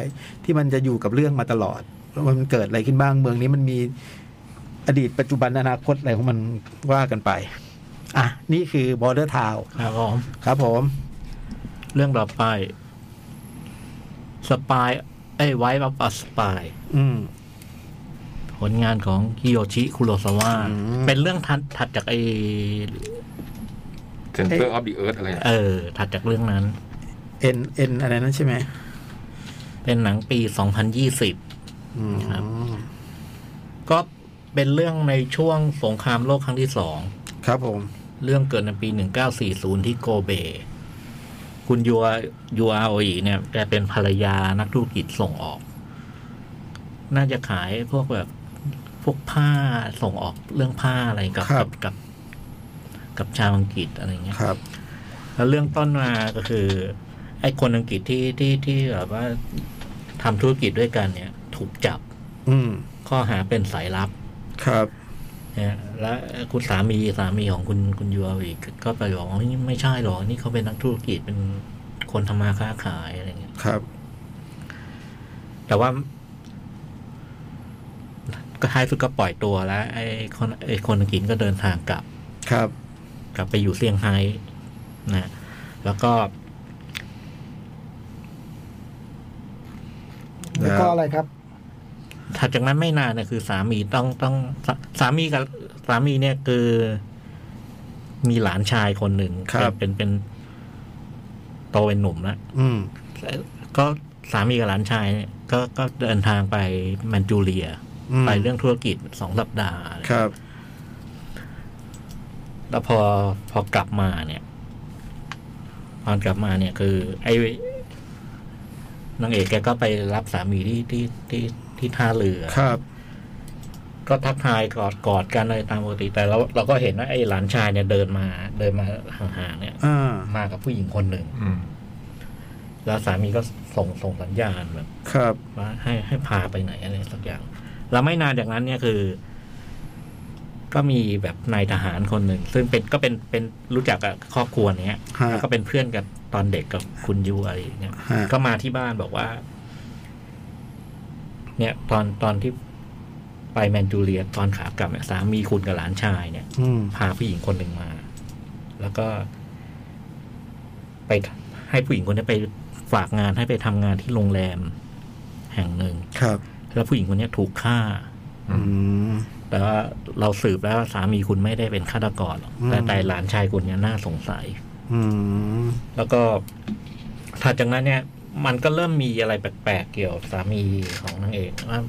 ที่มันจะอยู่กับเรื่องมาตลอดว่ามันเกิดอะไรขึ้นบ้างเมืองนี้มันมีอดีตปัจจุบันอนาคตอะไรของมันว่ากันไป อ่ะ นี่คือบอ r d เดอร์ทาว
ครับผม
ครับผม
เรื่องต่อไปสปายไอ้ไว้บับอัสปาย
อืม
ผลงานของกิโยชิคุโรซาวะ
อืม
เป็นเรื่องถัดถัดจากไอ
Center of the Earth อะไรนะ
เออ ถัดจากเรื่องนั้น
เอ็นเอ็นอะไรนั้นใช่ไหม
เป็นหนังปี 2020
อืม
ครับ ก็เป็นเรื่องในช่วงสงครามโลกครั้งที่สอง
ครับผม
เรื่องเกิดในปี 1940 ที่โกเบ คุณยัวยัวอาโออิเนี่ยแกเป็นภรรยานักธุรกิจส่งออก น่าจะขายพวกแบบพวกผ้าส่งออกเรื่องผ้าอะไรกับ
ครั
กับ บกับกับชาวอังกฤษอะไรเงี้ย
ครับ
แล้วเรื่องต้นมาก็คือ ไอ้คนอังกฤษที่ที่ที่แบบว่าทำธุรกิจด้วยกันเนี่ย ถูกจับ
อืม
ข้อหาเป็นสายลับ
ครับ
นะแล้วคุณสามีสามีของคุณคุณยูอาวีกก็ไปบอกว่านี่ไม่ใช่หรอกนี่เขาเป็นนักธุรกิจเป็นคนทำมาค้าขายอะไรเงี้ย
ครับ
แต่ว่า ก็ท้ายสุดก็ปล่อยตัวแล้ว ไอ้คนไอ้คนอังกฤษก็เดินทางกลับ
ครับ
กลับไปอยู่เซี่ยงไฮ้นะแล้วก็
แล้วก็อะไรครับ
ถัดจากนั้นไม่นานเนี่ยคือ สามีต้องต้องสาสามีกับสามีเนี่ยคือ มีหลานชายคนหนึ่ง
ครับ
เป็นเป็นโตเป็นหนุ่มแล้ว
อืม
ก็สามีกับหลานชายเนี่ยก็ก็เดินทางไปแมนจูเรีย
ม
ไปเรื่องธุรกิจสองสัปดาห์อะไร
ครับ
แล้วพอพอกลับมาเนี่ย ตอนกลับมาเนี่ยคือ ไอ้นางเอกแกก็ไปรับสามีที่ที่ที่ที่ท่าเรือ
ครับ
ก็ทักทายกอดกอดกันอะไรตามปกติแต่เราเราก็เห็นว่าไอ้หลานชายเนี่ยเดินมา เดินมาห่างๆเนี่ย
อ่า
มากับผู้หญิงคนหนึ่ง
อืม
แล้วสามีก็ส่งส่งสัญญาณแบบ
ครับ
ว่าให้ให้พาไปไหนอะไรสักอย่าง แล้วไม่นานจากนั้นเนี่ยคือ ก็มีแบบนายทหารคนหนึ่ง ซึ่งเป็นก็เป็นเป็นรู้จักกับครอบครัวเนี้ย
ฮะ
แล้วก็เป็นเพื่อนกับตอนเด็กกับคุณยูอะไรอย่างเนี่ย
ฮะ
ก็มาที่บ้านบอกว่า เนี่ยตอนตอนที่ไปแมนจูเรียตอนขากลับเนี่ยสามีคุณกับหลานชายเนี่ย
อืม
พาผู้หญิงคนหนึ่งมา แล้วก็ ไปให้ผู้หญิงคนนี้ไปฝากงานให้ไปทำงานที่โรงแรม แห่งหนึ่ง
ครับ
แล้วผู้หญิงคนนี้ถูกฆ่า
อืม
แต่ว่าเราสืบแล้วว่าสามีคุณไม่ได้เป็นฆาตกรหรอก
อืม
แต่แต่หลานชายคุณเนี่ยน่าสงสัย
อืม
แล้วก็ถัดจากนั้นเนี่ย มันก็เริ่มมีอะไรแปลกๆเกี่ยวกับสามีของนางเอกว่า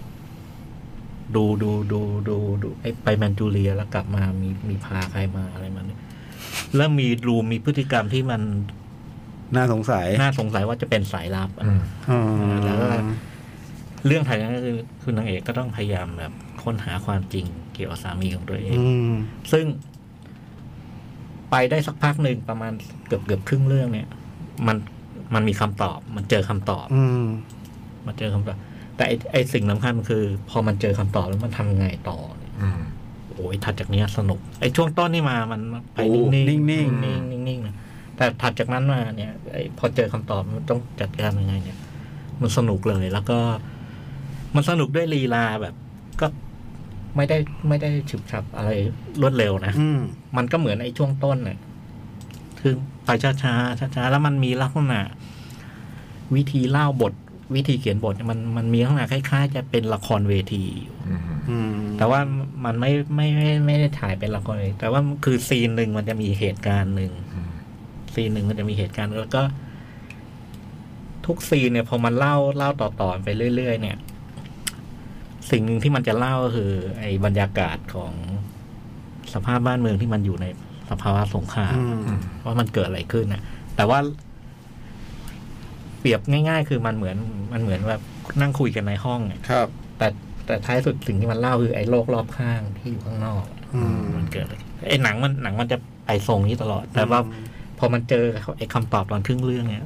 ดูดูดูดูดูไอ้ไปแมนจูเรียแล้วกลับมามีมีพาใครมาอะไรมันยเริ่มมีรูมีพฤติกรรมที่มัน
น่าสงสัย
น่าสงสัยว่าจะเป็นสายลับอะ
อืม
อืม
แล้วก็ เรื่องถัดจากนั้นก็คือคือนางเอกก็ต้องพยายามแบบค้นหาความจริงเกี่ยวกับสามีของตัวเอง
อืม
ซึ่ง ไปได้สักพักหนึ่งประมาณเกือบเกือบครึ่งเรื่องเนี่ย มันมันมีคำตอบ มันเจอคำตอบ
อืม
มันเจอคำตอบ แต่ไอ้ไอสิ่งสำคัญมันคือ พอมันเจอคำตอบแล้วมันทำไงต่อเนี่ย
อืม
โอ้ยถัดจากเนี้ยสนุกไอ้ช่วงต้นนี่มามันไป
โอ้
นิ่งๆ
นิ่ง
ๆ
นิ่งๆนิ่งๆนะแต่ถัดจากนั้นมาเนี่ยไอ้พอเจอคำตอบมันต้องจัดการยังไง เนี่ย มันสนุกเลยแล้วก็ มันสนุกด้วยลีลาแบบ ก็ไม่ได้ไม่ได้ฉุบฉับอะไรรวดเร็วนะ
อืม
มันก็เหมือนไอ้ช่วงต้นน่ะ คือไปช้าๆช้าๆแล้วมันมีลักษณะ วิธีเล่าบท วิธีเขียนบทเนี่ยมันมันมีลักษณะคล้ายๆ จะเป็นละครเวทีอยู่
อืม
อืม
แต่ว่ามันไม่ไม่ไม่ไม่ได้ถ่ายเป็นละครเวทีแต่ว่าคือซีนหนึ่งมันจะมีเหตุการณ์หนึ่งซีนหนึ่งมันจะมีเหตุการณ์แล้วก็ ทุกซีนเนี่ยพอมันเล่าเล่าต่อๆไปเรื่อย ๆ เนี่ย สิ่งหนึ่งที่มันจะเล่าก็คือ ไอ้บรรยากาศของสภาพบ้านเมืองที่มันอยู่ในสภาวะสงคราม
อืม
ว่ามันเกิดอะไรขึ้นนะแต่ว่า เปรียบง่าย ๆ คือมันเหมือนมันเหมือนแบบนั่งคุยกันในห้องอะ
ครับ
แต่แต่ท้ายสุดสิ่งที่มันเล่าคือไอ้โลกรอบข้างที่อยู่ข้างนอกอะ
อืม
มันเกิดอะไรไอ้หนังมันหนังมันจะไปทรงนี้ตลอด แต่ว่าพอมันเจอไอ้คำตอบตอนครึ่งเรื่องเนี่ย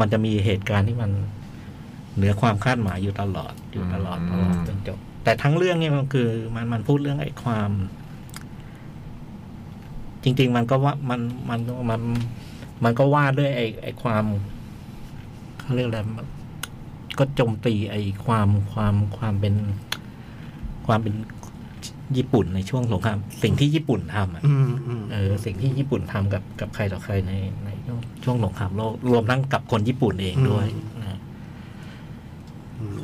มันจะมีเหตุการณ์ที่มันเหนือความคาดหมายอยู่ตลอดอยู่ตลอดตลอด
อืม
จนจบ แต่ทั้งเรื่องเนี่ยมันคือ มันมันพูดเรื่องไอ้ความ จริง ๆ มันก็ว่ามันมันมัน มันก็ว่าด้วยไอ้ไอ้ความเขาเรียกอะไรมันก็โจมตีไอ้ความความความเป็น ความเป็นญี่ปุ่นในช่วงสงครามสิ่งที่ญี่ปุ่นทำอ่ะ
อืมอืม
เออสิ่งที่ญี่ปุ่นทำกับกับใครต่อใครในในช่วงช่วงสงครามโลกรวมทั้งกับคนญี่ปุ่นเองด้วยนะ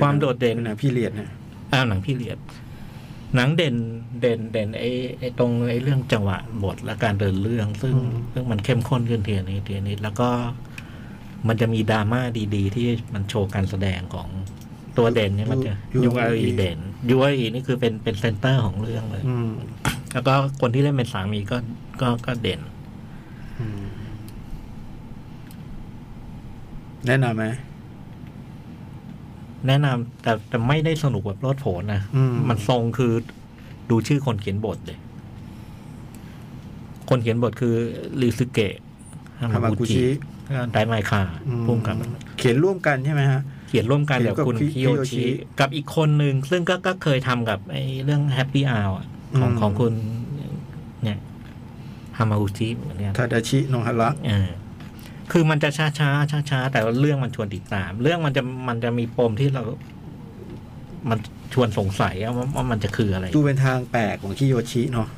ความโดดเด่น
เป็นหนะพี่เลียดนะ
อ้าวหนังพี่เลียด หนังเด่นเด่นเด่นไอ้ไอ้ตรงไอ้เรื่องจังหวะบทและการเดินเรื่อง ซึ่ง
อืม
ซึ่งมันเข้มข้นขึ้นเทียนิดเทียนิดแล้วก็มันจะมีดราม่าดีๆ ที่มันโชว์การแสดงของตัวเด่นเนี่ยมันจะ
ยู
ยู
อา
อา
รี
รีเด่นยูอารีนี่คือเป็นเป็นเซนเตอร์ของเรื่องเลย
อืม
แล้วก็คนที่เล่นเป็นสามีก็ก็ก็เด่น
อืมแนะนำไหม
แนะนำแต่แต่ไม่ได้สนุกแบบโลดโผนนะ
อืม
นทรงคือดูชื่อคนเขียนบทเลย คนเขียนบทคือริซึเกะฮา
ฮามา
มา
กุ
กุจิ
ชิ
ไดไมคา
อืม
พุ่มกับ
เขียนร่วมกันใช่ไหมฮะ
เขียนร่วมกัน
เขี
กั
ย
น บ
กับ
คุณ
คิ
คิโย
คิโยชิ
ชิกับอีกคนหนึ่งซึ่งก็ก็เคยทำกับไอ้เรื่องแฮปปี้อ u วของ
อืม
ของคุณ เนี่ยฮามากุจิเหมือนกัน
ทาดาชิโนฮาระ
เออคือมันจะช้าช้าช้าช้าๆแต่ว่าเรื่องมันชวนติดตาม เรื่องมันจะมันจะมีปมที่เรา มันชวนสงสัยอะว่าว่ามันจะคืออะไร
ดูเป็นทางแปลกของคิโยชิเนาะ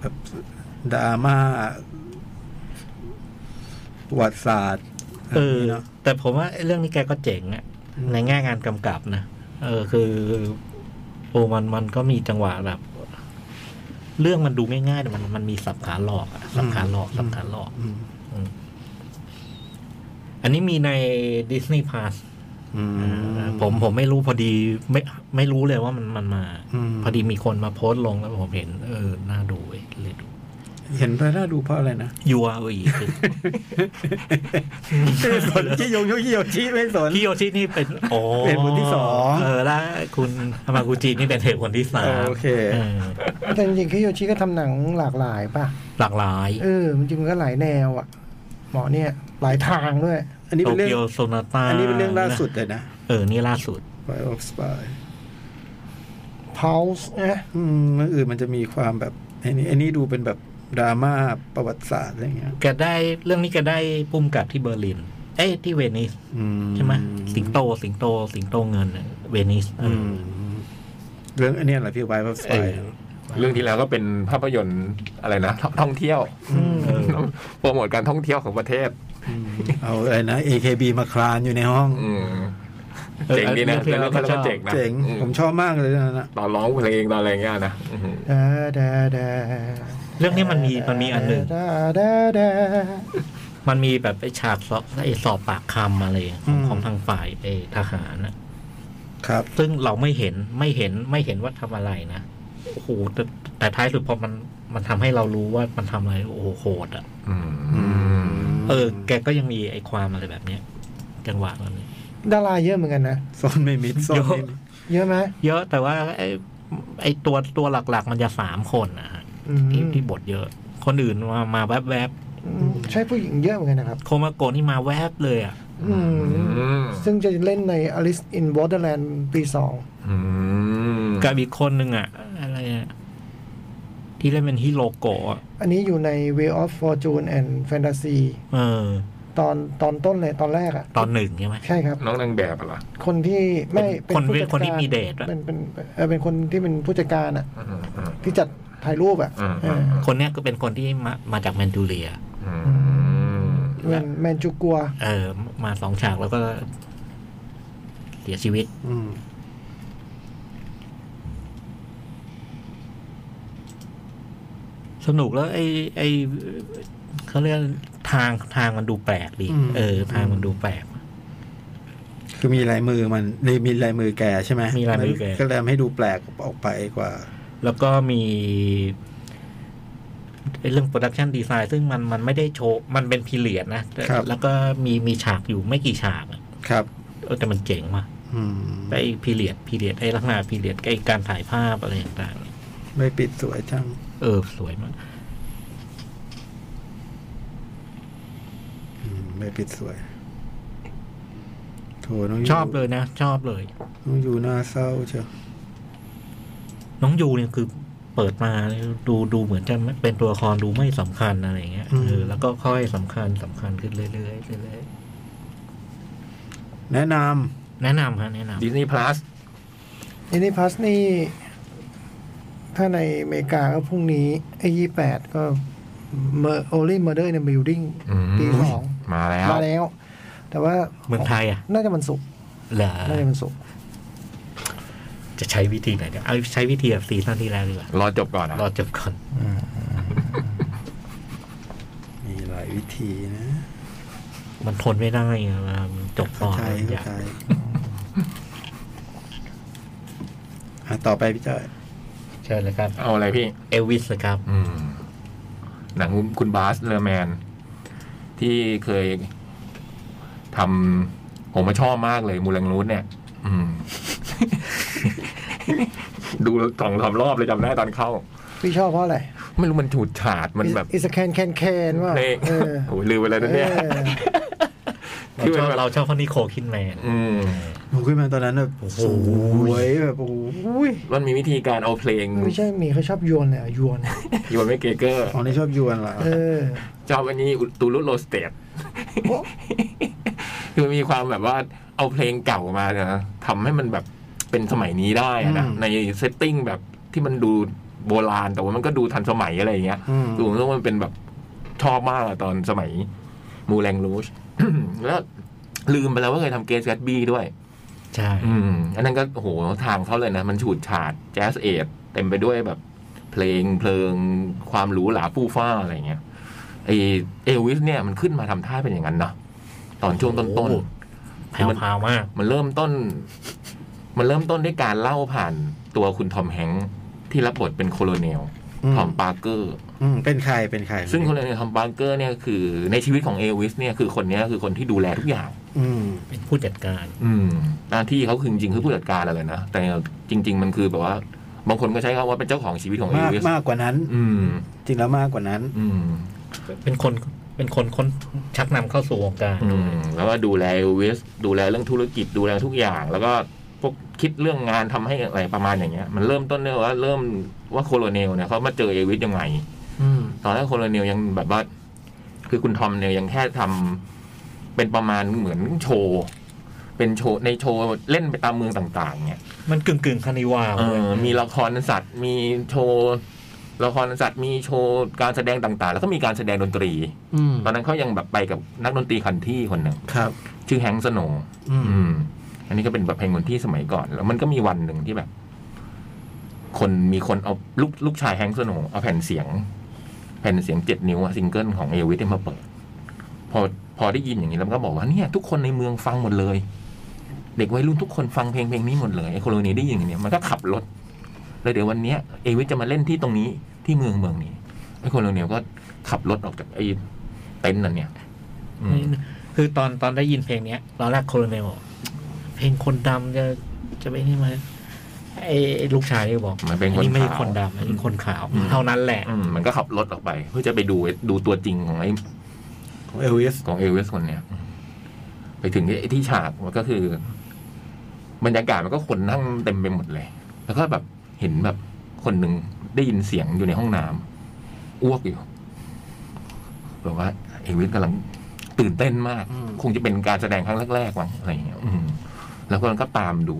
แบบดราม่าประวัติศาสตร์
เออ
เนาะ
แต่ผมว่าไอ้เรื่องนี้แกก็เจ๋งอะ
อืม
ในแง่งานกำกับนะเออ คือ โอ้มันมันก็มีจังหวะแบบ เรื่องมันดูง่ายๆแต่มันมันมีสับขาหลอกอะสับขาหลอกสับขาหลอก
อืม
อันนี้มีใน Disney Plus
อืม
ผมผมไม่รู้พอดีไม่ไม่รู้เลยว่ามันมันมา
อืม
พอดีมีคนมาโพสต์ลงแล้วผมเห็น เออ น่าดูเว้ยเลยดู
เห็นพระน่าดูเพราะอะไรนะ
ยูอา อีคือ
ไม่สนคิโยงคิโยชิไม่สน
คิโยชินี่เป็นโอ้
เป็นคนที่สอง
เออแล้วคุณฮามากุจินี่เป็นเหตุคนที่สาม
โอเค
ออ
แต่จริงๆคิโยชิก็ทำหนังหลากหลายป่ะ
หลากหลาย
เออ มันจริงๆมันก็หลายแนวอ่ะ มอเนี่ย หลายทางด้วย
อันนี้
โต
เป็นเรื่อ
เกียว
ง
โซนาต้า
อันนี้เป็นเรื่องล่าสุดเลยนะ
เออ นี่ล่าสุด
Spy of Spy
Pulse นะ
อืมเอื่นมันจะมีความแบบอันนี้อันนี้ดูเป็นแบบดราม่าประวัติศาสตร์อะไรเงี้ย
แกได้เรื่องนี้แกได้ปุ่มกับที่เบอร์ลิน เอ้ยที่เวนิส
อื
ใช่ไหมสิงโต สิงโต สิงโตเงินอะเวนิสเอ
อื
อ
มเรื่องอันเนี้ยแหละพี่ไวฟ์ส
เอ
ไป
อเรื่องที่แล้วก็เป็นภาพยนตร์อะไรนะท่องท่องเที่ยว
เออ
โปรโมทการท่องเที่ยวของประเทศ
เอาอะไรนะ AKB มาคลานอยู่ในห้อง
อืม
ออ
เจ๋งดีนะ
รื่
แต่
องที่เรา
เรื่องที่แล้ว
ช
ก็
อบ
เจ๋งนะ
เจ๋ง
อื
ผมชอบมากเลยนะนะ
ตอนร้องเพลงตอนอะไรเงี้ยนะอื้อหือ
ดาดาดา
เรื่องนี้มันมีมันมีอันหนึ่ง
ดาดาดา
มันมีแบบไอ้ฉากสอบไอ้สอบปากคำอะไรของของทางฝ่ายไอ้ทหารนะครับ ซึ่งเราไม่เห็นไม่เห็นไม่เห็นว่าทำอะไรนะโอ้โหแต่แต่ท้ายสุดพอมันมันทำให้เรารู้ว่ามันทำอะไรโอ้โหโหดอ่ะ
อืม
เออแกก็ยังมีไอ้ความอะไรแบบเนี้ยจังหวะแบบนี้
ดาราเยอะเหมือนกันนะ
ซ่อนไม่มิดซ่อนไม่มิด
เยอะไหม
เยอะแต่ว่าไอ้ไอ้ตัวตัวหลักๆ มันจะสามคนนะฮะ
อืม
ที่ที่บทเยอะ คนอื่นมามาแวบๆ
อืมใช่ผู้หญิงเยอะเหมือนกันนะครับ
โคมาโกะนี่มาแวบเลยอ่ะ
อืม
อืม
ซึ่งจะเล่นใน Alice in Borderland ปีสอง
อืม
กับอีกคนหนึ่งอ่ะอะไรอะที่เล่นเป็นฮิโรโกะอะ
อันนี้อยู่ใน Way of Fortune and Fantasy
เออ
ตอนตอนต้นเลยตอนแรกอะ
ตอนหนึ่งใช่ไหม
ใช่ครับ
น้องนางแบบอะเหรอ
คนที่ไม่
เป็นคน
ผู้จั
คนที่
การ
มีเดทอะ
เป็นเป็นเออเป็นคนที่เป็นผู้จัดการอะ
อืมอืม
ที่จัดถ่ายรูปอะ
อืม
เออ
คนเนี้ยก็เป็นคนที่มามาจากแมนจูเรีย
อืม
เป็นแมนจูกัว
เออ มาสองฉากแล้วก็เสียชีวิต
อืม
สนุกแล้ว ไอ้ไอ้เขาเรียกทางทางมันดูแปลกดีเออ ทางมันดูแปลก
คือมีลายมือมันมีลายมือแกใช่ไหม
มีลายมือแก
ก็เลยทำให้ดูแปลกออกไปกว่า
แล้วก็มีไอ้เรื่องโปรดักชันดีไซน์ซึ่งมันมันไม่ได้โชว์ มันเป็นพีเรียดนะแต่
ครับ
แล้วก็มีมีฉากอยู่ไม่กี่ฉากอะ
ครับ
เออแต่มันเจ๋งว่ะ
อืม
ไอ้พีเรียดพีเรียดไอ้ลักษณะพีเรียดไอ้การถ่ายภาพอะไรต่างๆ
ไม่ปิดสวยจัง
เออ สวยมาก
อืมไม่ปิดสวย โถน้องยู
ชอบเลยนะ ชอบเลย
น้องยูน่าเศร้าเชียว
น้องยูเนี่ยคือเปิดมาเนี่ยดูดูเหมือนจะไม่เป็นตัวละครดูไม่สำคัญอะไรอย่างเงี้ยเออแล้วก็ค่อยสำคัญสำคัญขึ้นเรื่อยๆเรื่อย
แนะน
ๆแนะนำฮะแนะนำ
ดิสนีย์พลัส
อินิพัสนี่ ถ้าในอเมริกาก็พรุ่งนี้ไอ้ยี่แปดก็เมอร์โอลี่เมอร์เดอร์ในบิลดิ้งปีสอง
มาแล้ว
มาแล้ว แต่ว่า
เมืองไทยอ่ะ
น่าจะมันสุกร์
เหรอ
น่าจะมันสุกร์
จะใช้วิธีไหนเดี๋ยวเอาใช้วิธีแบบซีซั่นที่แล้วดีกว่าร
อจบก่อนนะ
รอจบก่อน
ำมีหลายวิธีนะ
มันทนไม่ได้อะมันจบก่
เข้า
อน
ใจ
อ
เข้าย
าก
ใจอ่ะต่อไปพี่จ้อย
เชิญเลยครับ
เอาอะไรพี่
เอลวิสครับ
อืมหนังคุณบาสเลอแมน ที่เคยทำผมมาชอบมากเลยมูลังรูดเนี่ย อืม ดูสองสามรอบเลยจำได้ตอนเข้า
พี่ชอบเพราะอะไร
ไม่รู้มันฉูดฉาดมันแบบ
อิสแคนแคนแคนว่า
เพลง
เออ
โอ้ยลืมไปแล้วนะเนี่ย
เรา
เออ
คือ
ชอบ
แบบ
เราชอบคนนี้โคคินแมน
อืม
ผมขึ้นมาตอนนั้นแบบสวยแบบโอ้โห
มันมีวิธีการเอาเพลง
ไม่ใช่หมีเขาชอบโยนเลยอะโยน
โยนไม่เกเกอร์
ของนี้ชอบยวนเหรอ
เออ
ชอบอันนี้ตูรุโรสเต ด
โอ้
คือมันมีความแบบว่าเอาเพลงเก่ามาเนี่ยนะทำให้มันแบบเป็นสมัยนี้ได้อะนะในเซตติ้งแบบที่มันดูโบราณ แต่ว่ามันก็ดูทันสมัยอะไรอย่างเงี้ย
อืม
ดูผมว่ามันเป็นแบบชอบมากอะตอนสมัยมูแรงรูช แล้วลืมไปแล้วว่าเคยทำเกสแกตบี้ด้วย
ใช่
อืมอันนั้นก็โอ้โหทางเขาเลยนะ มันฉูดฉาดแจ๊สเอทเต็มไปด้วยแบบ เพลงเพลิงความหรูหราฟู่ฟ้าอะไรเงี้ยไอเอลวิสเนี่ยมันขึ้นมาทำท่าเป็นอย่างนั้นเนาะตอนช่วงต้นๆ
แผ่วๆมาก
มันเริ่มต้น มันเริ่มต้นด้วยการเล่าผ่านตัวคุณทอมแฮงค์ที่รับบทเป็นโคโลเนลทอมปาร์เกอร์
อืมเป็นใครเป็นใคร
ซึ่งโคโลเนลทอมปาร์เกอร์เนี่ยคือในชีวิตของเอลวิสเนี่ยคือคนเนี้ยคือคนที่ดูแลทุกอย่าง
อืม
เป็นผู้จัดการ
อืมหน้าที่เขาคือจริงๆคือผู้จัดการอะไรนะแต่จริง ๆ มันคือแบบว่า บางคนก็ใช้คำว่าเป็นเจ้าของชีวิตของเอ
มาก
วิส
มากกว่านั้น
อืม
จริงแล้วมากกว่านั้น
อืม
เป็นคน เป็นคนค้นชักนำเข้าสู่วงการ
อืมแล้วก็ดูแลเอลวิสดูแลเรื่องธุรกิจดูแลทุกอย่าง แล้วก็พวกคิดเรื่องงานทำให้อะไรประมาณอย่างเงี้ย มันเริ่มต้นด้วยว่าเริ่มว่าโคโลเนลเนี่ยเขามาเจอเอลวิสยังไง
อืม
ตอนแรกโคโลเนลยังแบบว่า คือคุณทอมเนี่ยยังแค่ทำเป็นประมาณเหมือนโชว์ เป็นโชว์ในโชว์เล่นไปตามเมืองต่างๆเนี่ย
มันกึ่งกึ่งๆคานิวาว
เอ
เลย
อมีละครสัตว์ มีโชว์ละครสัตว์มีโชว์การแสดงต่างๆ แล้วก็มีการแสดงดนตรี
อืม
ตอนนั้นเขายังแบบไปกับนักดนตรีคันที่คนหนึ่ง
ครับ
ชื่อแฮงก์สโนว์
อืม
อืม อันนี้ก็เป็นแบบเพลงคนที่สมัยก่อน แล้วมันก็มีวันหนึ่งที่แบบ คนมีคนเอาลูกลูกชายแฮงก์สโนว์เอาแผ่นเสียง แผ่นเสียงเจ็ดนิ้วอะซิงเกิลของเอวิสมาเปิด พอพอได้ยินอย่างนี้แล้วมันก็บอกว่าเนี่ย ทุกคนในเมืองฟังหมดเลย เด็กวัยรุ่นทุกคนฟังเพลงเพลงนี้หมดเลยไอ้โคโลนีได้ยินอย่างเนี้ยมันก็ขับรถแล้วเดี๋ยววันเนี้ยเอวิสจะมาเล่นที่ตรงนี้ที่เมืองเมืองนี้ไอ้โคโลนีก็ขับรถออกจากไอ้เต็นท์นั่นเนี่ยอืม
คือตอนตอนได้ยินเพลงเนี้ยตอนแรกโคโลเนลบอกเพลงคนดำจะจะไปนี่ไหมไอ้ไอ้ลูกชายนี่บอก
มันเป็นคน
อัไม่ใช่
ขาว
คนดำอันนี้คนขาว
อืม
เท่านั้นแหละ
อืมมันก็ขับรถออกไป เพื่อจะไปดูดูตัวจริงของไอ้
ของเอลวิส
ของเอลวิสคนเนี้ยไปถึงที่ที่ฉากมันก็คือ บรรยากาศมันก็คนนั่งเต็มไปหมดเลย แล้วก็แบบเห็นแบบคนหนึ่งได้ยินเสียงอยู่ในห้องน้ำอ้วกอยู่บอกว่าเอลวิสกำลังตื่นเต้นมาก
อืม
คงจะเป็นการแสดงครั้งแรกๆมั้งอะไรอย่างเงี้ยอืมแล้วคนก็ตามดู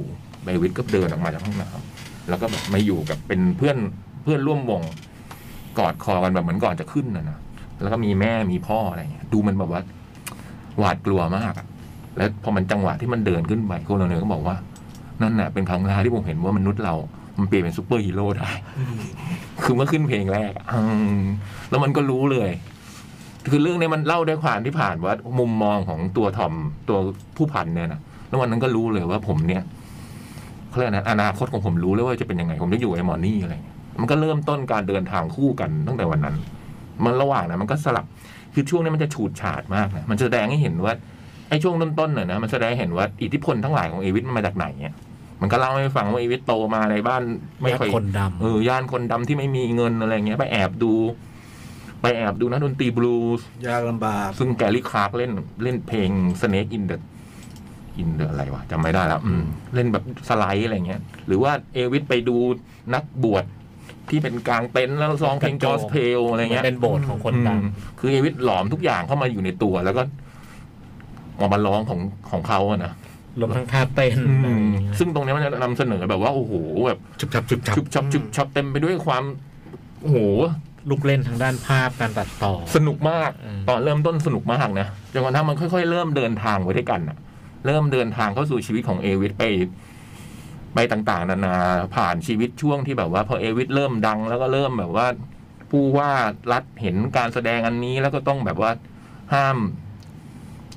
เอลวิสก็เดินออกมาจากห้องน้ำแล้วก็แบบมาอยู่กับเป็นเพื่อนเพื่อนร่วมวง กอดคอกันแบบเหมือนก่อนจะขึ้นนะนะ แล้วก็มีแม่มีพ่ออะไรอย่างเงี้ย ดูมันแบบว่า หวาดกลัวมากอะแล้วพอมันจังหวะที่มันเดินขึ้นไปโคโรเนลก็บอกว่า นั่นน่ะเป็นครั้งแรกที่ผมเห็นว่ามนุษย์เรา มันเปลี่ยนเป็นซูเปอร์ฮีโร่ได้ คือเมื่อขึ้นเพลงแรกอะอืมแล้วมันก็รู้เลย คือเรื่องเนี้ยมันเล่าด้วยความที่ผ่านว่า มุมมองของตัวทอมตัวผู้พันเนี่ยนะแล้ววันนั้นก็รู้เลยว่าผมเนี่ยเขาเรียกนะอนาคตของผมรู้แล้วว่าจะเป็นยังไง ผมจะอยู่ไอ้หมอนี่อะไรเงี้ยมันก็เริ่มต้นการเดินทางคู่กันตั้งแต่วันนั้น มันระหว่างนะมันก็สลับ คือช่วงนี้มันจะฉูดฉาดมากนะมันจะแสดงให้เห็นว่าไอ้ช่วงต้นๆเนี่ยนะมันแสดงให้เห็นว่าอิทธิพลทั้งหลายของเอวิทมันมาจากไหนเนี่ยมันก็เล่าให้ฟังว่าเอวิทโตมาในบ้านไม่ค่อย
คนดำ
เออย่านคนดำที่ไม่มีเงินอะไรเงี้ย ไปแอบดู ไปแอบดูนักดนตรีบลูส์
ยากลำบาก
ซึ่งแกรี่คลาร์กเล่นเล่นเพลง Snake in the in the อะไรวะจำไม่ได้แล้วอืมเล่นแบบสไลด์อะไรเงี้ย หรือว่าเอวิสไปดูนักบวชที่เป็นกลางเต็นท์แล้วร้องเพลงจอสเพลอะไร
มัน
เงี้ย
เป็นโบสถ์ของคนด
อืมคือเอวิทหลอมทุกอย่างเข้ามาอยู่ในตัว แล้วก็ออกมาร้องของของเขาอะนะ
ำรวมทั้งท่าเต้นอะไรอย่างเงี้ย
ซึ่งตรงเนี้ยมันจะนำเสนอแบบว่าโอ้โหแบบ
จุบจับจุบจับ
ชุบชับชุบชับเต็มไปด้วยความโอ้โห
ลูกเล่นทางด้านภาพการตัดต่อ
สนุกมาก
อืม
ตอนเริ่มต้นสนุกมากนะจนกระทั่งมันค่อยๆ เริ่มเดินทางไปด้วยกันอะเริ่มเดินทางเข้าสู่ชีวิตของเอวิทไป ไปต่างๆ นานาผ่านชีวิตช่วงที่แบบว่าพอเอวิทเริ่มดัง แล้วก็เริ่มแบบว่า ผู้ว่ารัฐเห็นการแสดงอันนี้แล้วก็ต้องแบบว่าห้าม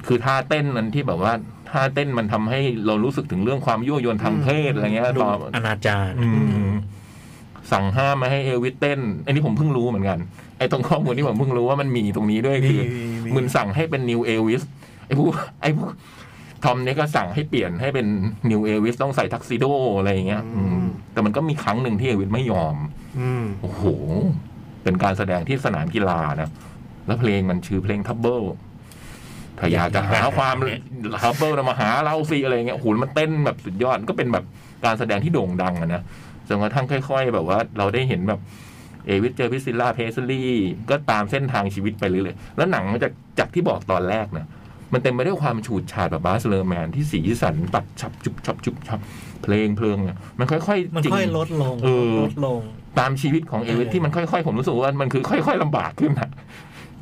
คือท่าเต้นนั้นที่แบบว่าท่าเต้นมันทำให้เรารู้สึกถึงเรื่องความยั่วยวนทางเพศอะไรเงี้ย
ดู
ตอน
อนาจาร
อืมสั่งห้ามไมาให้เอลวิสเต้น อันนี้ผมเพิ่งรู้เหมือนกัน ไอ้ตรงข้อมูลที่ผมเพิ่งรู้ว่ามันมีตรงนี้ด้วยคือมึนสั่งให้เป็นนิวเอลวิสไอ้ผู้ไอ้ผู้ทอมเนี่ยก็สั่งให้เปลี่ยนให้เป็นนิวเอลวิสต้องใส่ทักซิโดอะไรอย่างเงี้ย อืม
อืม
แต่มันก็มีครั้งหนึ่งที่เอลวิสไม่ยอม
อืม
โอ้โห เป็นการแสดงที่สนามกีฬานะ แล้วเพลงมันชื่อเพลงทับเบิลถ้าอยากจะหาความทับเบิลมาหาเราสิอะไรเงี้ย โอ้โห มันเต้นแบบสุดยอด ก็เป็นแบบการแสดงที่โด่งดังอะนะจนกระทั่งค่อย ๆ แบบว่าเราได้เห็นแบบ เอวิสเจอพิซิลล่าเพสลี่ ก็ตามเส้นทางชีวิตไปเรื่อยๆ แล้วหนังมันจากจากที่บอกตอนแรกนะ มันเต็มไปด้วยความฉูดฉาดแบบบาสเลอร์แมนที่สีสันตัดฉับจุบฉับจุบฉับเพลงเพลิงเนี่ยมันค่อยๆ
มัน
จริง
ค่อยลดลง
เออ
ลดลง
ตามชีวิตของเอวิสที่มันค่อยๆ ผมรู้สึกว่ามันคือค่อยๆลำบากขึ้นอะ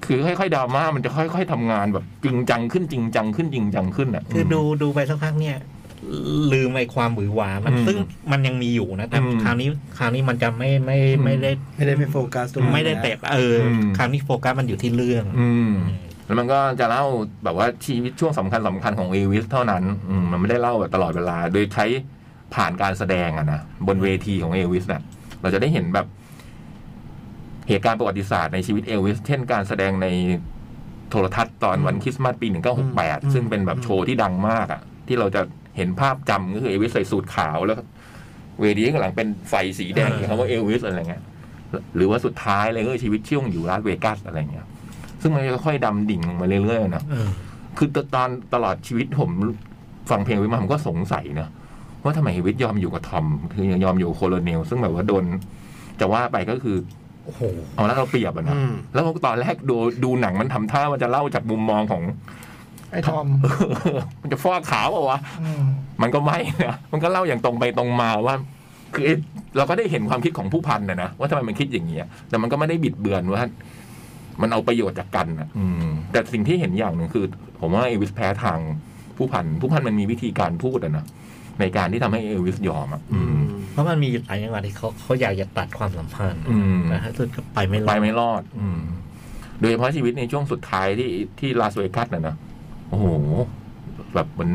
คือค่อยๆดราม่ามันจะค่อยๆทำงานแบบจริงจังขึ้นจริงจังขึ้นจริงจังขึ้นอะ
คือดูดูไปสักพักเนี่ย ลืมไอ้ความหวือหวามัน
อืม
ซึ่งมันยังมีอยู่นะแต่
อืม
คราวนี้คราวนี้มันจะไม่ไม่ไม่ได้
ไม่ได้ไปโฟกัสตรงนั้น
ไม่ได้เตะเอออ
ม
คราวนี้โฟกัสมันอยู่ที่เรื่อง
อืม แล้วมันก็จะเล่าแบบว่าชีวิตช่วงสำคัญสคัญๆของเอวิสเท่านั้นอืมมันไม่ได้เล่าแบบตลอดเวลา โดยใช้ผ่านการแสดงอะนะบนเวทีของเอวิสน่ะ เราจะได้เห็นแบบ เหตุการณ์ประวัติศาสตร์ในชีวิตเอลวิส เช่นการแสดงในโทรทัศน์ตอนวันคริสต์มาสปี 1968 ซึ่งเป็นแบบโชว์ที่ดังมากอะที่เราจะเห็นภาพจำก็คือเอลวิสใส่สูทขาวแล้ว เวทีข้างหลังเป็นไฟสีแดง
อ่า
คำว่าเอลวิสอะไรเงี้ยหรือว่าสุดท้ายเลยก็คือชีวิตช่วงอยู่ลาสเวกัสอะไรเงี้ย ซึ่งมันจะค่อยๆดำดิ่งลงมาเรื่อยๆนะ
เออ
คือตอนตลอดชีวิตผมฟังเพลงวิทย์มาผมก็สงสัยนะว่าทำไมวิทย์ยอมอยู่กับทอม คือยอมอยู่กับโคโลเนล ซึ่งแบบว่าโดน จะว่าไปก็คือ
โอ้โห
เอาละเราเปรียบอะนะ
อืม
แล้วตอนแรกดูดูหนังมันทำท่ามันจะเล่าจากมุมมอง ของ
ไอ้ทอม
มันจะฟอกขาวเปล่าวะ
อืม
มันก็ไม่นะ มันก็เล่าอย่างตรงไปตรงมาว่า คือไอ้เราก็ได้เห็นความคิดของผู้พันนะนะว่าทำไมมันคิดอย่างเงี้ย แต่มันก็ไม่ได้บิดเบือนว่า มันเอาประโยชน์จากกันนะอืม แต่สิ่งที่เห็นอย่างหนึ่งคือ ผมว่าเอวิสแพ้ทางผู้พัน ผู้พันมันมีวิธีการพูดอะนะในการที่ทำให้เอวิสยอมอะอืม
เพราะมันมีหลายจังหวะที่เขาเขาอยากจะตัดความสัมพันธ์
อืม
แต่ถ้าสุดก็ไปไม่รอ
ไป
ด
ไม่รอด อืม โดยเฉพาะชีวิตในช่วงสุดท้ายที่ที่ลาสเวกัสน่ะนะ โอ้โห แบบมัน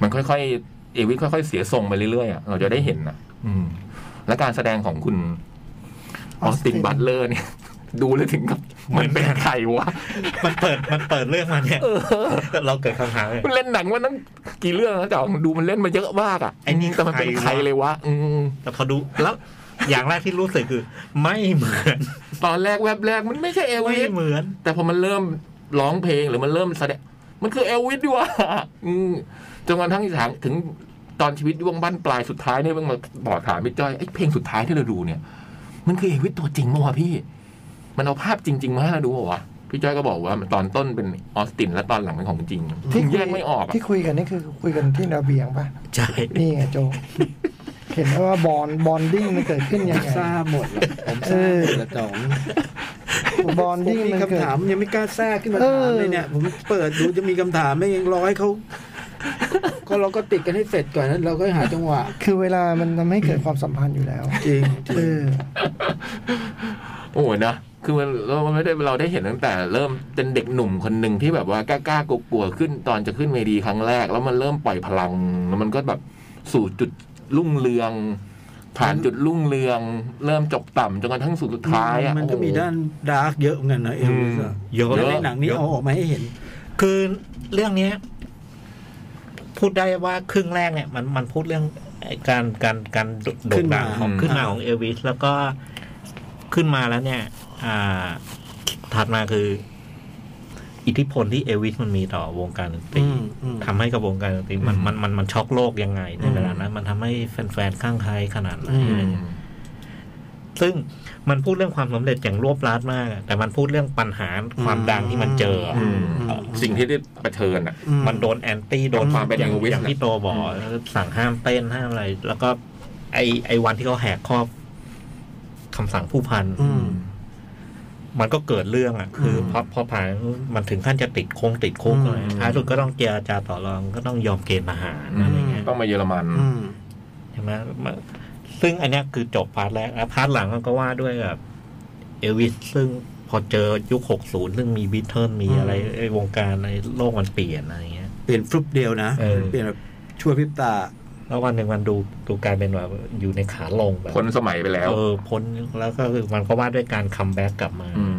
มันค่อยๆ เอวิทค่อยๆ เสียทรงไปเรื่อยๆอะเราจะได้เห็นนะอืม และการแสดงของคุณออสตินบัตเลอร์เนี่ย ดูแล้วถึงกับมันเป็นใครวะ
มันเปิดมันเปิดเรื่องมาเนี่ยเราเกิดคำถามเลย
มันเล่นหนังมันตั้งกี่เรื่องแล้วแต่ดูมันเล่นมาเยอะมากอ่ะ
ไอ้นี่
แต่มันเป็น
ใค
ใค
ร
ร
วะ
เลยวะ อืม
แต่พอดูแล้วอย่างแรกที่รู้สึกคือ ไม่เหมือน
ตอนแรกแวบแรกมันไม่ใช่เอ
ไม่
วิท
เหมือน
แต่พอมันเริ่มร้องเพลงหรือมันเริ่มแสดงมันคือเอลวิสดีว่ะ อืมจนกระทั่งถางถึงตอนชีวิตว่งบ้านปลายสุดท้ายเนี่ยเพิ่งมาบอกถามพี่จ้อยไอ้เพลงสุดท้ายที่เราดูเนี่ย มันคือเอลวิสตัวจริงมั้วะพี่ มันเอาภาพจริง ๆ มาให้เราดูเหรอวะพี่จ้อยก็บอกว่ามันตอนต้นเป็นออสตินและตอนหลังเป็นของจริงถึงแยกไม่ออกอะ
ที่คุยกันนี่คือคุยกันที่ระเบียงปะ
ใช่
นี่ไงโจ เห็นไหมว่าบอลบอลดิ้งมันเกิดขึ้นยังไง
ทราบหมดแหละผมท
เอ
ราบ
อ
หมดและจ่อง
บอล
ผม
ดิ้ง
มี
มันเกิ
คำ
ด
ถามยังไม่กล้าแทรกขึ้นมา
เอ
ถา
อ
มเลยเนี่ย ผมเปิดดูจะมีคำถามไม่ยังรอให้ เขาก็เราก็ติดกันให้เสร็จก่อนแล้วเราก็หาจังหวะ
คือเวลามันทำให้เกิดความสัมพันธ์อยู่แล้ว
จริง
เออ
โอ้โหนะคือมันเราไม่ได้เราได้เห็นตั้งแต่ เริ่มเป็นเด็กหนุ่มคนหนึ่งที่แบบว่ากล้าๆกลัวๆขึ้นตอนจะขึ้นเวทีครั้งแรก แล้วมันเริ่มปล่อยพลังแล้วมันก็แบบสู่จุดรุ่งเรือง ผ่านจุดรุ่งเรือง เริ่มจบต่ำจนกระทั่งสู่สุดท้ายอ่ะ
มันก็
โอ้โห
มีด้านดาร์กเยอะเหมือนกันนะเอลวิสอะ
เยอะ
แล้วในหนังนี้เอาออกมาให้เห็น
คือเรื่องเนี้ย พูดได้ว่าครึ่งแรกเนี่ย มันมันพูดเรื่องไอ้การการการโดโด่งดังของ
ขึ้
ขึ้น
น
มา
มา
ของเอลวิสแล้วก็ขึ้นมาแล้วเนี่ย อ่า ถัดมาคือ อิทธิพลที่เอลวิสมันมีต่อวงการดนตรี
อืมอืม
ทำให้กับวงการดนตรีมันมันมันมันช็อกโลกยังไงในเวลานั้นมันทำให้แฟนๆข้างใครขนาดไหน
อื
อะไร
ม
เงี้ย ซึ่งมันพูดเรื่องความสำเร็จอย่างรวบรัดมากอะแต่มันพูดเรื่องปัญหาความดังที่มันเจออะ
อืมสิ่งที่ได้เผชิญอ่ะ
อื
มันโดนแอนตี้โดน
ความเป็น
อย่าง
Elvis
อย่างที่โตบอกสั่งห้ามเต้นห้ามอะไร แล้วก็ ไอไอวันที่เขาแหกข้อคำสั่งผู้พัน
อืม
มันก็เกิดเรื่องอ่ะ คือ
ม
พอพอผ่านมันถึงขั้นจะติดโค้งติดคุก
อืม
อะไรท้ายสุดก็ต้องเจรจาต่อรองก็ต้องยอมเกณฑ์ทหารอะไรเงี้ย
ต้องมาเยอรมัน
อืม
ใช่ไหมมันซึ่งอันเนี้ยคือจบพาร์ทแรกแล้วพาร์ทหลังมันก็ว่าด้วยแบบเอลวิสซึ่งพอเจอยุค 60 ซึ่งมีบิทเทิลมีอะไร
อืม
ไอ้วงการในโลกมันเปลี่ยนอะไรเงี้ย
เปลี่ยนฟลุปเดียวนะ
เออ
เปลี่ยนแบบชั่วพริบตา
แล้ววันหนึ่งมันดูดูกลายเป็นแบบอยู่ในขาลงแบบ
คนสมัยไปแล้ว
เออพ้นแล้วก็คือมันก็ว่าด้วยการคัมแบ็กกลับมา
อืม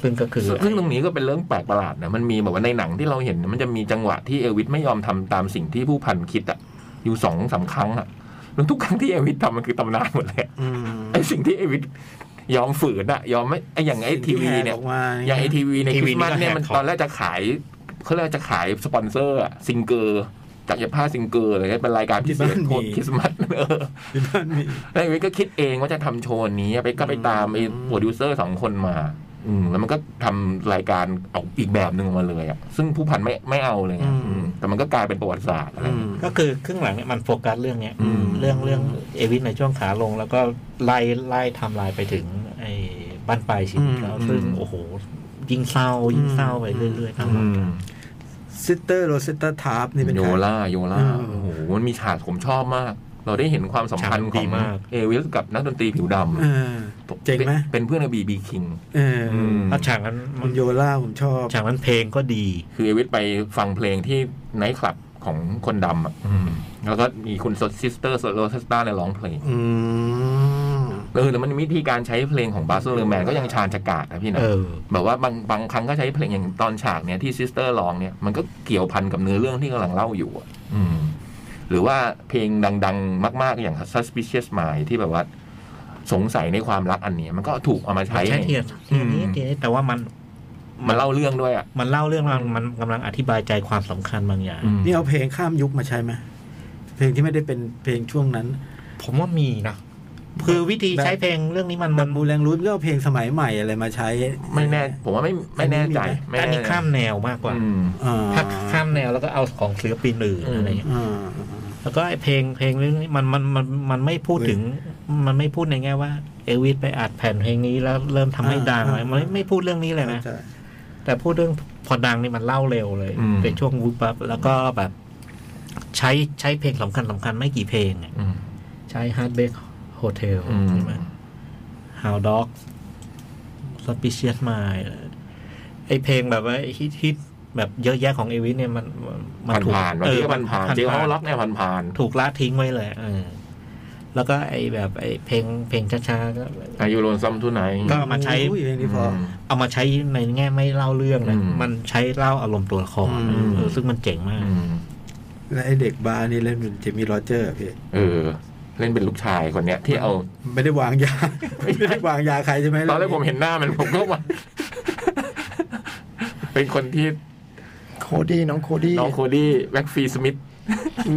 ซึ่งก็คือ
ซึ่งตรงนี้ก็เป็นเรื่องแปลกประหลาดนะ มันมีแบบว่าในหนังที่เราเห็น มันจะมีจังหวะที่เอลวิสไม่ยอมทำตามสิ่งที่ผู้พันคิดอะอยู่สองสามครั้งอะแล้วทุกครั้งที่เอลวิสทำมันคือตำนานหมดเลยอะ
อืม
ไอสิ่งที่เอลวิสยอมฝืนอะยอมไม่ไออย่างไอทีวีเนี่ย
ออกมา
อ
เนี่
ย่าง
ย
ไอทีวีในคริสต์มาสเนี่ยมันตอนแรกจะขายเขาเรียกว่าจะขายสปอนเซอร์อะซิงเกอร์จากยาผ้าซิงเกอร์อะไรเงี้ยเป็นรายการพิเศษโคตรคริสต์มา สเออ
ที่บ้านมี
แล้วเอวิทก็คิดเองว่าจะทำโชว์นี้ไปก็ไปตามไอ้
อืม
โปรดิวเซอร์สองคนมา อืมแล้วมันก็ทำรายการเอาอีกแบบหนึ่งออกมาเลยอ่ะซึ่งผู้พันไม่ไม่เอาเลยอะอืมแต่มันก็กลายเป็นประวัติศาสตร์อะไร
อืม
ก็คือครึ่งหลังเนี่ยมันโฟกัสเรื่องเนี้ย
อืม
เรื่องเรื่องเอลวิสในช่วงขาลง แล้วก็ไล่ไล่ไทำลายไปถึง ไอ้บ้านปลายชีวิตแล้วซึ่งโอ้โห ยิ่งเศร้ายิ่งเศร้าไปเรื่อยๆตามลำดับ
ซิสเตอร์โรเซตตาทาร์ปนี่เป็น
โย
ใคร
ล่าโยล่า
อืม
โอ้โหมันมีฉากผมชอบมาก เราได้เห็นความสัมพันธ์
ฉาก
ข
ดี
อง
มาก
เอวิสกับนักดนตรีผิวด
เออ
ำ
เจ๋งไหม
เป็นเพื่อนกับบีบีคิง
เอออ
ม
แล้วฉากนั้นมั
คุ
น
ณโยล่าผมชอบ
ฉากนั้นเพลงก็ดี
คือเอวิสไปฟังเพลงที่ไนท์คลับของคนดำอ่ะอืมแล้วก็มีคุณซิสเตอร์โรเซสตาเนี่ยร้องเพลง
อืม
เออแล้วมันมีวิธีการใช้เพลงของบาสเลอร์แมนก็ยังชาญฉกาดนะพี่นะ
เออ
แบบว่าบางบางครั้งก็ใช้เพลงอย่างตอนฉากเนี้ยที่ซิสเตอร์ร้องเนี่ยมันก็เกี่ยวพันกับเนื้อเรื่องที่กำลังเล่าอยู่อะอืม หรือว่าเพลงดัง ๆ มาก ๆ อย่าง suspicious mind ที่แบบว่า สงสัยในความรักอันเนี้ยมันก็ถูกเอามาใช้
ใช้
ใน
เทียน
อืม
เทียนนี้เทียนนี้แต่ว่ามัน
มันเล่าเรื่องด้วยอ่ะ
มันเล่าเรื่องมันมันกำลังอธิบายใจความสำคัญบางอย่าง
นี่เอาเพลงข้ามยุคมาใช้ไหมเพลงที่ไม่ได้เป็นเพลงช่วงนั้น
ผมว่ามีนะ คือวิธีใช้เพลงเรื่องนี้มัน
มั
มัน น
บูแรงรู้ก็เอาเพลงสมัยใหม่อะไรมาใช้
ไม่แน่ ผมว่าไม่ไม่แน่ใจไม่
อัน
แน่
นี้ข้ามแนวมากกว่า
อืม
อ่
ถ้าข้ามแนวแล้วก็เอาของศิลปินอื่น
อืม
อะไรอย่างเงี้ย
อ่า
แล้วก็ไอ้เพลงเพลงเรื่องนี้มันมันมันมันไม่พูดถึง มันไม่พูดในแง่ว่าเอลวิสไปอัดแผ่นเพลงนี้แล้วเริ่มทำให้ดังอะไรมันไม่ไม่พูดเรื่องนี้เลยนะ
เข้าใจ
แต่พูดเรื่องพอดังนี่มันเล่าเร็วเลย
อืม
เป็นช่วงวูบปับแล้วก็แบบ ใช้ใช้เพลงสำคัญสำคัญไม่กี่เพลงอะ
อืม
ใช้ Hard b a k Hotel
อืม
ใช่ไหม How Dog Suspicious Mind ไอเพลงแบบว่าฮิตฮิตแบบเยอะแยะของเอวิสเนี่ยมันมั
ผ่าน
ถูก
ผ่านๆวันนี้ก็ผ่านผ่านๆเจ๊เขาล็อกเนี่ยผ่านผ่าน
ถูกละทิ้งไว้เลยเออแล้วก็ไอแบบไอเพลงเพลงช้าๆก็
ๆอายุโรนซัมทุนไหน
ก็เอามาใช้
อุ้ยเพลงนี้พอ
เอามาใช้ในแง่ไม่เล่าเรื่องนะ
อืม
มันใช้เล่าอารมณ์ตัวละคร
อืม
เออซึ่งมันเจ๋งมาก
และไอเด็กบาร์นี่เล่นเป็นเจมี่โรเจอร์พี่
เออ เล่นเป็นลูกชายคนเนี้ย ที่เอา
ไม่ได้วาง ยา ไม่ได้วางยาใครใช่ไหม
ตอนแรกผมเห็นหน้ามันผมก็ ว่า เป็นคนที่
โคดี้น้องโคดี้
น้องโคดี้แม็กฟรีสมิธ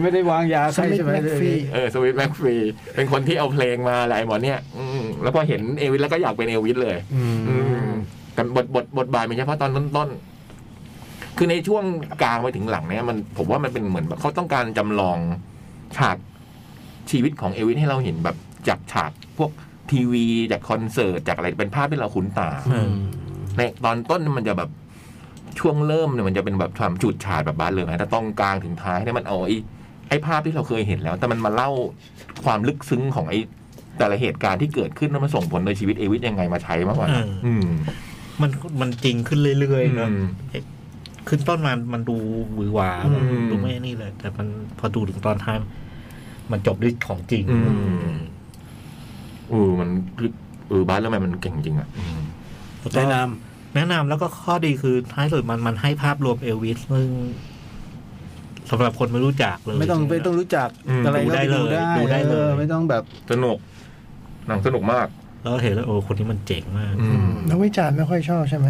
ไม่ได้วางยาใค
ส
ร
มิธ
ใช่ไหม
แม็กฟรี
เออสวิตแม็กฟรีเป็นคนที่เอาเพลงมาหลายหมอเนี่ย อืมแล้วพอเห็นเอวิสแล้วก็อยากเป็นเอวิสเลย
อืม
อืมแต่บทบทบทบาทมันเฉพาะตอนต้นๆ คือในช่วงกลางไปถึงหลังเนี่ยมันผมว่ามันเป็นเหมือนแบบเขาต้องการจำลองฉากชีวิตของเอวิสให้เราเห็นแบบจากฉากพวกทีวีจากคอนเสิร์ตจากอะไรเป็นภาพที่เราคุ้นตา
อืม
ในตอนต้นมันจะแบบช่วงเริ่มเนี่ยมันจะเป็นแบบความจุดฉาดแบบบ้านเลยนะแต่ต้องกลางถึงท้ายเนี่ยมันเอาไอ้ไอ้ภาพที่เราเคยเห็นแล้ว แต่มันมาเล่าความลึกซึ้งของไอ้แต่ละเหตุการณ์ที่เกิดขึ้นแล้วมันส่งผลในชีวิตเอวิสยังไงมาใช้มากกว่า
เออ
อืม
มันมันจริงขึ้นเรื่อยๆเนอะ
อืม
ขึ้นต้นมันมันดูหวือหวา
อืม
ดูไม่นี่เลย แต่มันพอดูถึงตอนท้ายมันจบด้วยของจริง
อืม เออมันคือเออบ้านแล้วมันมันเก่งจริงอ่ะอืม
แล้วก็
แนะน
แนะนำแล้วก็ข้อดีคือท้ายสุดมันมันให้ภาพรวมเอลวิสซึ่งสำหรับคนไม่รู้จักเลย
ำไม่ต้องไม่ต้องรู้จักอะไรก็ไปดูได้
ดูได้เลย
ออไม่ต้องแบบ
สนุกหนังสนุกมาก
แล้วเห็นแล้วโอ้คนนี้มันเจ๋งมาก
อืม
นักวิจารณ์ไม่ค่อยชอบใช่ไหม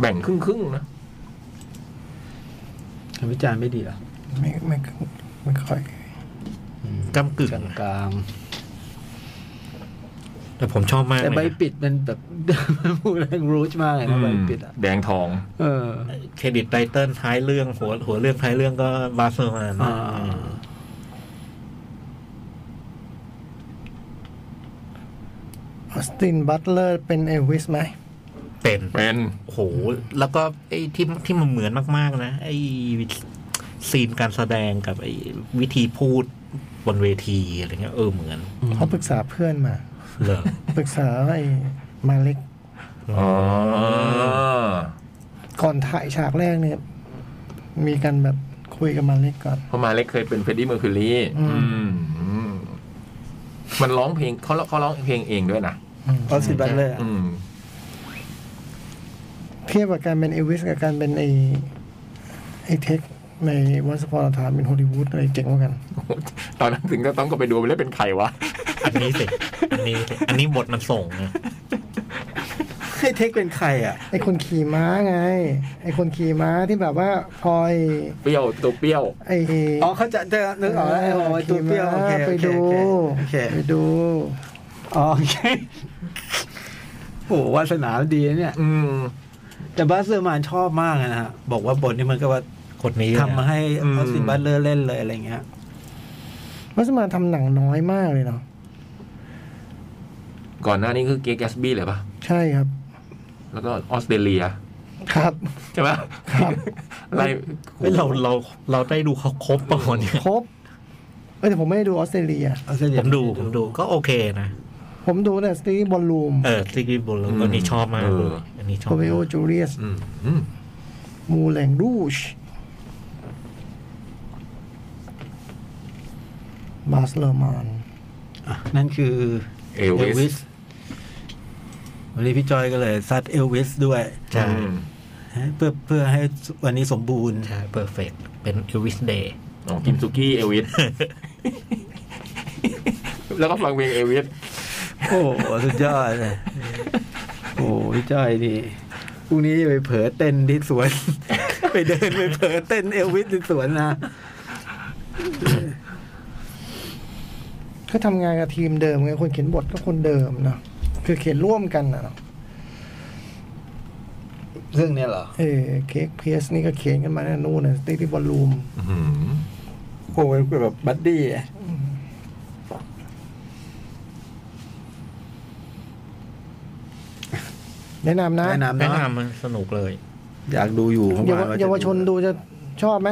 แบ่งครึ่งครึ่งๆนะ
วิจารณ์ไม่ดีเหรอ
ไม่ไม่ไม่ค่อย
กำกึ่ง
กลาง
แต่ผมชอบมาก
ๆแต่
เลย
ใบ
นะ
ปิดมันแบบ บูแรงรูชมากเลยนะใบปิดอ่ะ
แดงทอง
เออ
เครดิตไตเติ้ลท้ายเรื่องหัวหัวเรื่องท้ายเรื่องก็บาร์เซโลนา
อ่า
ออสตินบัตเลอร์เป็นเอลวิสไหม
เป็น
เป็น
โอ้โห แล้วก็ไอ้ที่ที่มันเหมือนมาก ๆ นะ ไอ้ซีนการแสดงกับไอ้วิธีพูดบนเวทีอะไรเงี้ยเออเหมือน
เขาปรึกษาเพื่อนมา
เลย
ปรึกษาไอ้มาเล็ก
อ๋อ
ก่อนถ่ายฉากแรกเนี่ย มีกันแบบคุยกับมาเล็กก่อน
เพราะมาเล็กเคยเป็นเฟรดดี้เมอร์คิวรี
อืม
อืมมันร้องเพลงเขาเขาร้องเพลงเองด้วยนะ
อืม
ออสซิบัตเลย
อืม
เทียบกับการเป็นเอลวิสกับการเป็นไอ้ไอ้เทคในวันสปอร์ตฐานเป็นฮอลลีวูดอะไรเจ๋งกว่ากัน
ตอนนั้นถึงก็ต้องก็ไปดูไปเล่นเป็นใครวะ
อันนี้สิอันนี้สิอันนี้บทมันส่งนะ
ให้เทคเป็นใครอ่ะ
ไอ้คนขี่ม้าไง ไอ้คนขี่ม้าที่แบบว่าพลอย
เปรี้ยวตัวเปรี้ยว
ไอ้
อ๋อเขาจะจะนึกออกแล้วไอ้โอ้ยตัวเปรี้ยวโอเค
ขี่ม้าไปดู
โอเค
ไปดู
โอเคโอ้โหวาสนาดีนะเนี่ย
อืม
แต่บาสเซอร์มานชอบมากนะฮะ บอกว่าบทนี้มันก็ว่า
คนนี้
ทำมาให้
อืม
ออสตินบัตเลอร์เล่นเลยอะไรเงี้ย
วัสมานทำหนังน้อยมากเลยเนาะ
ก่อนหน้านี้คือเกย์แกสบี้เลยปะ
ใช่ครับ
แล้วก็ออสเตรเลีย
ครับ
ใช่ไหม
ครับ
อะไร
เฮ้ยเราเราเราได้ดูเขาครบป่ะวะเนี่ย
ครบเอ้ยแต่ผมไม่ได้ดูออสเตรเลีย
ออสเตรเลีย
ผมดูผมดูก็โอเคนะ
ผมดูแต่สตีบอลลูม
เออซิกรีบุลแล้วอันนี้ชอบมากเลยอันนี้ชอ
โค
บ
เบ
มาก
โอจูเลียส
อืมอืม
มูแลงรูชบาสเลอร์มาน
อ่ะนั่นคือ
เอลวิส
วันนี้พี่จอยก็เลยซัดเอลวิสด้วย
ใช่
อืม
เพื่อเพื่อให้วันนี้สมบูรณ์
ใช่เพอร์เฟกเป็นเอวิสเดย์
อ๋อกิมซุกี้เอลวิส แล้วก็ฟังเพลงเอลวิส
โอ้โหสุดยอดเลยโอ้โหพี่จอยดี รุ่งนี้จะไปเผลอเต้นที่สวน ไปเดินไปเผลอเต้นเอลวิสที่สวนนะ
ก็ทำงานกับทีมเดิมไงคนเขียนบทก็คนเดิมเนาะคือเขียนร่วมกันนะเนอะ
เรื่องเนี้ยเหรอ
เออเค้กเพียสนี่ก็เขียนกันมาแน่นู่นนะสติที่บอลลูม
อื้อหือ
โอ้ยแบบบัดดี้อะ
แนะนำนะ
แนะนำ
แนะ
เนาะ
นำมันสนุกเลย
อยากดูอยู่ผม
เยาว
จะ
เยาวชนดูจะชอบไหม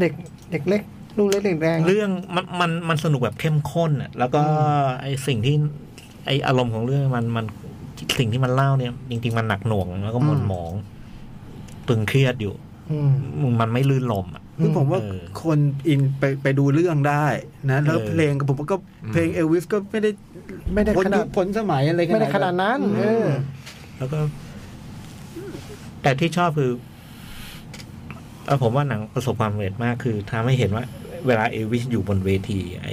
เด็กเด็กเล็กลูกเล็กเด็กแดง
เรื่องมันมันมันสนุกแบบเข้มข้นอ่ะแล้วก็ไอสิ่งที่ไออารมณ์ของเรื่องมันมันสิ่งที่มันเล่าเนี่ย จริง ๆ มันหนักหน่วงแล้วก็หม่น
อืม
หมอง ตึงเครียดอยู่
อืม
มันไม่ลื่นลมอ่ะ
คือผมว่า
เออ
คนอินไปไปดูเรื่องได้นะ แล้ว
เออ
เพลงก็ผมก็เพลงเอลวิสก็ไม่ได้
ไม่ได้
พ้น
ขนา
ยุ
ด
คพ้นสมัยอะไร
ไม่ได้ขนาด
นั้น
นั้น
อืม
เออ
แล้วก็ แต่ที่ชอบคือเอ่อผมว่าหนังประสบความสำเร็จมากคือทำให้เห็นว่า เวลาเอลวิสอยู่บนเวที ไอ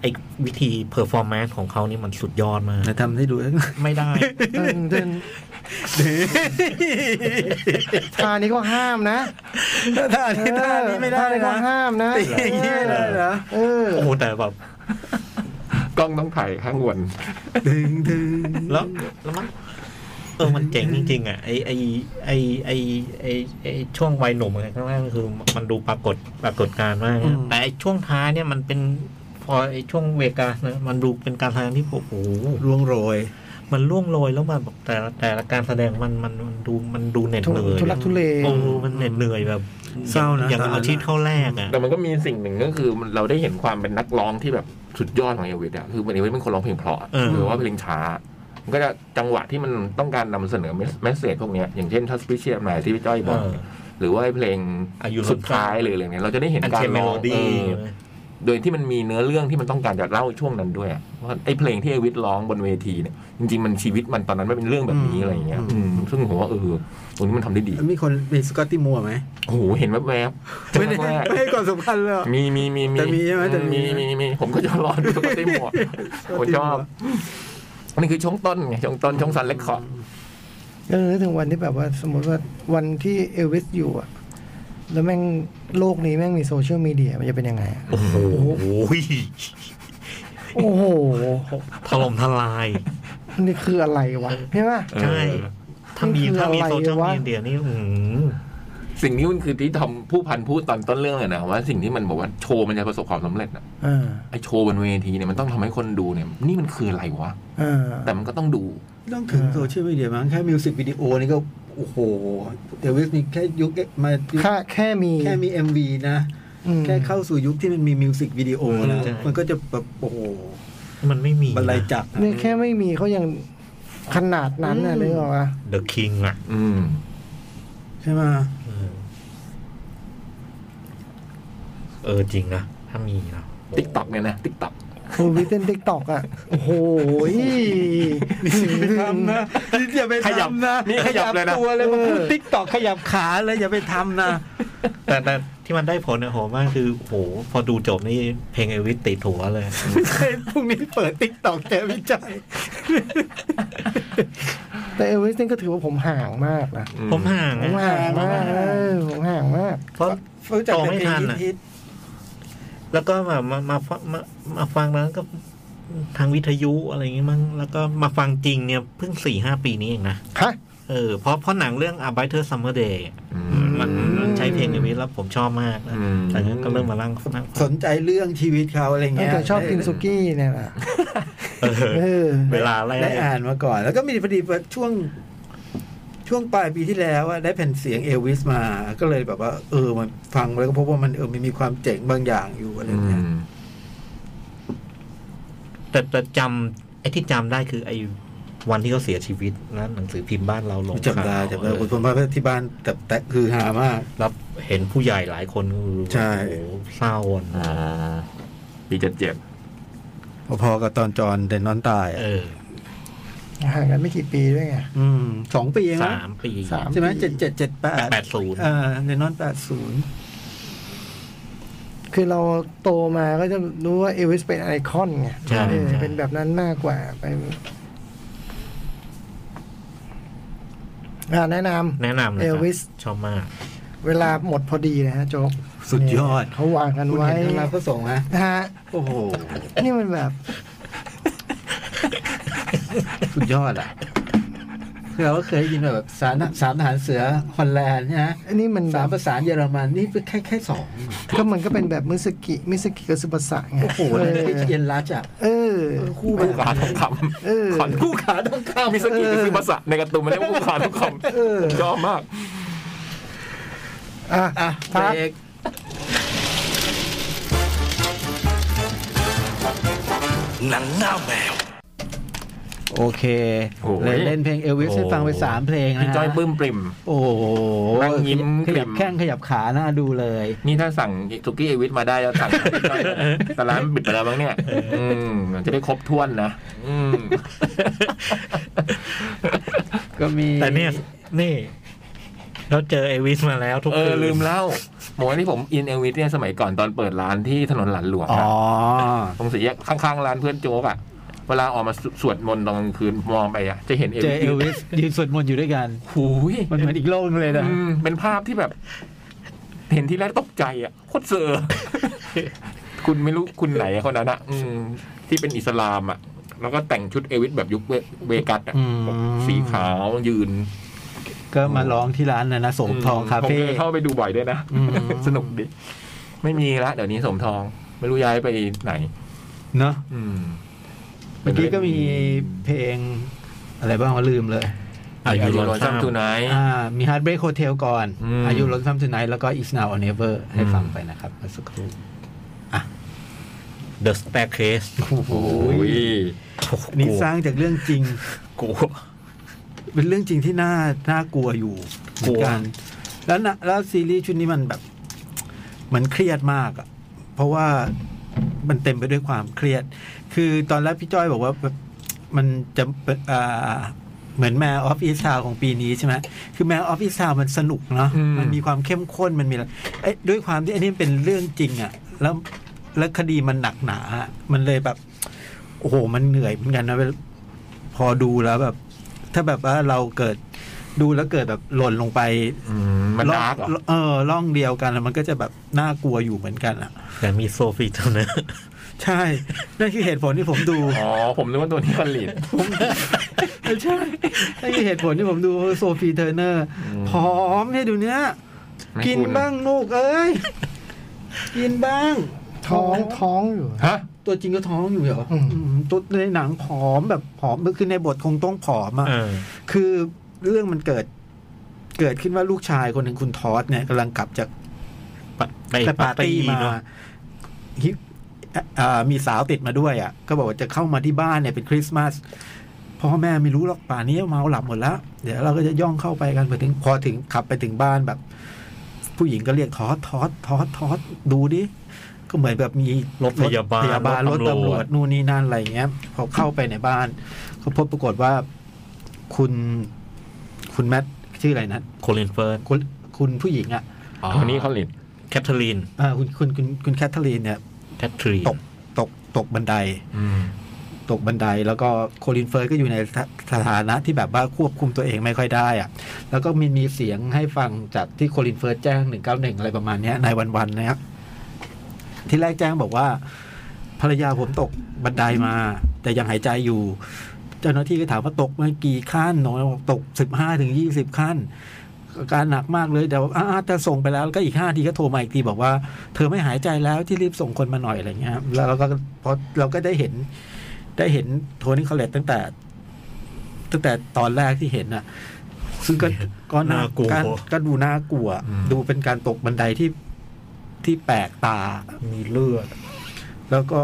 ไอวิธีเพอร์ฟอร์แมนซ์ของเขานี่มันสุดยอดมาก
นะทำให้ดู
ไม่ได้
เดินเดินท่านี้ก็ห้ามนะ
ท่านี้ท่านี้ไม่ได้
ท่านี้ก็
นะ
ห้ามนะ
ตีอย่างนี้ไม่ได้เหรอ
เออ
โอ้โหแต่แบบ
กล้องต้องถ่ายข้างบน
ดึงดึง
แล้วแล้วมันเออมันเจ๋งจริงๆอ่ะไอไอไอไอไอไอช่วงวัยหนุ่มอะไรข้างล่างคือ มันดูปรากฏปรากฏการณ์มากนะแต่ไอช่วงท้ายเนี่ยมันเป็นพอไอช่วงเวกาสนะมันดูเป็นการแสดงที่โอ้โห
ร่วงโรย
มันล่วงโรยแล้วมันแบบแต่ละแต่ละการแสดงมันมันมันดูมันดูเหน็ดเหนื่อย
ทุลักทุเล
โอ้มันเหน็ดเหนื่อยแบบ
เศร้านะ
อย่าง
ตอนนั้
เอา
น
ชีวิตเข้าแรกอ่ะ
แต่มันก็มีสิ่งหนึ่งก็คือมันเราได้เห็นความเป็นนักร้องที่แบบสุดยอดของเอลวิสอะคือเอลวิสเป็นคนร้องเพลงเพราะ
เออ
หรือว่าเพลงช้า มันก็จะจังหวะที่มันต้องการนำเสนอเมสเซจพวกเนี้ยอย่างเช่นทัสพิเชียมาที่พี่จ้อยบอก
เออ
หรือว่าเพลง
อายุ
สุดท้ายหรืออะไรเนี้ยเราจะได้เห็น
อัน
การ
เชมเม
ร้
โล
อง
ดี้
เออโดยที่มันมีเนื้อเรื่องที่มันต้องการจะเล่าช่วงนั้นด้วยอะว่าไอ้เพลงที่เอลวิสร้องบนเวทีเนี่ยจริงๆมันชีวิตมันตอนนั้นไม่เป็นเรื่องแบบนี้อะไรเงี้ยอืมซึ่งผมว่าเออตรงนี้มันทำได้ดี
มีคนมีสกอตตี้มัวไหม
โอ้โหเห็นแวบๆ
ไม่ได้
แรกๆ
ไม่ให้ความสำคัญเลย
มีมีมีมี
แต่มีใช่ไหมแต่มี
มีมีมีผมก็จะรอดูสกอตตี้มัวร์ผมชอบอันนี้คือช่วงต้นไงช่วงต้นช่วงซันเล็กคอร์ด
ก็นึกถึงวันที่แบบว่า สมมติว่าวันที่เอลวิสอยู่อะแล้วแม่งโลกนี้แม่งมีโซเชียลมีเดียมันจะเป็นยังไงอะ
โอ้โห
โอ้โห
ถล่มทลาย
มันนี่คืออะไรวะใช่ไหม
ใช่ ถ้ามี
มันคือ
ถ้ามี
อะไร
โซเชียล
วะ
มีเดียนี่อืม
สิ่งนี้มันคือที่ทอมผู้พันพูดตอนต้นเรื่องเลยนะว่าสิ่งที่มันบอกว่าโชว์มันจะประสบความสำเร็จอะ
อ่า
ไอโชว์บนเวทีเนี่ยมันต้องทำให้คนดูเนี่ย นี่มันคืออะไรวะ
อ่า
แต่มันก็ต้องดู
ต้องถึงโซเชียลมีเดียมั้งแค่มิวสิกวิดีโอนี่ก็ โอ้โหเดวิสนี่แค่ยุคมายุค
แค่แค่มี
แค่มี MV นะ
อืม
แค่เข้าสู่ยุคที่มันมีมิวสิกวิดีโอนะมันก็จะแบบโอ้โห
มันไม่มี
บรรลัยจักร
นี่แค่ไม่มีเขายังขนาดนั้นน่ะนึกออกปะ
เดอะคิงอ่ะ
อืม
ใช่ไหม
เออเออจริงนะ ถ้ามีนะ
ติ๊กต็อกเนี่ยนะติ๊กต็อก
โอ้วิเต้นทิกตอกอะโอ้โห
ไปทำนะ อย่าไปทำนะตัวเลยมันพูดติ๊กตอกขยับขาเลยอย่าไปทำนะ
แต่แต่ที่มันได้ผลเนี่ยผมว่าคือโอ้โหพอดูจบนี่เพลงเอวิสติดหัวเลย
ไม่ใช่พรุ่งนี้เปิดติ๊กตอกแกวิจัย
แต่เอลวิสนี่ก็ถือว่าผมห่างมากนะ
อื
ผมห่าง
ผม
นะ
ห่างมาก
ห่างมาก
เออผมห่างมาก
เพราะ
รู้จักแต่
โตไม่
เพล
ทั
ง
นอะ
ฮิต
แล้วก็แบบมามาฟังมามาฟังแล้วก็ทางวิทยุอะไรอย่างงี้มั้งแล้วก็มาฟังจริงเนี่ยเพิ่งสี่ห้าปีนี้เองนะ
ฮะ
เออเพราะเพราะหนังเรื่อง Arbiter Summer Day อะ
อืม
มันมันใช้เพลงเอวิสแล้วผมชอบมากนะ
อืม
แต่ก็เริ่มมาลั่งนั่ง
ๆสนใจเรื่องชีวิตเขาอะไร
ตั้
เงี้
ง
ย
แต่ชอบกินสุกี้เนี่ยแหละ
เออ
เอ อ
เวลาแร
ได้
ก
อ่านมาก่อน แล้วก็มีพอดีช่วง ช่วงปลายปีที่แล้วอะได้แผ่นเสียงเอลวิสมา ก็เลยแบบว่า เออมันฟังแล้วก็พบว่ามันเออมันมีความเจ๋งบางอย่างอยู่อะไร
อื
เงี้ย
ม
แต่แต่จำไอ้ที่จำได้คือไอ้วันที่เขาเสียชีวิตนะหนังสือพิมพ์บ้านเราลง
จำได้
ข่าว
จำได้
เออ
คุณพ่อที่บ้านแต่แต่คือหามาก
รับเห็นผู้ใหญ่หลายคนก็รู้
ใช่
โอ้โหเศร้าอ่ะ
อ่าปีเจ็ดเจ็ด
พอๆกับตอนจอห์นเดนนอนตายอะ
เออ
ห่างกันไม่กี่ปีด้วยไง
มสองปีเองนะ
สามปี
สาม
ใช่ไหมเจ็ดเจ็ดเจ็ดแปด
แปดศูนย์
อ่าเดนนอนแปดศูนย์
คือเราโตมาก็จะรู้ว่าเอลวิสเป็นไอคอนไง
ใช่
เออ
ใช่
เป็นแบบนั้นมากกว่าไป เอ อ่าแนะน
แนะนำเลยครับ
Elvis
ชอบมาก
ำเวลาหมดพอดีนะฮะโจ๊ก
สุดยอด
เนี่ยเขาวางกัน
คุณ
ไว้
เห็นเราก็ส่งนะ
นะฮะ
โอ้โห
นี่มันแบบ
สุดยอดอ่ะเราก็เคยได้ยินแบบสามสามทหารเสือฮอลแลนด์นะฮะ
อันนี้มันแบ
สาม
บ
ประสานเยอรมันนี่เป็นแค่แค่สองอะ
ก็มันก็เป็นแบบมิสกิมิสกิกับสุบัสะไง
โอ้โหแล้วที่เอียนรัชอ่ะ
เออ
คู่
คู่
ขา
ขาทองค
เออ
ำขอนคู่ขาทองคำมิสกิจะซื้อภาษาในการ์ตูนมันเรียกว่าคู่ขาทองคำชอบมาก
อ่ะ
อ่ะ
พัก
เบรก
หนังหน้าแมว
โอเค
โอ้ย
เลยเล่นเพลงเอลวิสให้ฟังไปสามเพลงนะ
พี่จ้อยปลื้มปริ่ม
โอ้โห
นั่งยิ้ม
ข
กลิ่
ยับ
ม
แข้งขยับขาหน้าดูเลย
นี่ถ้าสั่งสุกี้เอวิทมาได้แล้วสั่งพี่จ้อยนะแต่ร้านปิดไปแล้วบ้างเนี่ย อืมจะได้ครบถ้วนนะอืม
ก็มี
แต่เนี่ยนี่ เราเจอเอวิสมาแล้วทุก
เอ
คื
อน ลืมเล่าหมอที่ผมอินเอวิทเนี่ยสมัยก่อนตอนเปิดร้านที่ถนนหลันหลวง
อ๋อ
อะ ตรงสี่แยกข้างๆร้านเพื่อนโจ๊กอะเวลาออกมาสสวดมนต์ตอนกลางคืนมองไปอะจะเห็นเอ
เจอ
วิส
เอลวิสยืนสวดมนต์อยู่ด้วยกัน
หูย
มันเหมือนอีกโลกนึงเลยนะ
อืมเป็นภาพที่แบบ เห็นที่แรกตกใจอะ โคตรเซอร์ คุณไม่รู้คุณไหนคนนั้นอะอืมที่เป็นอิสลามอะแล้วก็แต่งชุดเอวิสแบบยุคเวเวกัสอะ
อืม
สีขาวยืน
ก็มาร้องที่ร้านนะนะสมทองคา
ผม
เฟ่
เคยเข้าไปดูบ่อยด้วยนะ
อืม
สนุกดี ไม่มีละเดี๋ยวนี้สมทอง ไม่รู้ย้ายไปไหน
เนาะ
อืม
เมื่อกี้ก็มีเพลง อะไรบ้างวะลืมเลย
อา
อา
ยุ
ยุ
ร
ร
อ
อน น
ซ้
ซ้ำทูไนท์
อ่ามี Heartbreak Hotel ก่อน
อืม
อายุล้นซ้ำ Tonight แล้วก็ Is Now or Never ให้
อืม
ฟังไปนะครับเมื่อสักครู่
ำ The Staircase
โอ้ย
นี่สร้างจากเรื่องจริง
กลัว
เป็นเรื่องจริงที่น่าน่ากลัวอยู่เหมือนกันแล้วนะแล้วซีรีส์ชุดนี้มันแบบ มันเครียดมากอะเพราะว่ามันเต็มไปด้วยความเครียด คือตอนแรกพี่จ้อยบอกว่าแบบมันจะอ่าเหมือนแมวออฟอีสาวของปีนี้ใช่ไหมคือแมวออฟอีสาวมันสนุกเนาะมันมีความเข้มข้นมันมีอะไรเอ้ยด้วยความที่อันนี้มันเป็นเรื่องจริงอะแล้วแล้วคดีมันหนักหนาอะมันเลยแบบ โอ้โห มันเหนื่อยเหมือนกันนะเวลาพอดูแล้วแบบ ถ้าแบบว่าเราเกิดดูแล้วเกิดแบบหล่นลงไป
อืมมันดาร์กเหรอ
เออร่องเดียวกันมันก็จะแบบน่ากลัวอยู่เหมือนกันอ่ะ
แต่มีโซฟีเท่านั้น
ใช่ นั่นคือเหตุผลที่ผมดู
อ๋อ ผมนึกว่าตัวนี้ผลิต
ไม่ใช่นั่นคือเหตุผลที่ผมดูโซฟีเทอร์เนอร์
อืม
ผอมเนี่ยดูเนี้ย
ไม่
กิน
คุ้
บ้างลูกเอ้ย กินบ้าง
ท้องท้องอยู่
ฮะ
ตัวจริงก็ท้องอยู่เหรอ
อืม
อืมตัวในหนังผอมแบบผอมคือในบทคงต้องผอมอ่ะ
เออ
คือเรื่องมันเกิดเกิดขึ้นว่าลูกชายคนหนึ่งคุณทอสเนี่ยกำลังกลับจาก
ไป
ไปปาร์ตี้มา
เนอะ
ฮิเอ่อมีสาวติดมาด้วยอ่ะ ก็บอกว่าจะเข้ามาที่บ้านเนี่ยเป็นคริสต์มาสพ่อแม่ไม่รู้หรอกป่านนี้เมาหลับหมดแล้ว เดี๋ยวเราก็จะย่องเข้าไปกันพอถึงพอถึงขับไปถึงบ้านแบบ ผู้หญิงก็เรียกทอสทอสทอสทอสดูดิก็เหมือนแบบมี
รถพยาบาล
พยาบาลรถตำรวจนู่นนี่นั่นอะไรอย่างเงี้ย พอเข้าไปในบ้านก็พบปรากฏว่าคุณ คุณแมทชื่ออะไรนะ
โคลินเฟิร์น
คุณคุณผู้หญิงอ่ะ
ตัวนี้ผลิต
แคทเธอรีน
เอ่อคุณคุณคุณคุณแคทเธอรีนเนี่ย
แคทเธอรีน
ตกตกตกบันได ตกบันได แล้วก็โคลินเฟิร์สก็อยู่ในสถสถานะที่แบบว่าควบคุมตัวเองไม่ค่อยได้อ่ะ แล้วก็มีมีเสียงให้ฟังจากที่โคลินเฟิร์สแจ้งหนึ่งเก้าหนึ่งอะไรประมาณเนี้ยในวันวันๆนะครับ ที่แรกแจ้งบอกว่า ภรรยาผมตกบันไดมา แต่ยังหายใจอยู่ เจ้าหน้าที่ก็ถามว่าตกมากี่ขั้นหนูบอกตกสิบห้าถึงยี่สิบขั้น อาการหนักมากเลยแต่ว่าอ่าจะส่งไปแล้วแล้วก็อีกห้าทีก็โทรมาอีกทีบอกว่า เธอไม่หายใจแล้วที่รีบส่งคนมาหน่อยอะไรเงี้ยครับแล้วเราก็พอเราก็ได้เห็น ได้เห็นโทนี่คอลเลตตั้งแต่ ตั้งแต่ตอนแรกที่เห็นน่ะ ซึ่งก็ก็น่า
ากลัว
การก็ดูน่ากลัว
อืม
ดูเป็นการตกบันไดที่ที่แปลกตา
มีเลือด
แล้วก็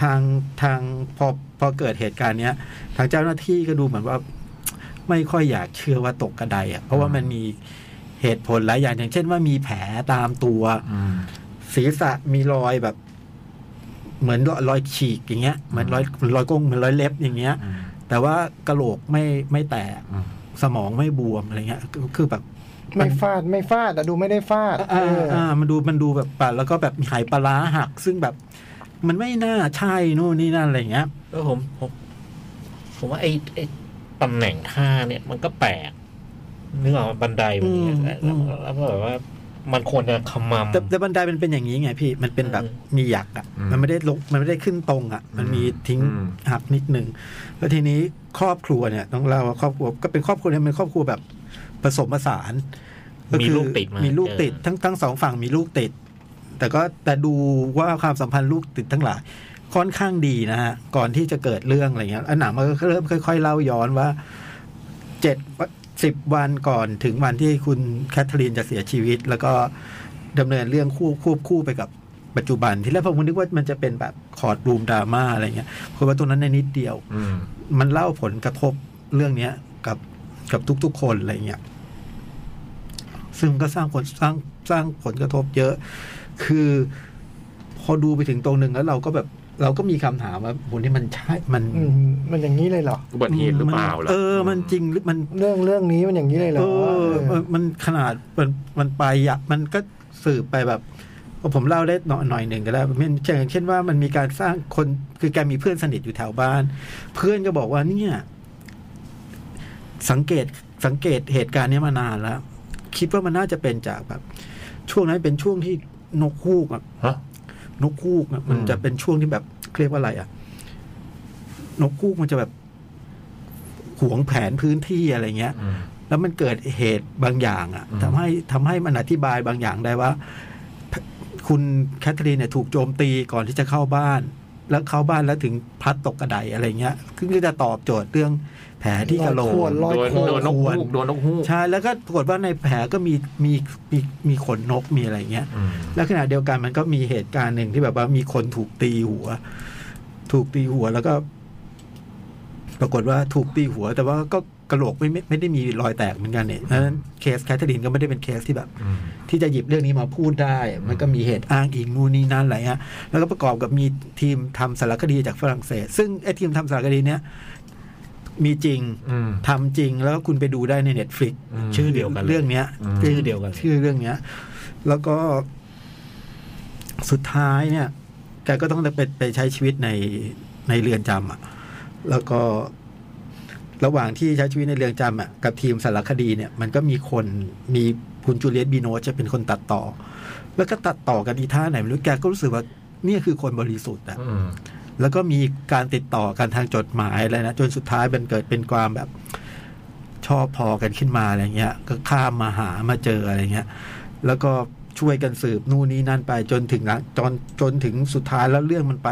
ทางทางพอพอเกิดเหตุการณ์เนี้ย ทางเจ้าหน้าที่ก็ดูเหมือนว่า ไม่ค่อยอยากเชื่อว่าตกกระไดอ่ะเพราะว่ามันมีเหตุผลหลายอย่างอย่างเช่นว่ามีแผลตามตัว ศีรษะมีรอยแบบ เหมือนรอยฉีกอย่างเงี้ยเหมือนรอยรอยก้งเหมือนรอยเล็บอย่างเงี้ย แต่ว่ากระโหลกไม่ไม่แตก
อืม
สมองไม่บวมอะไรเงี้ยคือคือแบบ
ไม่ฟาดไม่ฟาดแต่ดูไม่ได้ฟาด
อ่า
เออ
อ่ามันดูมันดูแบบปะแล้วก็แบบหายปลาร้าหัก ซึ่งแบบ มันไม่น่าใช่นู่นนี่นั่นอะไรเงี้ย
แล้วผมผม ผมว่าไอ้ไอ้ตำแหน่งท่าเนี่ยมันก็แปลก นึกออกบันไดมันอย่างเงี้ย
อืม
แล้ว
อืม
แล้วก็แบบว่ามันควรจะขมำ
แต่แต่บันไดมันเป็นอย่างนี้ไงพี่ มันเป็นแบบ
อืม
มีหยักอ่ะ
อืม
มันไม่ได้ลงมันไม่ได้ขึ้นตรงอ่ะ มันมีทิ้ง
อืม
หักนิดหนึ่ง แล้วทีนี้ครอบครัวเนี่ยต้องเล่าว่าครอบครัวก็เป็นครอบครัวเนี่ยเป็นครอบครัวแบบผสมผสาน
มี
คือ
ลูกติดมามี
ลูกติด
เออ
ทั้งทั้งสองฝั่งมีลูกติด แต่ก็แต่ดูว่าความสัมพันธ์ลูกติดทั้งหลาย ค่อนข้างดีนะฮะ ก่อนที่จะเกิดเรื่องอะไรเงี้ยอันหนังมันก็เริ่มค่อย ๆ เล่าย้อนว่าเจ็ดสิบวันก่อนถึงวันที่คุณแคทเธอรีนจะเสียชีวิต แล้วก็ดำเนินเรื่องคู่ควบคู่ไปกับปัจจุบัน ที่แรกผมก็นึกว่ามันจะเป็นแบบคอร์ดรูมดราม่าอะไรเงี้ยเพราะว่าตรงนั้นในนิดเดียว
อืม
มันเล่าผลกระทบเรื่องเนี้ยกับกับทุกๆคนอะไรเงี้ย ซึ่งก็สร้างผลสร้างสร้างผลกระทบเยอะ คือพอดูไปถึงตรงหนึ่งแล้วเราก็แบบ เราก็มีคำถามว่าบนนี้มันใช่มัน
อืมมันอย่างนี้เลยเหรอ
อุบัติเหตุหรือเปล่าล่ะ
เออ มันจริงหรือมัน
เรื่องเรื่องนี้มันอย่างนี้เลยเหร
เอ
อ
อ
เออ
มันขนาดมันมันไปอะมันก็สืบไปแบบผมเล่าได้หน่อยหน่อยหนึ่งก็ได้เช่นอย่างเช่นว่ามันมีการสร้างคนคือแกมีเพื่อนสนิทอยู่แถวบ้าน เพื่อนก็บอกว่าเนี่ย สังเกตสังเกตเหตุการณ์เนี้ยมานานแล้ว คิดว่ามันน่าจะเป็นจากแบบ ช่วงนั้นเป็นช่วงที่นกฮูกอะ
ฮะ
นกคูกอะมัน
อืม
จะเป็นช่วงที่แบบเรียกว่าอะไรอ่ะ นกคูกมันจะแบบหวงแผนพื้นที่อะไรเงี้ย
อืม
แล้วมันเกิดเหตุบางอย่างอ่ะ
อืม
ทำให้ทำให้มันอธิบายบางอย่างได้ว่า คุณแคทเธอรีนเนี่ยถูกโจมตีก่อนที่จะเข้าบ้าน แล้วเข้าบ้านแล้วถึงพลัดตกกระไดอะไรเงี้ยคือก็จะตอบโจทย์เรื่องแผลที่กะโหล
รอยข่
ก
วนรอย
โดนโดนนกฮูกโดนนกฮูก
ใช่ แล้วก็ปรากฏว่าในแผลก็มีมีมีมีขนนกมีอะไรเงี้ย
อืม
แล้วขณะเดียวกันมันก็มีเหตุการณ์หนึ่งที่แบบว่ามีคนถูกตีหัว ถูกตีหัวแล้วก็ ปรากฏว่าถูกตีหัว แต่ว่าก็กระโหลกไม่ไม่ไม่ได้มีรอยแตกเหมือนกันเนี่ยเพราะฉะนั้นเคสแคทเธอรีนก็ไม่ได้เป็นเคสที่แบบ
อืม
ที่จะหยิบเรื่องนี้มาพูดได้ มันก็มีเหตุอ้างอิงนู่นนี่นั่นอะไรฮะแล้วก็ประกอบกับมีทีมทำสารคดีจากฝรั่งเศส ซึ่งไอ้ทีมทำสารคดีเนี้ยมีจริง
อืม
ทำจริงแล้วก็คุณไปดูได้ใน Netflix
อืม
ชื่อเดียวกันลย
เรื่องเนี้ย
อืม
ชื่อเดียวกัน
ชื่อเรื่องเนี้ย แล้วก็สุดท้ายเนี่ยแกก็ต้องไปไปใช้ชีวิตในในเรือนจำอ่ะ แล้วก็ระหว่างที่ใช้ชีวิตในเรือนจำอ่ะกับทีมสารคดีเนี่ย มันก็มีคนมีคุณจูเลียตบีโนจะเป็นคนตัดต่อ แล้วก็ตัดต่อกันอีท่าไหนไม่รู้แกก็รู้สึกว่าเนี่ยคือคนบริสุทธิ์อ่ะ
อืม
แล้วก็มีการติดต่อกันทางจดหมายอะไรนะ จนสุดท้ายมันเกิดเป็นความแบบชอบพอกันขึ้นมาอะไรเงี้ย ก็ข้ามมาหามาเจออะไรเงี้ย แล้วก็ช่วยกันสืบนู่นนี่นั่นไปจนถึงหลังจนจนถึงสุดท้ายแล้วเรื่องมันไป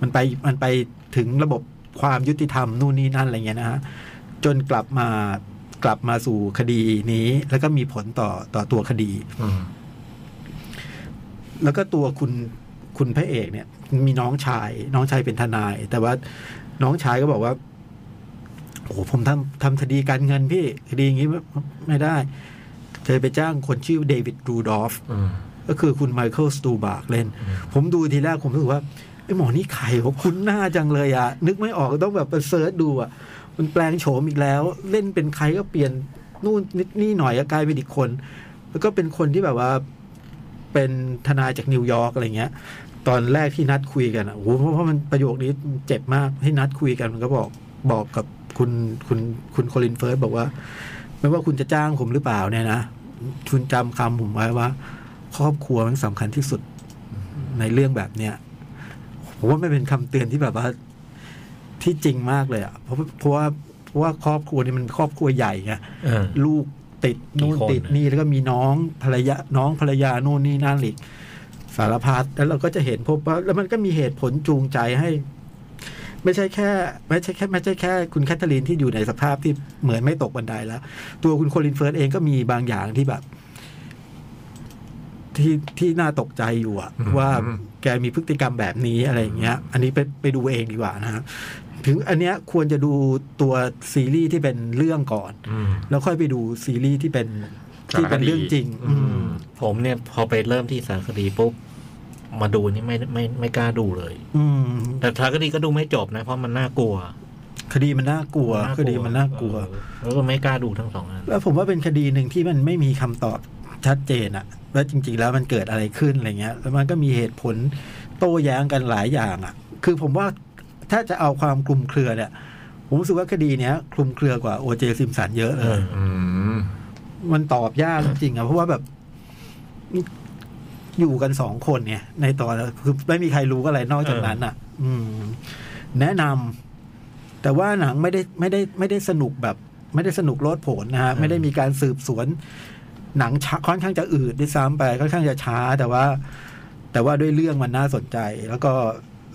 มันไปมันไปถึงระบบความยุติธรรมนู่นนี่นั่นอะไรเงี้ยนะฮะจนกลับมากลับมาสู่คดีนี้ แล้วก็มีผลต่อต่อตัวคดี
อืม
แล้วก็ตัวคุณคุณพระเอกเนี่ย มีน้องชาย น้องชายเป็นทนาย แต่ว่าน้องชายก็บอกว่าโอ้โหผมทำทำคดีการเงินพี่คดีอย่างนี้ไม่ไม่ได้เคยไปจ้างคนชื่อเดวิดรูดอฟ
อืม
ก็คือคุณไมเคิลสตูบาร์กเล่น
อืม
ผมดูทีแรกผมรู้สึกว่าไอ้หมอนี่ใครวะคุ้นหน้าจังเลยอะนึกไม่ออกต้องแบบไปเซิร์ชดูอะมันแปลงโฉมอีกแล้ว เล่นเป็นใครก็เปลี่ยนนู่นนิดนี่หน่อยก็กลายเป็นอีกคน แล้วก็เป็นคนที่แบบว่าเป็นทนายจากนิวยอร์กอะไรเงี้ย ตอนแรกที่นัดคุยกันอะโอ้โหเพราะว่ามันประโยคนี้เจ็บมากที่นัดคุยกันมันก็บอกบอกกับคุณคุณคุณโคลินเฟิร์สบอกว่า ไม่ว่าคุณจะจ้างผมหรือเปล่าเนี่ยนะคุณจำคำผมไว้ว่า ครอบครัวมันสำคัญที่สุดในเรื่องแบบเนี้ยผมว่าไม่เป็นคำเตือนที่แบบว่าที่จริงมากเลยอะ่ะเพราะเพราะว่าเพราะว่าครอบครัวนี่มันครอบครัวใหญ่ไง
เออ
ลูกติดนู่น
กี่คน
ติดนี่แล้วก็มีน้องภรรยาน้องภรรยานู่นนี่นั่นอีกสารพัดแล้วเราก็จะเห็นพบว่า แล้วมันก็มีเหตุผลจูงใจให้ ไม่ใช่แค่ ไม่ใช่แค่ไม่ใช่แค่ คุณแคทเธอรีนที่อยู่ในสภาพที่เหมือนไม่ตกบันไดแล้ว ตัวคุณโคลินเฟิร์สเองก็มีบางอย่างที่แบบ ที่ที่น่าตกใจอยู่อะ
อืม
ว่าแกมีพฤติกรรมแบบนี้อะไรอย่างเงี้ย อันนี้ไปไปดูเองดีกว่านะฮะถึงอันเนี้ยควรจะดูตัวซีรีส์ที่เป็นเรื่องก่อน
อืม
แล้วค่อยไปดูซีรีส์ที่เป็น
สารคดี
ที่เป็นเรื่องจริง
อื
อื
ม
ม
ผมเนี่ยพอไปเริ่มที่สารคดีปุ๊บ มาดูนี่ไม่ไม่ไม่กล้าดูเลย
อืม
แต่สารคดีก็ดูไม่จบนะ เพราะมันน่ากลัว
คดีมันน่ากลัวคดีมันน่ากลัว
เออแล้วก็ไม่กล้าดูทั้งสองอัน
แล้วผมว่าเป็นคดีหนึ่งที่มันไม่มีคำตอบชัดเจนอะว่าจริง ๆ แล้วมันเกิดอะไรขึ้นอะไรเงี้ย แล้วมันก็มีเหตุผลโต้แย้งกันหลายอย่างอะคือผมว่าถ้าจะเอาความคลุมเครือเนี่ย ผมรู้สึกว่าคดีเนี้ยคลุมเครือกว่าโอเจซิมสันเยอะเลย
อืม
มันตอบยากจริงๆอะเพราะว่าแบบ อยู่กันสองคนเนี่ย ในตอนคือไม่มีใครรู้อะไรนอกจากนั้นอ่ะ อืม แนะนำแต่ว่าหนังไม่ได้ไม่ได้ไม่ได้สนุกแบบ ไม่ได้สนุกโลดโผนนะฮะไม่ได้มีการสืบสวน หนังช้าค่อนข้างจะอืดด้วยซ้ำไปค่อนข้างจะช้า แต่ว่า แต่ว่าด้วยเรื่องมันน่าสนใจ แล้วก็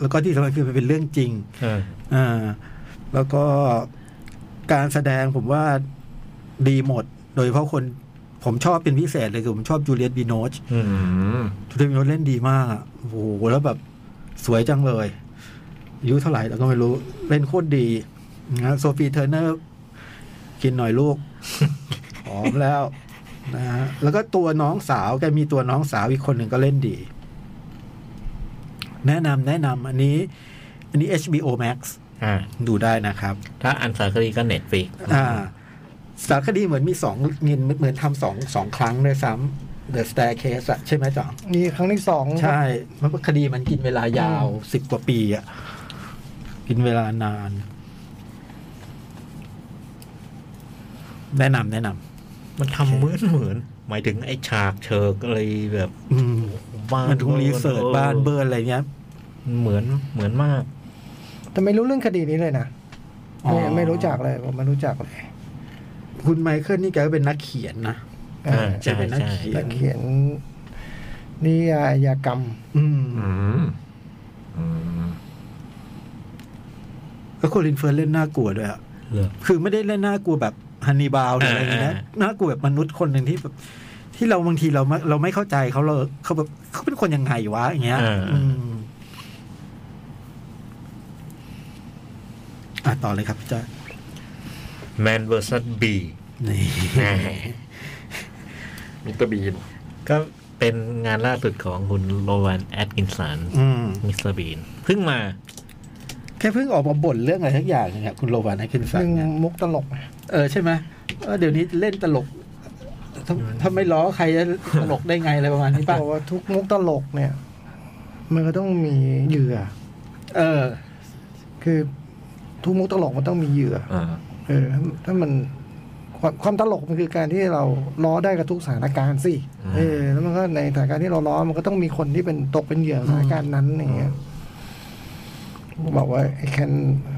แล้วก็ที่สำคัญคือมันเป็นเรื่องจริง
เออ
อ่าแล้วก็การแสดงผมว่าดีหมด โดยเฉพาะคนผมชอบเป็นพิเศษเลยคือผมชอบจูเลียตบีโนช
อืม
อืม
จูเลียตบีโนชเล่นดีมากอะโอ้โหแล้วแบบสวยจังเลยอายุเท่าไหร่เราก็ไม่รู้เล่นโคตรดีนะโซฟีเทอร์เนอร์กินหน่อยลูก หอมแล้วนะฮะแล้วก็ตัวน้องสาวแกมีตัวน้องสาวอีกคนหนึ่งก็เล่นดี แนะนำแนะนำอันนี้ อันนี้ HBO Max
อ่า
ดูได้นะครับ
ถ้าอันสารคดีก็เน็ตฟิก
อ่า สารคดีเหมือนมีสองเงินเหมือนทำสองสองครั้งเลยซ้ำ The Staircase อะใช่ไหมจ๋อง
นี่ครั้งที่สอง
ใช่ มันคดีมันกินเวลายาวสิบกว่าปีอะกินเวลานาน แนะนำแนะน
มันทำเหมือนเหมือน หมายถึงไอ้ฉากเชิกอะไรแบบ
ำอืม
บ้าน
มันทุงรีเสิร์ชบ้านเบิร์นอะไรเงี้ย
เหมือนเหมือนมาก
แต่ไม่รู้เรื่องคดีนี้เลยนะ
อ๋อ
ไม่ไม่รู้จักเลยผมไม่รู้จักเลย
คุณไมเคิลนี่แกก็เป็นนักเขียนนะ
อ่า ใช่
แกเป็นนัก
ใช่
เขียน
นักเขียนนิยายกรรม
อืม
อืม อืม
แล้วโคลินเฟิร์นเล่นน่ากลัวด้วยอะ
เหรอ
คือไม่ได้เล่นน่ากลัวแบบฮันนีบาลหรืออะไรอย่างนี้นะ
อ่า
น่ากลัวแบบมนุษย์คนหนึ่งที่แบบที่เราบางทีเราไม่เราไม่เข้าใจเขาเราเขาแบบเขาเป็นคนยังไงวะอย่างเงี้ยอืมอ่ะต่อเลยครับพี่จ้า
แมนเวอร์ซัสบี
นี่
มิสเตอร์บีน
ก็เป็นงานล่าสุดของคุณโรแวนแอดกินสัน
อืม
มิสเตอร์บีนเพิ่งมา
แค่เพิ่งออกมาบ่นเรื่องอะไรทักอย่างเนี่ยคุณโรบานไอคินสัน
ซึ่ง
เนี่ย
มุกตลกนะ
เออใช่ไหมเออเดี๋ยวนี้เล่นตลกถ้าถ้าไม่ล้อใครจะตลกได้ไงอะไรประมาณนี้ป่ะ
บอกว่าทุกมุกตลกเนี่ย มันก็ต้องมีเหยื่อ
เออ
คือทุกมุกตลกมันต้องมีเหยื่อ
อ่า
เออถ้าถ้ามันความความตลกมันคือการที่เราล้อได้กับทุกสถานการณ์สิ
อืม
เออ แล้วมันก็ในสถานการณ์ที่เราล้อมันก็ต้องมีคนที่เป็นตกเป็นเหยื่อสถานการณ์นั้นอย่างเงี้ยบอกว่า can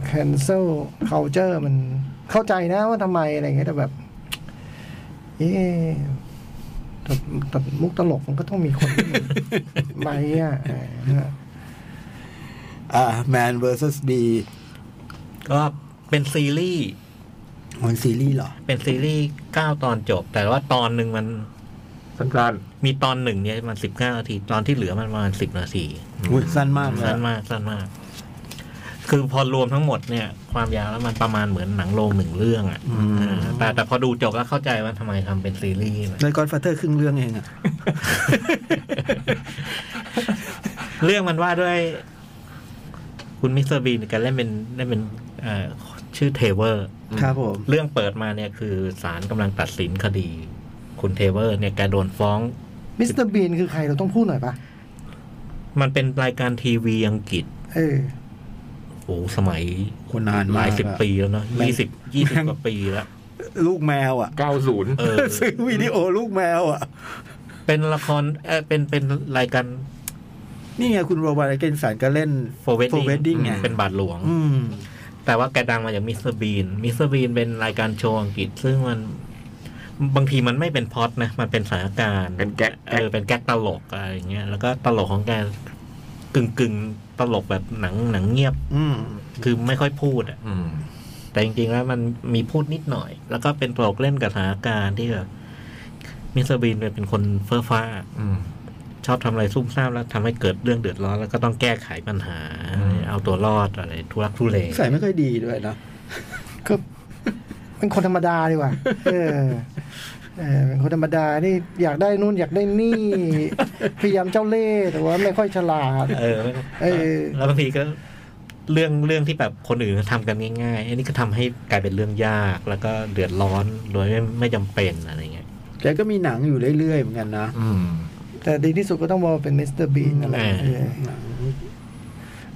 cancel culture มันเข้าใจนะว่าทำไมอะไรเงี้ยแต่แบบ เอ๊ะแต่แต่มุกตลกมันก็ต้องมีคนที่มัน ไปอ่ะเออ
อ่าแมน vs B
ก็เป็นซีรีส์
มันซีรีส์เหรอ
เป็นซีรีส์เก้าตอนจบ แต่ว่าตอนหนึ่งมัน
สั้น
มีตอนหนึ่งเนี่ยมันสิบเก้านาที ตอนที่เหลือมันประมาณสิบนาที
อุ้ยสั้นมากเลย
สั้น
อะ
มากสั้นมาก คือพอรวมทั้งหมดเนี่ย ความยาวแล้วมันประมาณเหมือนหนังโรงหนึ่งเรื่องอ่ะอ่าแต่แต่พอดูจบแล้วเข้าใจว่าทำไมทำเป็นซีรีส์นะ
ในกอดฟาเธอร์ครึ่งเรื่องเองอะ
เรื่องมันว่าด้วย คุณมิสเตอร์บีนกันเล่นเป็นเล่นเป็นเอ่อชื่อเทเวอร์
ครับผม
เรื่องเปิดมาเนี่ยคือศาลกำลังตัดสินคดี คุณเทเวอร์ เนี่ยแกโดนฟ้อง
มิสเตอร์บีนคือใครเราต้องพูดหน่อยปะ
มันเป็นรายการทีวีอังกฤษ
เออ
โอ้โหสมัย
คนนานมาก
หลายสิบ
อะ
ปีแล้วเนาะ
แม่ง
ยี่สิบยี่สิบ
แม่ง
กว่าปีแล้ว
ลูกแมวอ่ะ
เก้าศูนย์
เออ
ซื้อวิดีโอลูกแมวอ่ะ
เป็นละครเออเป็นเป็นรายการ
นี่ไงคุณโรบาร์ตไอเกนสันก็เล่น
โฟเวด
For
ดิ้ง
Wedding ไง
เป็นบาทหลวง
อืม
แต่ว่าแกดังมาจากมิสเตอร์บีนมิสเตอร์บีนเป็นรายการโชว์อังกฤษ ซึ่งมันบางทีมันไม่เป็นพล็อดนะ มันเป็นสถานการณ์
เป็นแก๊ก
เออเป็นแก๊กตลกอะไรอย่างเงี้ยแล้วก็ตลกของแกกึ่งกึ่งๆตลกแบบหนังหนังเงียบ
อืม
คือไม่ค่อยพูดอะ แต่จริงๆ แล้วมันมีพูดนิดหน่อย แล้วก็เป็นตลกเล่นกับสถานการณ์ที่แบบมิสเตอร์บีนเนี่ยเป็นคนเฟ้อฟ้า ชอบทำอะไรซุ่มซ่ามแล้วทำให้เกิดเรื่องเดือดร้อน แล้วก็ต้องแก้ไขปัญหา
อืม
เอาตัวรอดอะไรทุรักทุเล
ใส่ไม่ค่อยดีด้วยนะ
ก็เป็นคนธรรมดาดีกว่า เออ เออเป็นคนธรรมดานี่อยากได้นู่นอยากได้นี่ พยายามเจ้าเล่ห์แต่ว่าไม่ค่อยฉลาด
เออ
เออ
แล้วบางทีก็เรื่องเรื่องที่แบบคนอื่นทำกันง่ายๆ อันนี้ก็ทำให้กลายเป็นเรื่องยาก แล้วก็เดือดร้อนโดยไม่ไม่จำเป็นอะไรเงี้ย
แกก็มีหนังอยู่เรื่อยๆเหมือนกันนะ
แต่ดีที่สุดก็ต้องบอกว่าเป็นมิสเตอร์บีนอะไร
เออ
เออ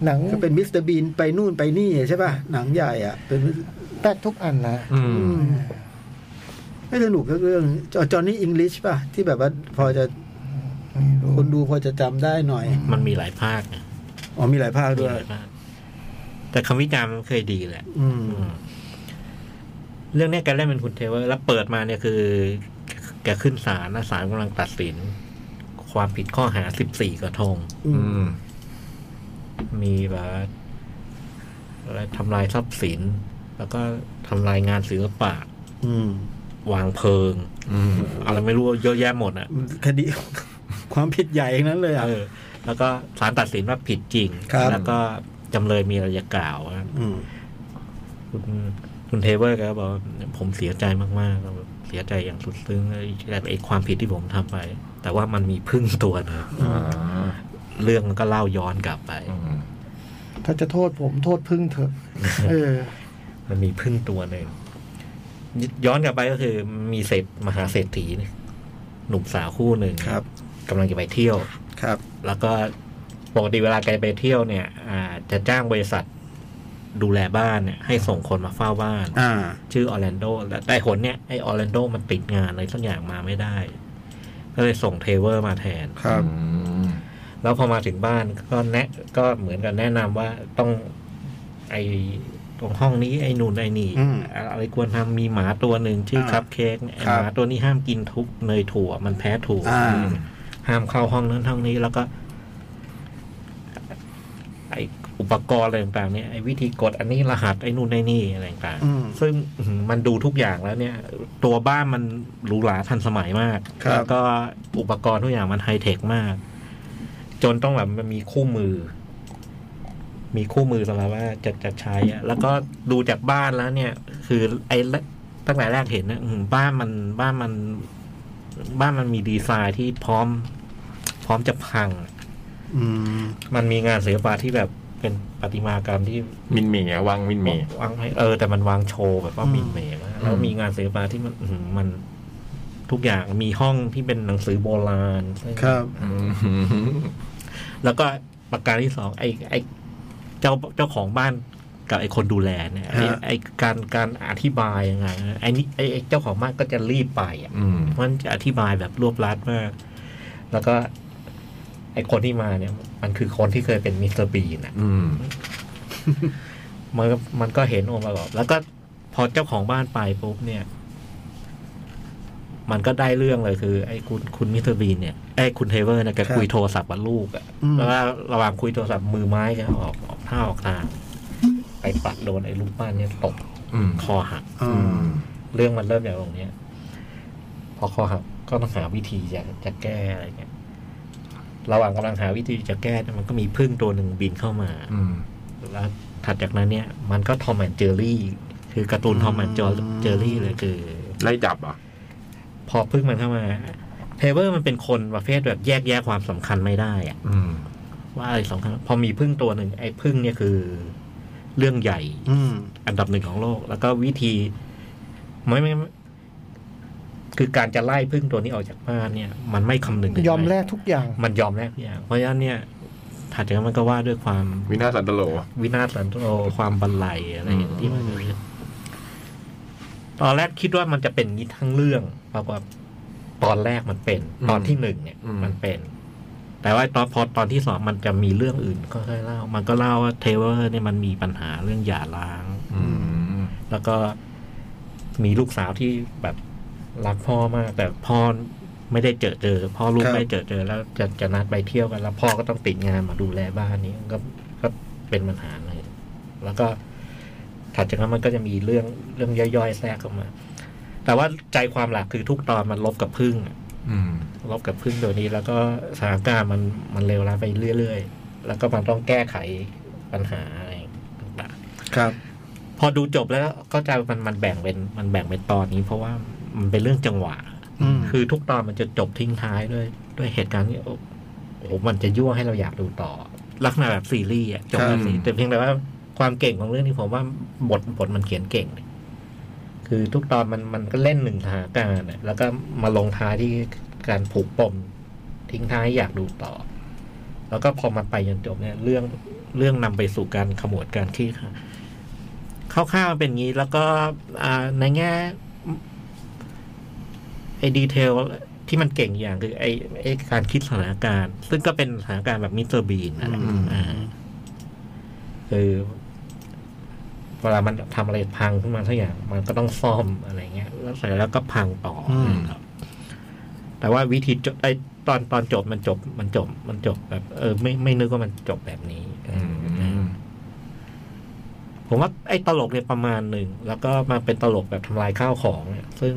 หนัง
ก็เป็นมิสเตอร์บีนไปนู่นไปนี่ใช่ป่ะ หนังใหญ่อ่ะ เป็น Mr.
แทบทุกอันนะ
อืม
ไม่สนุกสักเรื่องจอห์นนี่อิงลิชป่ะ ที่แบบว่าพอจะ
ไม่รู้
คนดูพอจะจำได้หน่อย
มันมีหลายภาคไง
อ๋อมีหลายภาค
มี
ด้วย
หลายภาคแต่คำวิจารณ์มันเคยดีแหละ
อืม
เรื่องเนี้ยแกเล่นเป็นคุณเทเวอร์แล้วเปิดมาเนี่ยคือ แกขึ้นศาลนะศาลกำลังตัดสิน ความผิดข้อหาสิบสี่กระทง
อื
อื
ม
ม
มีแบบอะไรทำลายทรัพย์สิน แล้วก็ทำลายงานศิลปะ
อืม
วางเพลิง
อืม
อะไรไม่รู้เยอะแยะหมดอ่ะ
คดี ความผิดใหญ่ทั้งนั้นเลยอ่ะ
เออ แล้วก็ศาลตัดสินว่าผิดจริง
ครับ
แล้วก็จำเลยมีอะไรจะกล่าวอะ
อืม
คุณคุณเทเวอร์ก็บอกว่าผมเสียใจมากๆแล้วเสียใจอย่างสุดซึ้งไอ้ไอ้ความผิดที่ผมทำไป แต่ว่ามันมีพึ่งตัวหนึง
อ่า
เรื่องมันก็เล่าย้อนกลับไป
อืม
ถ้าจะโทษผมโทษพึ่งเถอะ เออ
มันมีพึ่งตัวหนึ่งย้อนกลับไปก็คือมีเศรษฐมหาเศรษฐีเนี่ยหนุ่มสาวคู่หนึ่ง
ครับ
กำลังจะไปเที่ยว
ครับ
แล้วก็ปกติเวลาแกไปเที่ยวเนี่ย อ่า จะจ้างบริษัทดูแลบ้านเนี่ย ให้ส่งคนมาเฝ้าบ้าน
อ่า
ชื่อออร์แลนโดแต่แต่หนเนี่ยไอออร์แลนโดมันติดงานอะไรสักอย่างมาไม่ได้ ก็เลยส่งเทเวอร์มาแทน
ครับ
แล้วพอมาถึงบ้านก็แนะก็เหมือนกับแนะนำว่าต้องไอตรงห้องนี้ไอนูนไอนี่
อืม
อะไรควรทำมีหมาตัวหนึ่งชื่อ
อ่า
คัพเค้กเนี่ยไอ้
ครับ
หมาตัวนี้ห้ามกินทุบเนยถั่ว มันแพ้ถั่ว
อ่า
ห้ามเข้าห้องนั้นห้องนี้แล้วก็ ไออุปกรณ์อะไรต่างๆเนี่ยไอวิธีกดอันนี้รหัสไอนู่นไอนี่อะไรต่างๆ
อืม
ซึ่งอื้อหือมันดูทุกอย่างแล้วเนี่ย ตัวบ้านมันหรูหราทันสมัยมาก
ครับ
แล้วก็อุปกรณ์ทุกอย่างมันไฮเทคมาก จนต้องแบบมันมีคู่มือ มีคู่มือสำหรับว่าจะจะใช้อะแล้วก็ดูจากบ้านแล้วเนี่ย คือไอ้แรกตั้งแต่แรกเห็นเนี่ยอื้อหือบ้านมันบ้านมัน บ้านมันมีดีไซน์ที่พร้อม พร้อมจะพัง
อืม
มันมีงานศิลปะที่แบบเป็นประติมากรรมที่
มินเมียวางมินเมี
วางให้เออแต่มันวางโชว์แบบว่า
อืม
มีเมย์มากแล้ว
อืม
มีงานศิลปะที่มันอื้อหือมันทุกอย่างมีห้องที่เป็นหนังสือโบราณ
ครับ
อืม
แล้วก็ประการที่สองไอ้ไอ้เจ้าเจ้าของบ้านกับไอ้คนดูแลเนี่ยไอ้
ฮะ
ไอ้การการอธิบายยังไงนะไอ้นี่ไอ้ไอ้เจ้าของบ้านก็จะรีบไปอ่ะ
อืม
มันจะอธิบายแบบรวบรัดมาก แล้วก็ ไอ้คนที่มาเนี่ย มันคือคนที่เคยเป็นมิสเตอร์บีนอะ
อืม
มันก็มันก็เห็นองค์ประกอบแล้วก็พอเจ้าของบ้านไปปุ๊บเนี่ย มันก็ได้เรื่องเลยคือ ไอ้คุณคุณมิสเตอร์บีนเนี่ยไอ้คุณเทเวอร์เนี่ยแก
ครับ
คุยโทรศัพท์กับลูกอะ
อืม
แล้วก็ระหว่างคุยโทรศัพท์มือไม้แก็ออกออกท่าออกทางไปปัดโดนไอ้ลูกบ้านเนี่ยตก
อืม
คอหัก
อืม
เรื่องมันเริ่มจากตรงเนี้ย พอคอหักก็ต้องหาวิธีจะจะแก้อะไรเงี้ยระหว่างกำลังหาวิธีจะแก้เนี่ยมันก็มีพึ่งตัวหนึ่งบินเข้ามา
อืม
แล้วถัดจากนั้นเนี่ย มันก็ทอมแอนเจอรี่ คือการ์ตูนทอมแอนเจอรี่เลยคือ
ไล่จับเหรอ่ะ
พอพึ่งมันเข้ามาเทเวอร์มันเป็นคนประเภทแบบแยกแยะความสำคัญไม่ได้อะ
อืม
ว่าอะไรสำคัญ พอมีพึ่งตัวหนึ่งไอ้พึ่งเนี่ยคือ เรื่องใหญ่
อืม
อันดับหนึ่งของโลก แล้วก็วิธีไม่ไม่ไม่คือการจะไล่พึ่งตัวนี้ออกจากบ้านเนี่ย มันไม่คำนึงถึ
ยอม
งะไร
แลกทุกอย่าง
มันยอมแลกทุกอย่างเพราะฉะนั้นเนี่ยถัดจากนั้นมันก็ว่าด้วยความ
วินาศสันตโล
วินาศสันโตรความบันไลอะไรอย่างที่มันมีตอนแรกคิดว่ามันจะเป็นอย่างนี้ทั้งเรื่องปรากฏว่าตอนแรกมันเป็น
อืม
ตอนที่หนึ่งเนี่ย
อืม
มันเป็น แต่ว่าตอนพอตอนที่สองมันจะมีเรื่องอื่นก็ค่อยๆเล่า มันก็เล่าว่าเทเวอร์เนี่ยมันมีปัญหาเรื่องหย่าร้าง
อืม
แล้วก็มีลูกสาวที่แบบรักพ่อมาก แต่พ่อไม่ได้เจอเจอพ่อลูก
ครับ
ไม่ได้เจอเจอแล้วจะจะนัดไปเที่ยวกัน แล้วพ่อก็ต้องติดงานมาดูแลบ้านนี้ก็ก็เป็นปัญหาเลยแล้วก็ถัดจากนั้นมันก็จะมีเรื่องเรื่องย่อยๆแทรกเข้ามา แต่ว่าใจความหลักคือทุกตอนมันลบกับพึ่งอะ
อืม
ลบกับพึ่งตัวนี้ แล้วก็สถานการณ์มันมันเลวร้ายไปเรื่อยๆแล้วก็มันต้องแก้ไขปัญหาอะไรต่างๆ
ครับ
พอดูจบแล้วก็จะมันมันแบ่งเป็นมันแบ่งเป็นตอนนี้ เพราะว่ามันเป็นเรื่องจังหวะ
อืม
คือทุกตอนมันจะจบทิ้งท้ายด้วยด้วยเหตุการณ์ที่โอ้โอ้โหมันจะยั่วให้เราอยากดูต่อ ลักษณะแบบซีรีส์อะจบแบบนี้แต่เพียงแต่ว่าความเก่งของเรื่องนี้ผมว่าบทบทมันเขียนเก่ง คือทุกตอนมันมันก็เล่นหนึ่งสถานการณ์อะแล้วก็มาลงท้ายที่การผูกปมทิ้งท้ายอยากดูต่อ แล้วก็พอมาไปจนจบเนี่ย เรื่อง เรื่องนำไปสู่การขมวดการขี้ค่ะคร่าวๆมันเป็นอย่างนี้ แล้วก็อ่าในแง่ไอ้ดีเทลที่มันเก่งอย่างคือ ไอ้ไอ้การคิดสถานการณ์ ซึ่งก็เป็นสถานการณ์แบบมิสเตอร์บีนนะ
อืม
อ่าคือเวลามันทำอะไรพังขึ้นมาสักอย่าง มันก็ต้องซ่อมอะไรเงี้ย แล้วเสร็จแล้วก็พังต่ออ
ม
ครับ แต่ว่าวิธีจบไอ้ตอนตอนจบมันจบมันจบ มันจบแบบ เออ ไม่ไม่นึกว่ามันจบแบบนี้
อืม
ผมว่าไอ้ตลกเนี่ยประมาณหนึ่ง แล้วก็มาเป็นตลกแบบทำลายข้าวของเนี่ยซึ่ง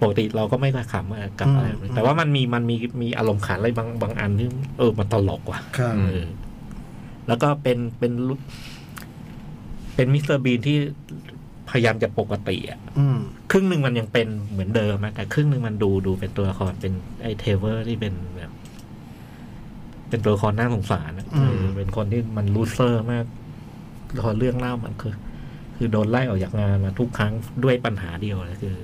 ปกติเราก็ไม่ค่อยขำอะกับอะไรแบบนี้
อืม
แต่ว่ามันมีมันมีมีอารมณ์ขันอะไรบางบางอันที่เออมันตลกว่ะ
ครับ
เออแล้วก็เป็นเป็นลุเป็นมิสเตอร์บีนที่พยายามจะปกติอะ
อืม
ครึ่งหนึ่งมันยังเป็นเหมือนเดิมอะแต่ครึ่งหนึ่งมันดูดูเป็นตัวละครเป็นไอเทเวอร์ที่เป็นแบบ เป็นตัวละครน่าสงสารอะ
อืม
เออเป็นคนที่มันลูเซอร์มากพอเรื่องเล่ามันคือ คือโดนไล่ออกจากงานมาทุกครั้งด้วยปัญหาเดียวเลยคือ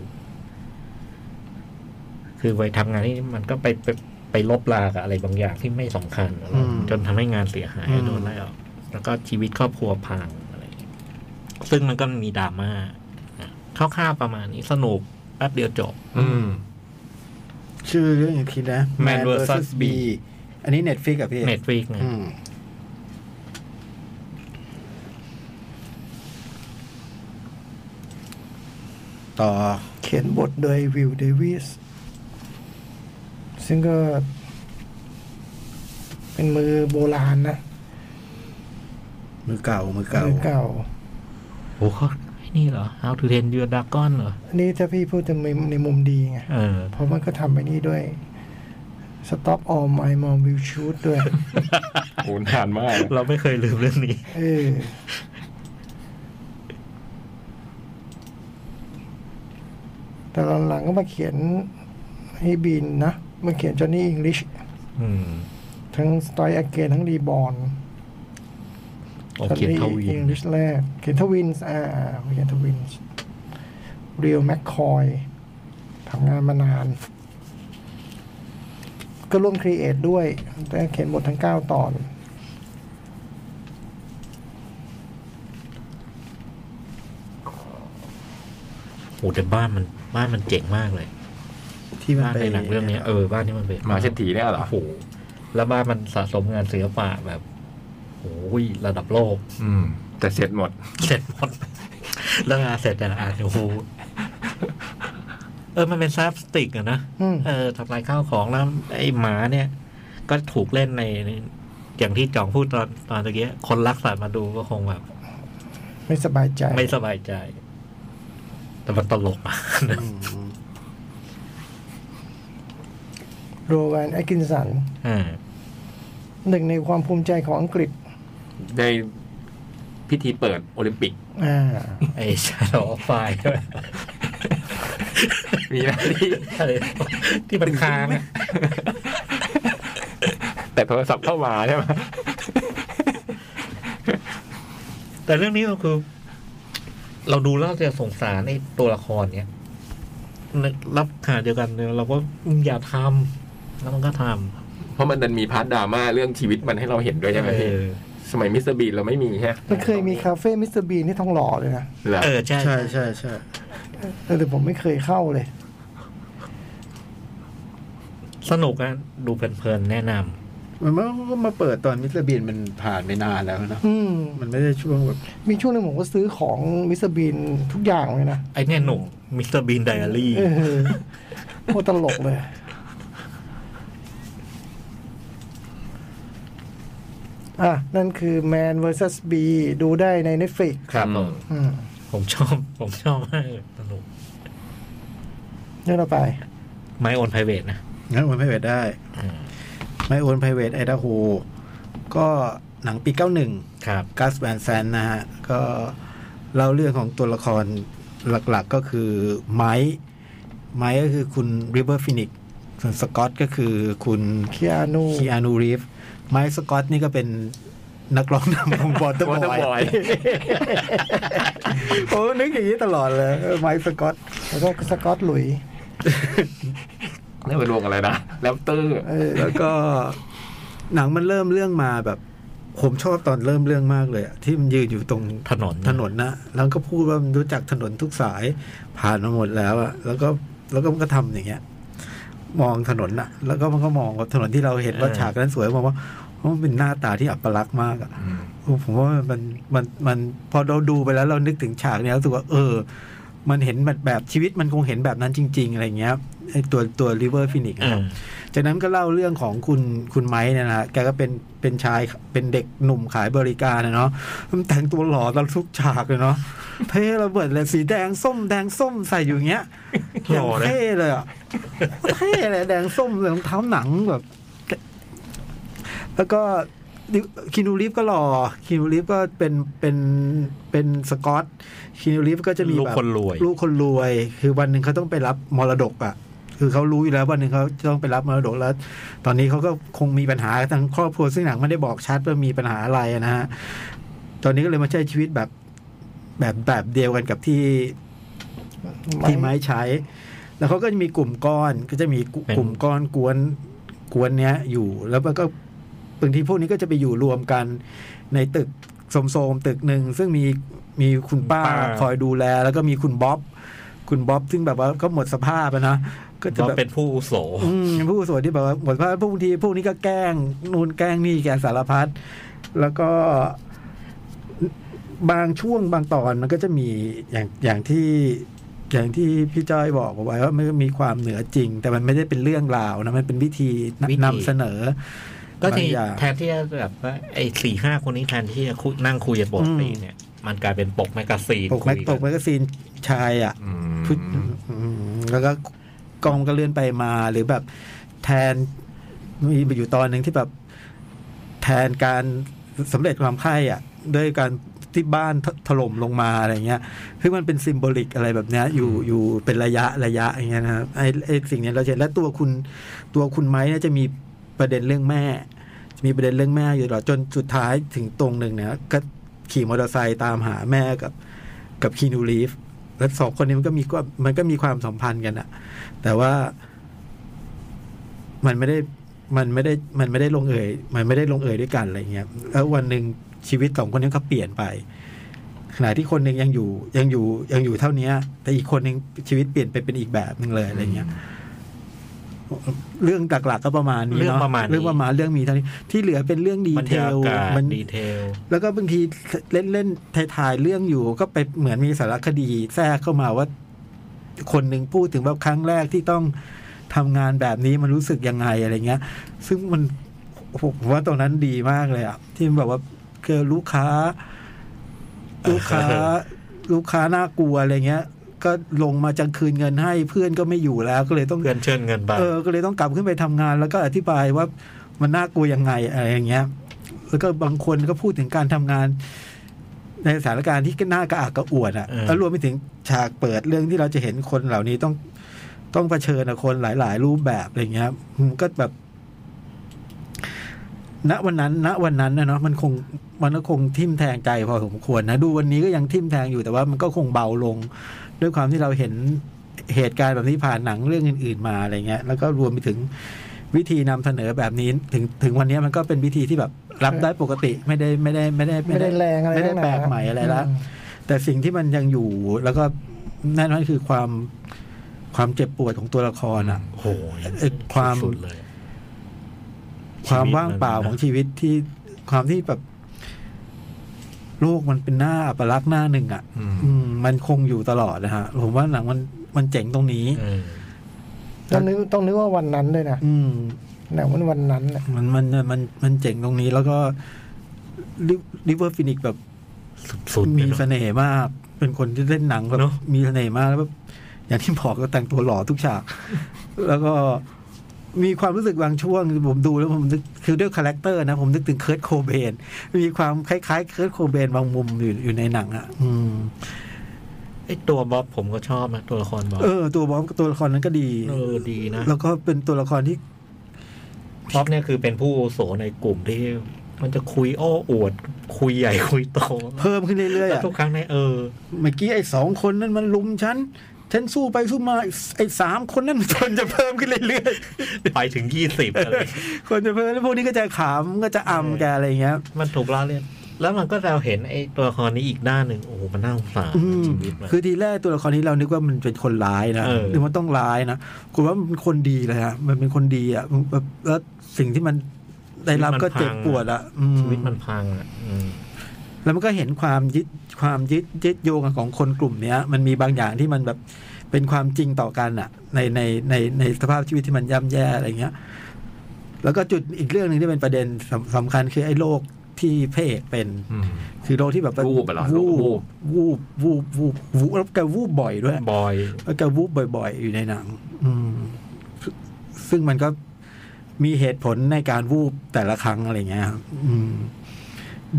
คือไปทำงานนี่มันก็ไปไปไปลบลากับอะไรบางอย่างที่ไม่สำคัญอะไรจนทำให้งานเสียหายโดนไล่ออกแล้วก็ชีวิตครอบครัวพังอะไรอย่างเงี้ยซึ่งมันก็มีดราม่า คร่าวๆประมาณนี้สนุกแป๊บเดียวจบ
อืม
ชื่อเรื่องอย่างคิดนะ
Man vs.
B
Bee
อันนี้เน็ตฟิกอะพี่
เน็ตฟิกนะ
อืม
ต่อ
เขียนบทโดยวิลเดวิสซึ่งก็ เป็นมือโบราณนะ
มือเก่า มือเก่า
มือเก่า
โอ้โหนี่เหรอ How to Train Your Dragon เหรอ
อันนี้ถ้าพี่พูดจะในในมุมดีไง
เออ
เพราะมันก็ทำไปนี่ด้วย Stop All My Mom Will Shoot ด้วย
โหนานมาก
เราไม่เคยลืมเรื่องนี้
เออ แต่หลังๆก็มาเขียนให้บินนะ มาเขียนจอ h ์นี่อิงลิช
อืม
ทั้งสไตล์อเกนทั้งรีบอ n
โอเคทวี
อิ
น
งลิชแรก เขียนทวินส์อ่าเขียนทวินส์เรียวแมคคอยทำงานมานาน ก็ร่วมครีเอทด้วย แต่เขียนบททั้งเก้าตอน
โอ้แต่บ้านมันบ้านมันเจ๋งมากเลย
ที่มัน
บ้าน
ไป
ในหนังเรื่องเนี้ยเออบ้านที่มันเป็น
มาเช็ดถีเนี่ยเหรอ
โอ้โหแล้วบ้านมันสะสมงานศิลปะแบบโอ้ยระดับโลก
อืม แต่เสร็จหมด
เสร็จหมดแล้วงานเสร็จแต่ละอันโอ้โหเออมันเป็นซาฟสติกอะนะ
อืม
เออทำลายข้าวของแล้วไอ้หมาเนี่ย ก็ถูกเล่นในในอย่างที่จ่องพูดตอนตอนตะกี้คนรักสัตว์มาดูก็คงแบบ
ไม่สบายใจ
ไม่สบายใจ แต่มันตลกอะ
โรแวนแอกินสัน
อ่า
หนึ่งในความภูมิใจของอังกฤษ
ได้พิธีเปิดโอลิมปิก
อ่า
ไอ้ชาโดว์ไฟด้วย
มีหน้าที่
อะไรที่มันค้างอะ
แต่โทรศัพท์เข้ามาใช่ไหม
แต่เรื่องนี้ก็คือ เราดูแล้วเราจะสงสารไอ้ตัวละครเนี้ยนึกรับขาเดียวกันเนี่ยเราก็อืมอย่าทำแล้วมันก็ท
เพราะมันดันมีพาร์ทดราม่าเรื่องชีวิตมันให้เราเห็นด้วย
ำ
ใช่ไหม
เอ
พี่
อ
สมัยมิสเตอร์บีนเราไม่มีฮะ
มันเคยมีคาเฟ่มิสเตอร์บีนที่ทองหล่อเลยนะ
เหรอ
เออใช่
ใช่ใช่ใช่
เออแต่ผมไม่เคยเข้าเลย
สนุกนะดูเพลินๆแนะนำ
มันก็มาเปิดตอนมิสเตอร์บีนมันผ่านไปนานแล้วนะ
อืม
มันไม่ได้ช่วงแบบ
มีช่วงหนึ่งผมก็ซื้อของมิสเตอร์บีนทุกอย่างเลยนะ
ไอเนี่ยหนุ่มมิสเตอร์บีนไดอารี่
เออโคตรตลกเลย อ่ะ นั่นคือ Man vs. B ดูได้ใน Netflix
ครับผม
อืม
ผมชอบ ผมชอบมากเลยสนุก
เรื่องต่อไป
ไมโอนไพเวทนะ
งั้นมันไม่เวทได้
อืม
ไม่โอน i พ a t e ไอดาโฮก็หนังปี 91
ครับ
กัสแวนแซนนะฮะ ก็เล่าเรื่องของตัวละครหลักๆก็คือไม้ไม้ก็คือคุณริเวอร์ฟินิกส่วนสกอตก็คือคุณ
Keanu
คีอานูรีฟไม้สกอตนี่ก็เป็นนักร้องนำของ วอเตอร์ บ
Water
อ
Boy
ยโอ้นึกอย่างนี้ตลอดเลยไม้สกอต
แล้วก็สกอตหลุย
นี่นเป็นวงอะไรนะแรปเตอร์
เออ
แล้วก็หนังมันเริ่มเรื่องมาแบบ ผมชอบตอนเริ่มเรื่องมากเลยอะที่มันยืนอยู่ตรง
ถนน
ถนนนะแล้วก็พูดว่ามันรู้จักถนนทุกสายผ่านมาหมดแล้วอะแล้วก็แล้วก็มันก็ทำอย่างเงี้ย มองถนนอะแล้วก็มันก็มองว่าถนนที่เราเห็นว่า
เออ
ฉากนั้นสวยมองว่าโอ้มันเป็นหน้าตาที่อัปลักษณ์มากอะ โอ้ผมว่ามันมันมันพอเราดูไปแล้วเรานึกถึงฉากเนี้ยรู้สึกว่าเออ มันเห็นแบบแบบชีวิตมันคงเห็นแบบนั้นจริง ๆ อะไรเงี้ยไอตัวตัวริเวอร์ฟินิก
เอ
ครับ
อ
จากนั้นก็เล่าเรื่องของคุณคุณไม้เนี่ยนะฮะแกก็เป็นเป็นชายเป็นเด็กหนุ่มขายบริการนะเนาะมันแต่งตัวหล่อตลอดทุกฉากเลยเนาะเท่ระเบิดเลยสีแดงส้มแดงส้มใส่อยู่อย่างเงี้ย
หล่อนะ
เท่เลยอ่ะเท่เลยแดงส้มเลยรองเท้าหนังแบบ แล้วก็คินูรีฟก็หล่อคินูรีฟก็เป็นเป็นเป็นสกอตคินูรีฟก็จะมี
ลูก
แบบ
คนรวย
ลูกคนรวย คือวันหนึ่งเขาต้องไปรับมรดกอะ่ะ คือเขารู้อยู่แล้ววันหนึ่งเขาจะต้องไปรับมรดกแล้ว ตอนนี้เขาก็คงมีปัญหาทางครอบครัวซึ่งหนังไม่ได้บอกชัดว่ามีปัญหาอะไรนะฮะ ตอนนี้ก็เลยมาใช้ชีวิตแบบแบบแบบเดียวกันกับที่ที่ไม้ใช้ แล้วเขาก็จะมีกลุ่มก้อน ก็จะมีกลุ่ม
เป็น
กลุ่มก้อนกวนกวนเนี้ยอยู่ แล้วมันก็บางทีพวกนี้ก็จะไปอยู่รวมกันในตึกโสมๆตึกหนึ่งซึ่งมีมีคุณป้า
ป้า
คอยดูแล แล้วก็มีคุณบ๊อบ คุณบ๊อบซึ่งแบบว่าก็หมดสภาพอะนะก็จะ
ก็
แบบ
เป็นผู้อาวุโส
อืมผู้อาวุโสที่แบบว่าหมดสภาพพวกทีพวกนี้ก็แกล้งนูนแกล้งนี่แกสารพัดแล้วก็บางช่วงบางตอนมันก็จะมีอย่างอย่างที่อย่างที่พี่จ้อยบอกเอาไว้ว่ามันก็มีความเหนือจริง แต่มันไม่ได้เป็นเรื่องราวนะมันเป็นวิธีนำ
วิธี
นำเสนอ
ก็
บา
ที
งอย่าง
แทนที่จะแบบว่าไอ้สี่ห้าคนนี้แทนที่จะคุยนั่งคุยกันปกติเนี่ย มันกลายเป็นปกแมกกาซีน
ปกแม็ก
คุย
ปกแมกกาซีนชายอ่ะ พุทธอืมแล้วก็กองก็เลื่อนไปมาหรือแบบแทนมีอยู่ตอนหนึ่งที่แบบแทนการสำเร็จความใคร่อ่ะ ด้วยการที่บ้านถถล่มลงมาอะไรเงี้ยคือมันเป็นซิมโบลิกอะไรแบบเนี้ยอยู่อยู่เป็นระยะระยะอย่างเงี้ยนะครับไอ้ไอ้สิ่งเนี้ยเราจะเห็นและตัวคุณตัวคุณไม้เนี่ยจะมีประเด็นเรื่องแม่ จะมีประเด็นเรื่องแม่อยู่ตลอดจนสุดท้ายถึงตรงหนึ่งเนี่ยก็ขี่มอเตอร์ไซค์ตามหาแม่กับกับคีนูรีฟ แล้วสองคนนี้มันก็มีก็มันก็มีความสัมพันธ์กันอะแต่ว่ามันไม่ได้มันไม่ได้มันไม่ได้ลงเอยมันไม่ได้ลงเอยด้วยกันอะไรเงี้ยแล้ววันหนึ่งชีวิตสองคนนี้ก็เปลี่ยนไปขณะที่คนหนึ่งยังอยู่ยังอยู่ยังอยู่เท่านี้แต่อีกคนหนึ่งชีวิตเปลี่ยนไปเป็นอีกแบบหนึ่งเลยอะไรเงี้ยเรื่องหลักๆก็ประมาณนี้
เรื่อง
เนาะ
ประมาณนี้
เรื่องประมาณเรื่องมีเท่านี้ที่เหลือเป็นเรื่องดี
บรร
เท
ยา
ล
กาศ
มัน
ดีเทล
แล้วก็บางทีเล่นเล่นๆถ่ายๆเรื่องอยู่ก็ไปเหมือนมีสารคดีแทรกเข้ามาว่า คนหนึ่งพูดถึงว่าครั้งแรกที่ต้องทำงานแบบนี้มันรู้สึกยังไงอะไรเงี้ย ซึ่งมันโอ้โหผมว่าตรงนั้นดีมากเลยอะที่มันแบบว่าเจอลูกค้า ลูกค้า ลูกค้าน่ากลัวอะไรเงี้ย ก็ลงมาจังคืนเงินให้เพื่อนก็ไม่อยู่แล้วก็เลยต้อง
เพื่อนเชิญเงินไป
เออ ก็เลยต้องกลับขึ้นไปทำงาน แล้วก็อธิบายว่ามันน่ากลัวยังไงอะไรอย่างเงี้ย แล้วก็บางคนก็พูดถึงการทำงาน ในสถานการณ์ที่น่ากระอักกระอ่วนอ่ะ
เออ
แล้วรวมไปถึงฉากเปิดเรื่องที่เราจะเห็นคนเหล่านี้ต้องต้องเผชิญกับคนหลาย ๆ รูปแบบอะไรเงี้ยมันก็แบบ ณวันนั้น ณวันนั้นนะเนาะมันคงมันก็คงทิ่มแทงใจพอสมควรนะดูวันนี้ก็ยังทิ่มแทงอยู่แต่ว่ามันก็คงเบาลง ด้วยความที่เราเห็นเหตุการณ์แบบนี้ผ่านหนังเรื่องอื่น ๆ มาอะไรเงี้ย แล้วก็รวมไปถึงวิธีนำเสนอแบบนี้ถึงถึงวันนี้มันก็เป็นวิธีที่แบบรับได้ปกติไม่ได้ไม่ได้ไม่ได้
ไม่ได้แรงอะไร
ไม่ได้
นันา
แปลกใหม่อะไรละ
ม
แต่สิ่งที่มันยังอยู่แล้วก็แน่นอนคือความความเจ็บปวดของตัวละครอ่ะ
โอ้โห
เอ่อความ
สุดๆเลย
ความว่างเปล่าของชีวิตที่ความที่แบบโลกมันเป็นหน้าอัปลักษณ์หน้าหนึ่งอ่ะ อืมมันคงอยู่ตลอดนะฮะ ผมว่าหนังมันมันเจ๋งตรงนี้
เออ
ต้องนึกต้องนึกว่าวันนั้นด้วยนะ
อืม
หนังวันวันนั้นน่ะ
มันมันมันมันเจ๋งตรงนี้แล้วก็ริเวอร์ฟินิกแบบ
สุดๆ
มี
ไปหน่อย
เสน่ห์มาก เป็นคนที่เล่นหนังแบบ
เนอะ
มีเสน่ห์มากแล้วแบบอย่างที่บอกก็แต่งตัวหล่อทุกฉาก แล้วก็มีความรู้สึกบางช่วง ผมดูแล้วผมนึกคือด้วยคาแรคเตอร์นะ ผมนึกถึงเคิร์ตโคเบนมีความคล้ายๆเคิร์ตโคเบนบางมุมอยู่อยู่ในหนังอ่ะ อืม
ไอ้ตัวบ๊อบผมก็ชอบนะตัวละครบ๊อบ
เออ ตัวบอสตัวละครนั้นก็ดี
เออดีนะ
แล้วก็เป็นตัวละครที่
ท็อปเนี่ยคือเป็นผู้อาวุโสในกลุ่มที่ มันจะคุยโอ้อวด คุยใหญ่คุยโต
เพิ่มขึ้นเรื่อยๆ
แล้ว
อะ
ทุกครั้งในยเออ
เมื่อกี้ไอ้สองคนนั้นมันลุมฉัน ฉันสู้ไปสู้มาไอ้สามคนนั่นคนจะเพิ่มขึ้นเรื่อย
ไปถึงยี่สิบอะไร
ๆคนจะเพิ่มแล้วพวกนี้ก็จะขำก็จะอํแกอะไรอย่างเงี้ย
มันถูกล้อเลียนแล้วมันก็เราเห็นไอ้ตัวละครนี้อีกด้านหนึ่งโอ้โหมันน่าสงสาร
อืม
ชีวิตมัน
คือทีแรกตัวละครนี้เรานึกว่ามันเป็นคนร้ายนะ
เออ
หรือมันต้องร้ายนะคุณว่ามันเป็นคนดีเลยฮะมันเป็นคนดีอ่ะมันแบบแล้วสิ่งที่มันได้รับก็เจ็บปวดอ่ะอืม
ชีวิตมันพังอ่ะอืม
แล้วมันก็เห็นความยึดความยึดยึดโยงของคนกลุ่มเนี้ย มันมีบางอย่างที่มันแบบเป็นความจริงต่อกันอ่ะ ในในในในสภาพชีวิตที่มันย่ำแย่อะไรเงี้ย แล้วก็จุดอีกเรื่องหนึ่งที่เป็นประเด็นสำสำคัญคือไอ้โรคที่เพระเอกเป็น
อืม
คือโรคที่แบบา
วูบอะเหรอ
วู
วู
บบ วูบวูบวูบวูบแล้วแกวูบบ่อยด้วย
บอย
แล้วก็วูบบ่อย ๆ อยู่ในหนัง อืม ซึ่งมันก็มีเหตุผลในการวูบแต่ละครั้งอะไรเงี้ยครับอืม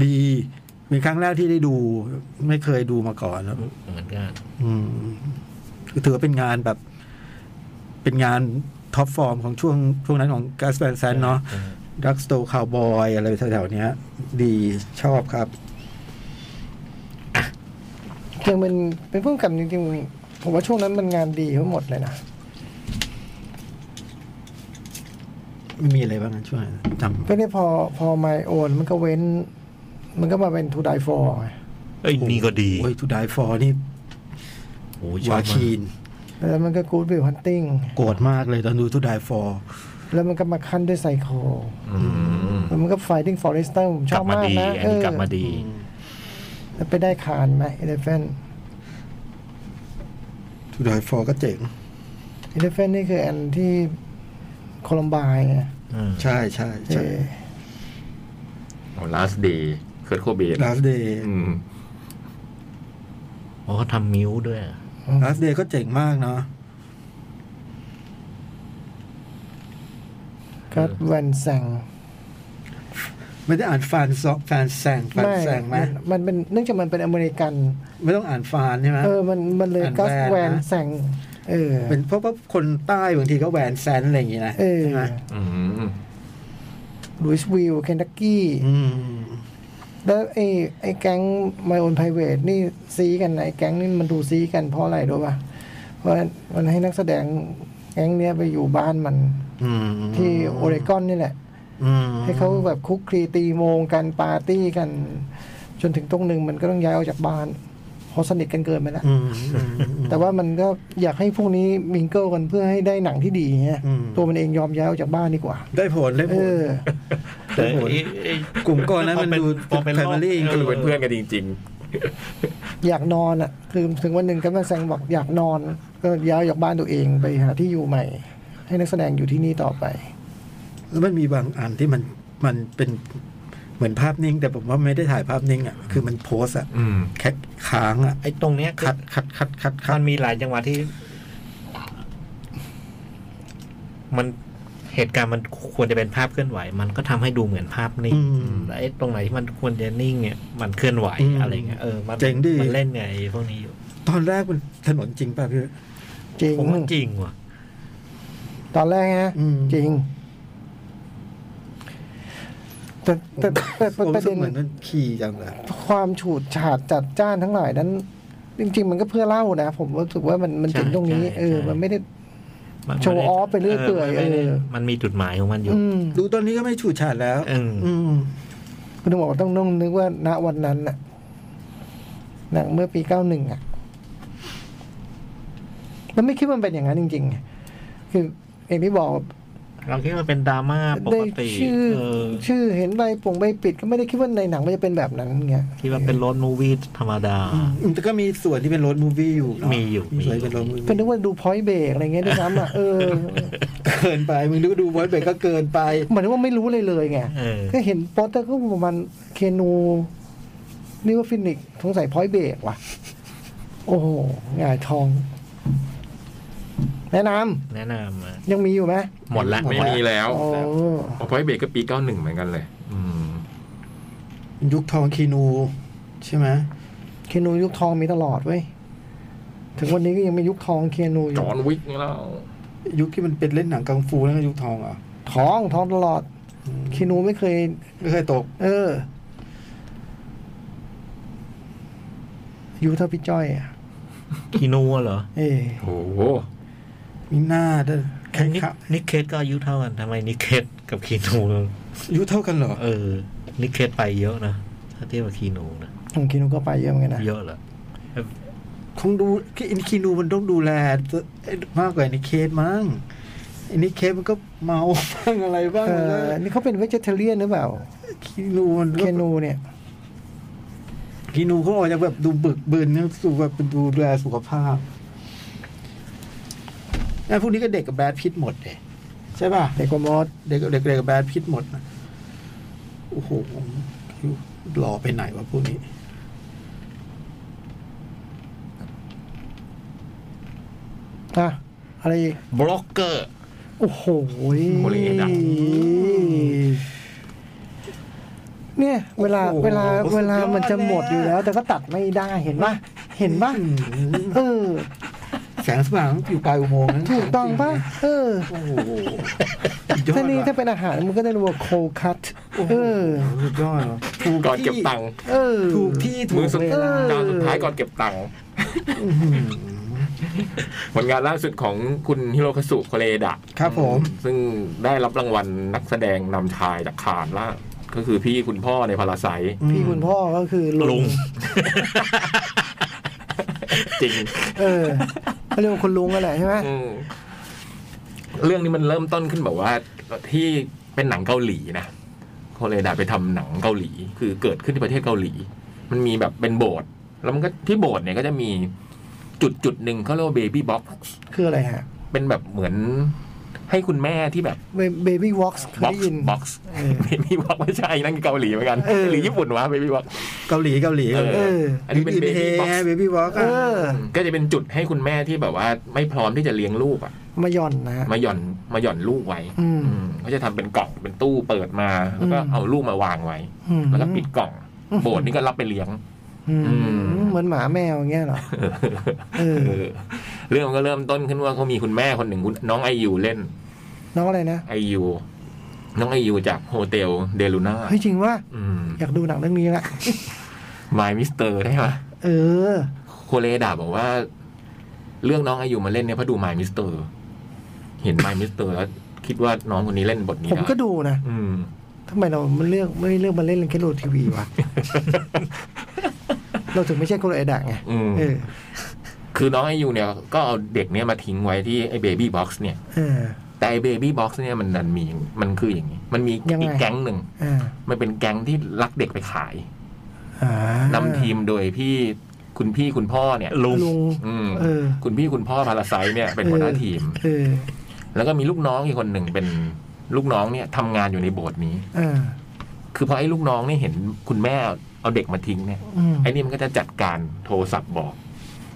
ดีเป็นครั้งแรกที่ได้ดู ไม่เคยดูมาก่อนครับ
เหมือนกัน
อืมถือว่าเป็นงานแบบ เป็นงานท็อปฟอร์มของช่วงช่วงนั้นของกาสเปนแซนเนาะ
ใช่
ดักสโตคาวบอยอะไรแถวๆเนี้ย ดีชอบครับ
จริงๆมันเป็นพุ่มกับจริงๆผมว่าช่วงนั้นมันงานดีทั้งหมดเลยนะ
มีอะไรบ้างนะช่วงนั้นจำ
เพราะนี่พอพอไมโอนมันก็เว้น มันก็มาเป็นทูไดฟอร์
เอ้ยนี่ก็ดี
โอ้ยทูดายฟอร์นี่
โอ้ยชอ
วา
บมาก
ชีน
แล้วมันก็กู๊ดวิวฮันติ้ง
โกรธมากเลยตอนดูทูดายฟอร์
แล้วมันก็มาขั้นด้วยไซโค
อืม
แล้วมันก็ไฟติ้งฟอเรสเตอร์ผมช
กลั
อบ
มาม
บาก
ดี
นะ
อัน
เอ
นี้
อก
ลับมาดี
แล้วไปได้คานไหมเอเลฟเฟน
ทูดายฟอร์ก็เจ๋ง
เอเลฟเฟนนี่คืออันที่โคลัมบายไง
อืม
ใช่ใช่
เอ
ใช่
อ
ลาสเดย์เคิร์ตโคเบน
ลาสเดย์
อืม
อ๋อเขาทำมิ้วด้วยอะ
ลาสเดย์ก็เจ๋งมากเนาะ
ก็แวนแซง
ไม่ได้อ่านฟานซอกฟานแซงฟานแซงไหม
นมันเป็นเนื่องจากมันเป็นอเมริกัน
ไม่ต้องอ่านฟานใช่ไหม
เออ มันมันเลย
อัน
ก็
แว
แวน น
นะ
แซงเออ
เป็นเพราะว่าคนใต้บางทีก็แหวนแซนอะไรอย่างงี้นะ
เออ
ใช่ไหม
อืม
ลุยส์วิลเคนทักกี้
อืม
แล้วไอ้ไอ้แก๊งไมโอนไพรเวทนี่ซีกันนะไอ้แก๊งนี่มันดูซีกันเพราะอะไรรู้ป่ะเพราะมันให้นักแสดงแก๊งเนี้ยไปอยู่บ้านมัน
อืม
ที่โอเรกอนนี่แหละ
อืม
ให้เขาแบบคุกคลีตีโมงกันปาร์ตี้กัน จนถึงตรงหนึ่งมันก็ต้องย้ายออกจากบ้านเพราะสนิทกันเกินไปแล้ว
อืมอืม
แต่ว่ามันก็อยากให้พวกนี้มิงเกิลกันเพื่อให้ได้หนังที่ดีเงี้ยตัวมันเองยอมย้ายออกจากบ้านดีกว่า
ได้ผลได้ผ
เอ
ล
อ
แต่
โอ้โห
ไอ้ไอ้
กลุ่มก้อนนั้น
พอ
มัน
เป็น
ดู
พอเป็น
แฟมิลี่
รอบ
ก็รู้เป็นเพื่อนกันจริง
อยากนอนอ่ะ คือถึงวันหนึ่งก็มาแซงบอกอยากนอน ก็ย้ายออกจากบ้านตัวเองไปหาที่อยู่ใหม่ ให้นักแสดงอยู่ที่นี่ต่อไป
แล้วมันมีบางอันที่มันมันเป็นเหมือนภาพนิ่ง แต่ผมว่าไม่ได้ถ่ายภาพนิ่งอ่ะคือมันโพสอะ
ๆ อืม
แค่ค้างอ่ะ
ไอ้ตรงเนี้ยคือ
คัดคัดคัดคัดคั
มั
ด
นมีหลายจังหวะที่ มันเหตุการณ์มันควรจะเป็นภาพเคลื่อนไหว มันก็ทำให้ดูเหมือนภาพนิ่ง
อืม
แล้วไอ้ตรงไหนที่มันควรจะนิ่งเนี่ยมันเคลื่อนไหว
อืม
อะไรเงี้ยเออมัน
เจ๋งดิ
มันเล่นไงไอ้พวกนี้อยู่
ตอนแรกมันถนนจริงป่ะพี่
จริง
ผมว่าจริงว่ะ
ตอนแรกนะ
อืม
จริง แต่แต่แต่
ผม
ป
รู้
ระ
สึก
เด็น
เหมือนมันขี่จังเลย
ความฉูดฉาดจัดจ้านทั้งหลายนั้น จริง ๆ มันก็เพื่อเล่านะ ผมรู้สึกว่ามันมัน
ใช่
ถึงตรงนี้
ใช่
เออ
ใช่
มันไม่ได้
มัน
โชว์ออฟไปเรื่อยเปื่อย
มันไม่ได้
เออ
มันมีจุดหมายของมันอยู่
อืม
ดูตอนนี้ก็ไม่ฉูดฉาดแล้ว
เอออ
อืม
คุณต้องบอกว่าต้องต้องนึกว่าณวันนั้นน่ะ หนังเมื่อปีเก้าหนึ่งอ่ะ แล้วไม่คิดว่ามันเป็นอย่างนั้นจริงๆไงคืออย่างที่บอก
เราคิดว่าเป็นดราม่าป
ได้
กติ
ชื่อ
เออ
ชื่อเห็นใบปงใบปิด ก็ไม่ได้คิดว่าในหนังมันจะเป็นแบบนั้นเงี้ย
คิดว่าเป็นรถมูวี่ธรรมดา
แต่ก็มีส่วนที่เป็นรถมูฟี่อยู่เนะ
มีอยู่
มีส่วน
มี
เป็นรถมู
ก็นึ
ฟี่
กว่าดูพอยเบรกอะไรเงี้ยด้วยซ้ำอ่ะ เอ อ
เกินไป มึงดูดูไวเบรกก็เกินไป
เหมือนว่าไม่รู้เลยเลยไง
เออ
ก็เห็นโปสเตอร์ก็ประมาณเคนู นี่ว่าฟินิกซ์สงสัยพอยเบรกว่ะ โอ้โหหงายทอง แนะน
แนะนำอะ
ำยังมีอยู่ไหม
หมดละ
ไม่มีแล้ว
โอ้
โอ้พอยเบรกก็ปี 91 เหมือนกันเลย อืม
ยุคทองคีนูใช่ไหม
เคนูยุคทองมีตลอดเว้ย ถึงวันนี้ก็ยังมียุคทองเคนูอ
จ
ยู่
อห์นวิกนี่แล้ว
ยุคที่มันเป็นเล่นหนังกังฟูนั่นก็ยุคทองเหรอ่ะ
ทองทองตลอดเคนูไม่เคย
ไม่เคยตก
เออยูเท่าพี่จ้อยอะ
คีนูเหรอ
เอ้ย
โอ้โห
มีหน้าด้วยแค่
นิก
ครับ
นิกเคสก็อายุเท่ากันทำไมนิกเคสกับคีนู
อายุเท่ากันเหรอ
เออ นิกเคสไปเยอะนะถ้าเทียบกับคีนูนะ
ผมคิดนุก็ไปเยอะเหมือนกันนะ
เยอะเหรอ
คงดูคืออินคีนูมันต้องดูแลตัวมากกว่าอินเคสมั้งอินเคสมันก็เมาบ้างอะไรบ้าง
เอ
เล
อย นี่เขาเป็นเวจเทเรียนหรือเปล่า
คีนูมัน
เคนูเนี่ย
คีนูเขาออกจากแบบดูบึกบึนนะสู่แบบดูแลสุขภาพไอ้พวกนี้ก็เด็กกับแบดพิทหมดเลยใช่ป่ะ
เด็กกว่ามอส
เด็กกับเด็กเด็กกับแบดพิทหมดนะโอ้โหหล่อไปไหนวะพวกนี้
อ่ะอะไรอีก
บล็อกเกอร์
โอ้โห
โมเลดอะ
เนี่ยเวลา
โอ้โห
เวลา
สุดยอด
เวลามันจะหมดอยู่แล้ว
เลยอะ
แต่ก็ตัดไม่ได้เห็นปะเห็นปะเออ
แสงสว่างอยู่ปลายอุโมงค์นั้น
ถูกต้องปะเออ
โอ้โห สุดยอด
ถ้านี่
ว่ะ
ถ้าเป็นอาหารมันก็ได้รู้ว่าโคคัตเออ
สุดยอดเหรอถูก
ก่อนเก็บ
ที่
ตังค์
เออ
ถูกที่ถู
มื
ก
อสุด
เวลา
จานสุดท้ายก่อนเก็บตังค์ผลงานล่าสุดของคุณฮิโรคาสุโคเรดะ
ครับผม
ซึ่งได้รับรางวัลนักแสดงนำชายจากคานล่าก็คือพี่คุณพ่อในพาราไซต์
พี่คุณพ่อก็คือ
ลุ
ลุ
ง
ง
จริง
เออเขาเรียกว่าคุณลุงกันแหละใช่ไหม
อืมเรื่องนี้มันเริ่มต้นขึ้นแบบว่าที่เป็นหนังเกาหลีนะโคเรดาไปทำหนังเกาหลี คือเกิดขึ้นที่ประเทศเกาหลี มันมีแบบเป็นโบสถ์แล้วมันก็ที่โบสถ์เนี่ยก็จะมีจุดจุดๆหนึ่งเขาเรียกว่าเบบี้บ็อก
คืออะไรฮะ
เป็นแบบเหมือนให้คุณแม่ที่แบบ
เบบี้วอล์กเคย
บ็อก
ได้ยิน
ซ์บ็อกซ์
เออ
เบบี้บ็อกไม่ใช่นั่นคือเกาหลีเหมือนกัน
เออ
หรือญี่ปุ่นวะเบบี้บ็อก
เกาหลีเกาหลี
เออ
เออ
อันนี้เป็นเบบี้บ็อก
เบบี้วอล์ก
เออ
ก็จะเป็นจุดให้คุณแม่ที่แบบว่า ไม่พร้อมที่จะเลี้ยงลูกอ่ะ
มาย่อนนะฮะ
มาหย่อนมาหย่อนลูกไว้
อืม
อืมก็จะทำเป็นกล่องเป็นตู้เปิดมาแล้วก็
อืม
เอาลูกมาวางไว้
อืม
แล้วก็ปิดกล่อง โบสถ์นี่ก็รับไปเลี้ยง
อืม
อืม
เหมือนหมาแมวอย่างเงี้ยเหรอ เออ
เออเรื่องมันก็เริ่มต้นขึ้นว่าเขามีคุณแม่คนหนึ่งคุณน้องไอยูเล่น
น้องอะไรนะ
ไอยูน้องไอยูจากโฮเทลเดลูน่า
เฮ้ยจริงว่า
อืม
อยากดูหนังเรื่องนี้ละ
มายมิสเตอร์ได้ไหม
เออ
โคเลดาบอกว่า เรื่องน้องอายุมาเล่นเนี่ยเพราะดูมายมิสเตอร์ เห็นมายมิสเตอร์แล้วคิดว่าน้องคนนี้เล่นบทนี้
ผมก็
ได้
ดูนะ
อืม
ทำไมเรามันเลือกไม่เลือกมาเล่นเล่นแค่โรทีวีวะ เราถึงไม่ใช่คนไอ้ด่างไง
อืม
เออ
คือน้องอายุเนี่ย ก็เอาเด็กเนี่ยมาทิ้งไว้ที่ไอ้เบบี้บ็อกซ์เนี่ย
เออ
แต่ไอ้เบบี้บ็อกซ์เนี่ยมันดันมีมันคืออย่างนี้ มันมี
ยังไง
อีกแก๊งหนึ่ง
อ่า
มันเป็นแก๊งที่ลักเด็กไปขาย
อ่าน
ำ
น
ทีมโดยพี่คุณพี่คุณพ่อเนี่ย
ลุง
ลุง
อืม
เออ
คุณพี่คุณพ่อพาราไซต์เนี่ยเป็นหัวหน้าทีม
เออ
แล้วก็มีลูกน้องอีกคนหนึ่งเป็นลูกน้องเนี่ยทำงานอยู่ในโบสถ์นี้
อ่า
คือพอไอ้ลูกน้องนี่เห็นคุณแม่เอาเด็กมาทิ้งเนี่ย
อืม
ไอ้นี่มันก็จะจัดการโทรศัพท์บอก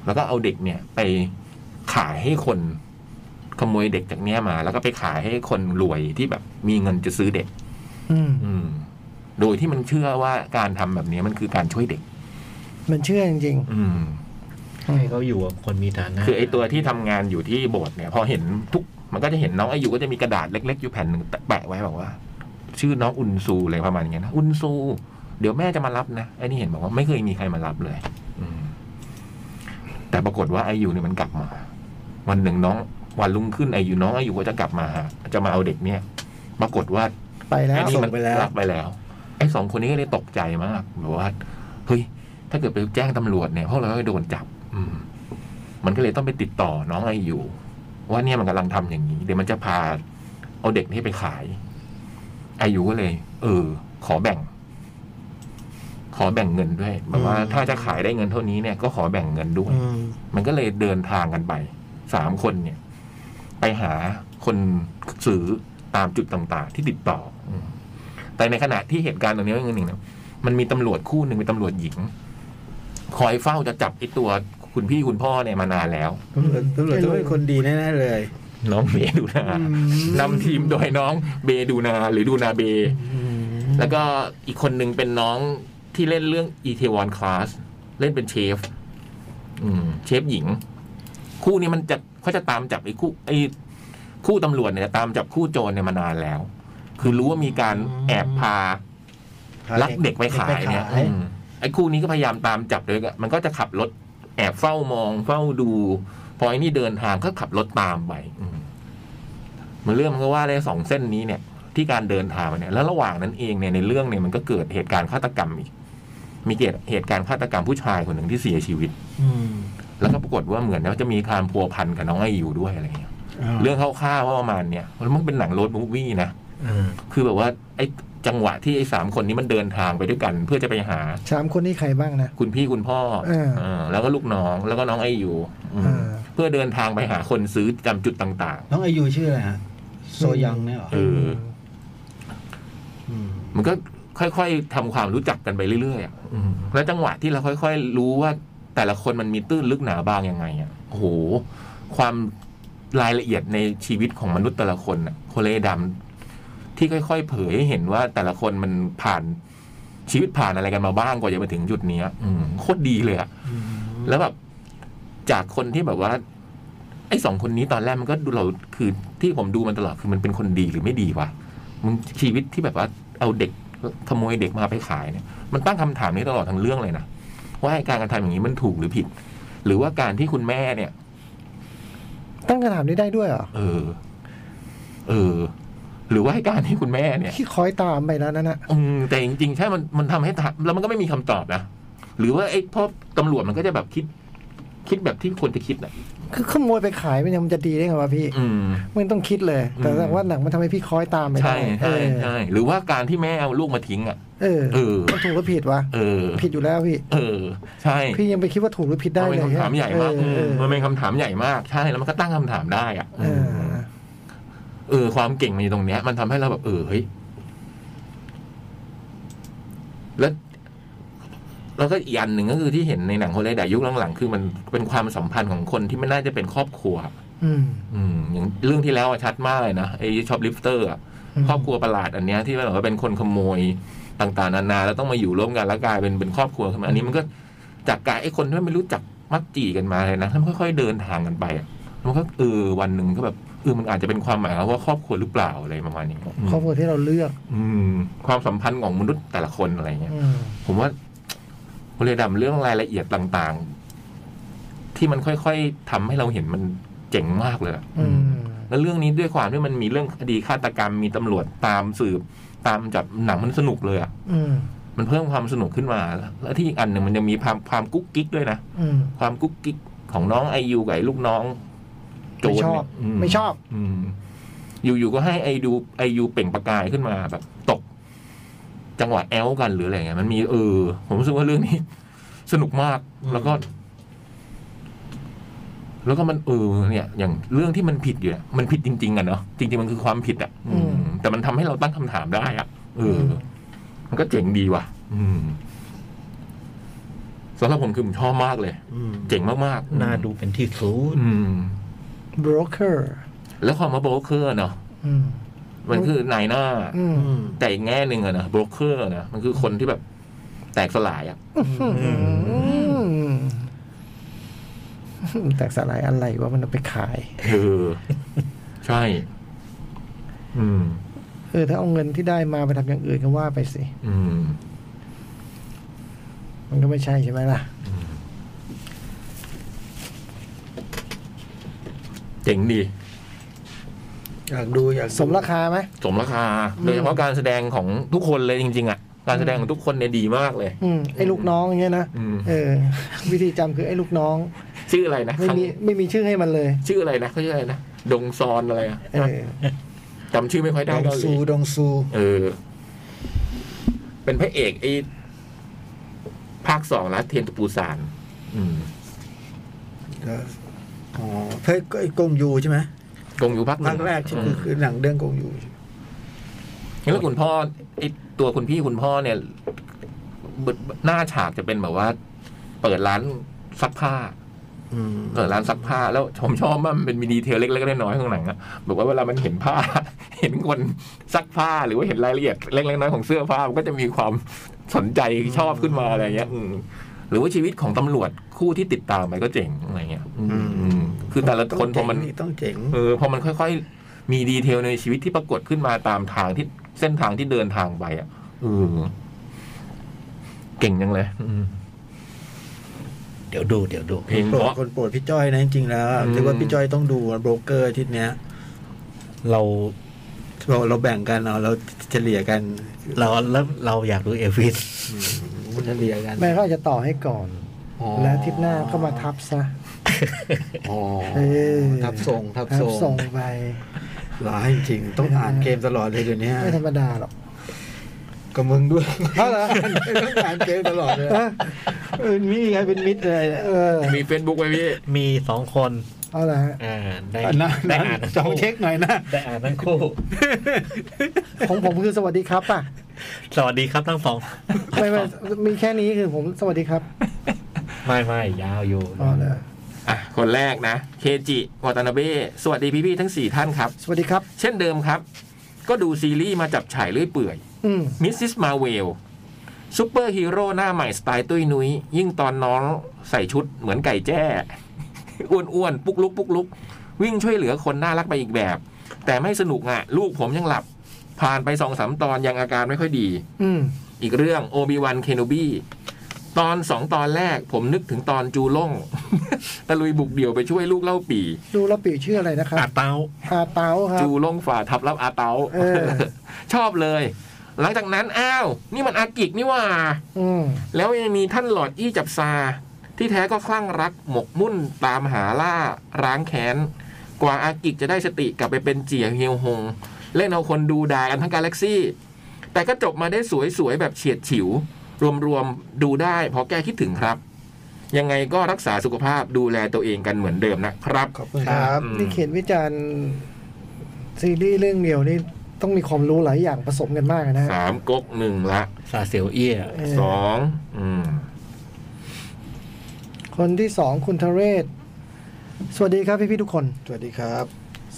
แล้วก็เอาเด็กเนี่ยไปขายให้คนขโมยเด็กจากเนี้ยมา แล้วก็ไปขายให้คนรวยที่แบบมีเงินจะซื้อเด็ก
อืม
อืม โดยที่มันเชื่อว่าการทำแบบเนี้ยมันคือการช่วยเด็ก
มันเชื่อจริง
อืม
ๆ
ให้เขาอยู่กับคนมีฐานะ
คือไอ้ตัวที่ทำงานอยู่ที่โบสถ์เนี่ย พอเห็นทุกมันก็จะเห็นน้องอายุก็จะมีกระดาษเล็กๆอยู่แผ่นหนึ่งแปะไว้บอกว่า ชื่อน้องอุนซูอะไรประมาณอย่างเงี้ยนะอุนซู เดี๋ยวแม่จะมารับนะไอ้นี่เห็นบอกว่าไม่เคยมีใครมารับเลย อืม แต่ปรากฏว่าไอายุเนี่ยมันกลับมา วันหนึ่งน้อง วันรุ่งขึ้นไอายุน้องอายุก็จะกลับมาหาจะมาเอาเด็กเนี่ย ปรากฏว่า
ไปแล้
ไอ้
ว
นี่มัน
ส่งไปแล้ว
รับไปแล้ว ไอ้สองคนนี้ก็เลยตกใจมากแบบว่าเฮ้ยถ้าเกิดไปแจ้งตำรวจเนี่ยพวกเราก็โดนจับ อืม มันก็เลยต้องไปติดต่อน้องไออยู่ ว่าเนี่ยมันกำลังทำอย่างนี้ เดี๋ยวมันจะพาเอาเด็กนี่ไปขาย ไออยู่ก็เลย เออ ขอแบ่ง ขอแบ่งเงินด้วยแบบว่า
อืม
ถ้าจะขายได้เงินเท่านี้เนี่ยก็ขอแบ่งเงินด้วย
อืม
มันก็เลยเดินทางกันไปสามคนเนี่ย ไปหาคนซื้อตามจุดต่างๆ ที่ติดต่ออืมแต่ในขณะที่เหตุการณ์ตรงนี้มันหนึ่งนะมันมีตำรวจคู่หนึ่งเป็นตำรวจหญิง คอยเฝ้าจะจับไอ้ตัวคุณพี่คุณพ่อเนี่ยมานานแล้ว
ตำรวจตำรวจต้องเป็นคนดีแน่ๆเลย
น้องเบดูนา นำทีมโดยน้องเบดูนา หรือดูนาเบ แล้วก็อีกคนหนึ่งเป็นน้องที่เล่นเรื่องอีเทวอนคลาสเล่นเป็นเชฟ อืม เชฟหญิง คู่นี้มันจะเขาจะตามจับไอ้คู่ไอ้คู่ตำรวจเนี่ยจะตามจับคู่โจรเนี่ยมานานแล้ว คือรู้ว่ามีการแอบพา ลักเด็กไปขายเนี่ย
ด็กไปขา
อืมไอ้คู่นี้ก็พยายามตามจับเลยมันก็จะขับรถ แอบเฝ้ามองเฝ้าดูพอไอ้นี่เดินทางก็ขับรถตามไปอืมมันเรื่องมันก็ว่าได้สองเส้นนี้เนี่ย ที่การเดินทางมาเนี่ยแล้วระหว่างนั้นเองเนี่ยในเรื่องเนี่ยมันก็เกิดเหตุการณ์ฆาตกรรมอีกมีเกิดเหตุการณ์ฆาตกรรมผู้ชายคนหนึ่งที่เสียชีวิต
อืม
แล้วก็ปรากฏว่าเหมือนว่าจะมีการพัวพันกับน้องไออยู่ด้วยอะไรเงี้ย เรื่องคร่าวๆว่าประมาณเนี่ยมันเป็นหนังโรดมูฟวี่นะ
อืม
คือแบบว่าไอ้จังหวะที่ไอ้สามคนนี้มันเดินทางไปด้วยกัน เพื่อจะไปหา
สามคนนี้ใครบ้างนะ
คุณพี่คุณพ่อ
เออ
เออแล้วก็ลูกน้องแล้วก็น้องไออยู่อืม
เออ
เพื่อเดินทางไปหาคนซื้อจำจุดต่าง
น้องอายุชื่ออะไรฮะ โซยังเนี่ยเหรอ
ๆ เออ
ม
มันก็ค่อยๆทำความรู้จักกันไปเรื่อยๆอะแล้วจังหวะที่เราค่อย ๆ รู้ว่าแต่ละคนมันมีตื้นลึกหนาบางยังไงอ่ะโอ้โห ความรายละเอียดในชีวิตของมนุษย์แต่ละคนอ่ะโคเลดำที่ค่อย ๆ เผยให้เห็นว่าแต่ละคนมันผ่านชีวิตผ่านอะไรกันมาบ้างกว่าจะมาถึงจุดเนี้ยอืมโคตรดีเลยอ่ะแล้วแบบจากคนที่แบบว่า ไอ้สองคนนี้ตอนแรกมันก็ดูเราคือที่ผมดูมันตลอดคือมันเป็นคนดีหรือไม่ดีวะ มึงชีวิตที่แบบว่าเอาเด็กขโมยเด็กมาไปขายเนี่ย มันตั้งคำถามนี้ตลอดทั้งเรื่องเลยนะว่าไอ้การกระทำอย่างนี้มันถูกหรือผิด หรือว่าการที่คุณแม่เนี่ย
ตั้งคำถามนี้ได้ด้วยเหรอ
เออ เออ หรือว่าให้การที่คุณแม่เนี่ย
ที่คอยตามไปแล้วนั่นนะ
อืมแต่จริงๆใช่มันมันทำให้ถามแล้วมันก็ไม่มีคำตอบนะหรือว่าไอ้พอตำรวจมันก็จะแบบคิด คิดแบบที่คนจะคิดนะ
คือขโมยไปขายมันยังมันจะดีได้ไงวะพี่
อืม
มันต้องคิดเลย แต่
อืม
แต่ว่าหนังมันทำให้พี่คอยตามไปได้
ใช่ใช่
เออ
ใช่หรือว่าการที่แม่เอาลูกมาทิ้งอ่ะ
เออ
เออ
มันถูกหรือผิดวะ
เออ
ผิดอยู่แล้วพี่
เออ ใช่
พี่ยังไปคิดว่าถูกหรือผิดได้เลย
มันเป็นคำถามใหญ่มาก
เออ
มมันเป็นคำถามใหญ่มากใช่แล้วมันก็ตั้งคำถามได้อะ
เออ
เออ ความเก่งมันอยู่ตรงเนี้ย มันทำให้เราแบบเออเฮ้ยแล้วแล้วก็อีกอันหนึ่งก็คือที่เห็นในหนังคนไร้ดายุคหลังๆคือมันเป็นความสัมพันธ์ของคนที่ไม่น่าจะเป็นครอบครัว
อืม
อืม อย่างเรื่องที่แล้วอะชัดมากเลยนะไอ้ชอปลิฟเตอร์อะ
อืม
ครอบครัวประหลาดอันเนี้ยที่แบบว่าเป็นคนขโมยต่างๆนานาแล้วต้องมาอยู่ร่วมกันแล้วกลายเป็นเป็นครอบครัวขึ้นมาอันนี้มันก็จากกายไอ้คนที่ไม่รู้จักมักจีกันมาเลยนะแล้วมันค่อยๆเดินทางกันไปอะมันก็เออวันหนึ่งก็แบบเออมันอาจจะเป็นความหมายว่าครอบครัวหรือเปล่าอะไรประมาณนี้อืม
ครอบครัวที่เราเลือก
อืม ความสัมพันธ์ของมนุษย์แต่ละคนอะไรเงี้ย
อืม
ผมว่าโมเลดำเรื่องรายละเอียดต่างๆ ที่มันค่อยๆทำให้เราเห็นมันเจ๋งมากเลยอะ
อืม
แล้วเรื่องนี้ด้วยความที่มันมีเรื่องคดีฆาตกรรมมีตำรวจตามสืบ ตามจับหนังมันสนุกเลยอ่ะ
อืม
มันเพิ่มความสนุกขึ้นมา แล้วแล้วที่อีกอันหนึ่งมันยังมีความความกุ๊กกิ๊กด้วยนะ
อืม
ความกุ๊กกิ๊กของน้องไอยูกับไอ้ลูกน้องโจ
ไม่
ร
ช
เนี่
อบ
ยม
ไม่ชอบ
อืมอยู่ๆก็ให้ไอดูไอยูเปล่งประกายขึ้นมาแบบ ตก จังหวะแอลกันหรืออะไรเงี้ยมันมีเออ ผมรู้สึกว่าเรื่องนี้ สนุกมาก แล้วก็ แล้วก็มันเออเนี่ย อย่างเรื่องที่มันผิดอยู่เนี่ยมันผิดจริง ๆอะเนาะจริง ๆ มันคือความผิดอะอืม แต่มันทำให้เราตั้งคำถามได้อะเออ มันก็เจ๋งดีว่ะ อืมสำหรับผมคือผมชอบมากเลย
อืม
เจ๋งมากๆ
น่าดูเป็นที่สุด
อืม
broker
แล้วความว่าโบรกเกอร์เนาะ
อืม
มันคือนายหน้า
อืม
อืม
แต่อีกแง่หนึ่งอะนะโบรกเกอร์นะมันคือคนที่แบบแตกสลายอะ
อืมแต่สลายอะไรว่ามันเอาไปขาย
เออ ใช่ อืม
เออถ้าเอาเงินที่ได้มาไปทำอย่างอื่นก็ว่าไปสิ
อืม
มันก็ไม่ใช่ใช่ไหมล่ะ
เจ๋งดี
อยากดูอยากดู
สมราคาไหม
สมราคา โดยเฉพาะการแสดงของทุกคนเลยจริง ๆอะการแสดงของทุกคนเนี่ยดีมากเลย
อืมไอ้ลูกน้องอย่างเงี้ยนะ
อืม
เออ วิธีจำคือไอ้ลูกน้อง
ชื่ออะไรนะ
ไม่มีไม่มีชื่อให้มันเลย
ชื่ออะไรนะเขาชื่ออะไรนะดงซอนอะไรอะ
เออ
จำชื่อไม่ค่อย
ด
ได้
อง
เกาห
ซู
ลี
ดองซู
เออ เป็นพระเอกไอ้ภาคสองละเทียนตะปูซาน อืม
แล้วอ๋อเพ่ก็ไอ้กงยูใช่ไหม
กงอยู่ภาคหนึ่
ภาค
ง
แรกใช่ไหมคือคือหนังเรื่องกงยู
มแล้วคุณพ่อไอ้ตัวคุณพี่คุณพ่อเนี่ย หน้าฉากจะเป็นแบบว่า เปิดร้านซักผ้า
อืม
เปิดร้านซักผ้าแล้วผมชอบมากมันเป็นมีดีเทลเล็กๆน้อยๆข้างหลังอะบอกว่าเวลามันเห็นผ้า เห็นคนซักผ้าหรือว่าเห็นรายละเอียดเล็กๆน้อยๆของเสื้อผ้ามันก็จะมีความสนใจชอบขึ้นมาอะไรเงี้ยอืมหรือว่าชีวิตของตำรวจคู่ที่ติดตามไปก็เจ๋งอะไรเงี้ยอืมอืมคือแต่ละคนพ
ต้
อ
อง
มั
เจ๋
น
งต้องเจ๋ง
เออพอมันค่อยๆ มีดีเทลในชีวิตที่ปรากฏขึ้นมาตามทางที่เส้นทางที่เดินทางไปอ่ะเออเก่งจังเลย อืม
เดี๋ยวดูเดี๋ยวดู
เพลง
โปรด
เพราะ
คนโปรดพี่จ้อยนะจริงๆแล้วอะ
อืม
ถือว่าพี่จ้อยต้องดูโบรกเกอร์ทิศเนี้ย
เรา
เราเราแบ่งกันเอาเราเฉลี่ยกัน
เราแล้วเราอยากดูเอลวิส
เฉลี่ยกัน
แม่ก็อาจจะต่อให้ก่อน แล้วอาทิศหน้าก็มาทับซะ
อ๋อ
เออ
ทับทรงทับ
ทั
ทร
บ
ง
ส่งไป
หลายจริงๆต้องอ่านเกมตลอดเลยเดี๋ยวนี้
ไม่ธรรมดาหรอก
กับมึงด้วยเพราะอะไรต้องอ่านเกมตลอดเลยเป็นมิตรไงเป็นมิตรเลย
เออ
มีเฟซบุ๊กไหมพี่
มีสองคน
เอาละฮะ
อ่าได้
อ่ะนะ
ได้
นะ
อ่านทั้ง
จอง
คู่
เช็คหน่อยนะ
ได้อ่านทั้งคู่
ของผมคือสวัสดีครับป่ะ
สวัสดีครับทั้งสอง
ไม่ไม่มีแค่นี้คือผมสวัสดีครับ
ไม่ไม่ยาวอยู่
อ๋อเหรอ
อ่ะ คนแรกนะ เคจิวัตานาเบ้สวัสดีพี่ๆทั้ง 4 ท่านครับ
สวัสดีครับ
เช่นเดิมครับ ก็ดูซีรีส์มาจับฉายเรื่อยเปื่อย
อืม
มิสซิสมาเวลซูเปอร์ฮีโร่หน้าใหม่สไตล์ตุ้ยนุย้ย ยิ่งตอนน้องใส่ชุดเหมือนไก่แจ้ อ้วนๆ ปุกลุกปุกลุก วิ่งช่วยเหลือคนน่ารักไปอีกแบบ แต่ไม่สนุกอะ่ะ ลูกผมยังหลับ ผ่านไปสองสามตอนยังอาการไม่ค่อยดี
อืม
อีกเรื่องโอบิวันเคโนบีตอนสองตอนแรกผมนึกถึงตอนจูล่ง ตะลุยบุกเดี่ยวไปช่วยลูกเล่าปี
ดูแล้วปีชื่ออะไรนะครับ
อาเตา
อาเตาครับ
จูล่งฝ่าทับรับอาเตา
เออ
ชอบเลย หลังจากนั้นอ้าว นี่มันอากิกนี่หว่า
อืม
แล้วยังมีท่านหลอดอี้จับซา ที่แท้ก็คลั่งรักหมกมุ่นตามหาล่าร้างแค้น กว่าอากิกจะได้สติกลับไปเป็นเจียเฮียวหง เล่นเอาคนดูด่ากันทั้งกาแล็กซี่ แต่ก็จบมาได้สวยๆ แบบเฉียดฉิว รวมๆ ดูได้พอแก้คิดถึงครับ ยังไงก็รักษาสุขภาพดูแลตัวเองกันเหมือนเดิมนะครับ
ขอบคุณครับ
อืม
นี่เขียนวิจารณ์ซีรีส์เรื่องเดียวนี่ต้องมีความรู้หลายอย่างผสมกันมากนะฮะ
สามก๊กหนึ่งละ
ซาเซียวเอี้ย
เออ
สองอืม
คนที่สองคุณทเรศ สวัสดีครับพี่พี่ๆทุกคน
สวัสดีครับ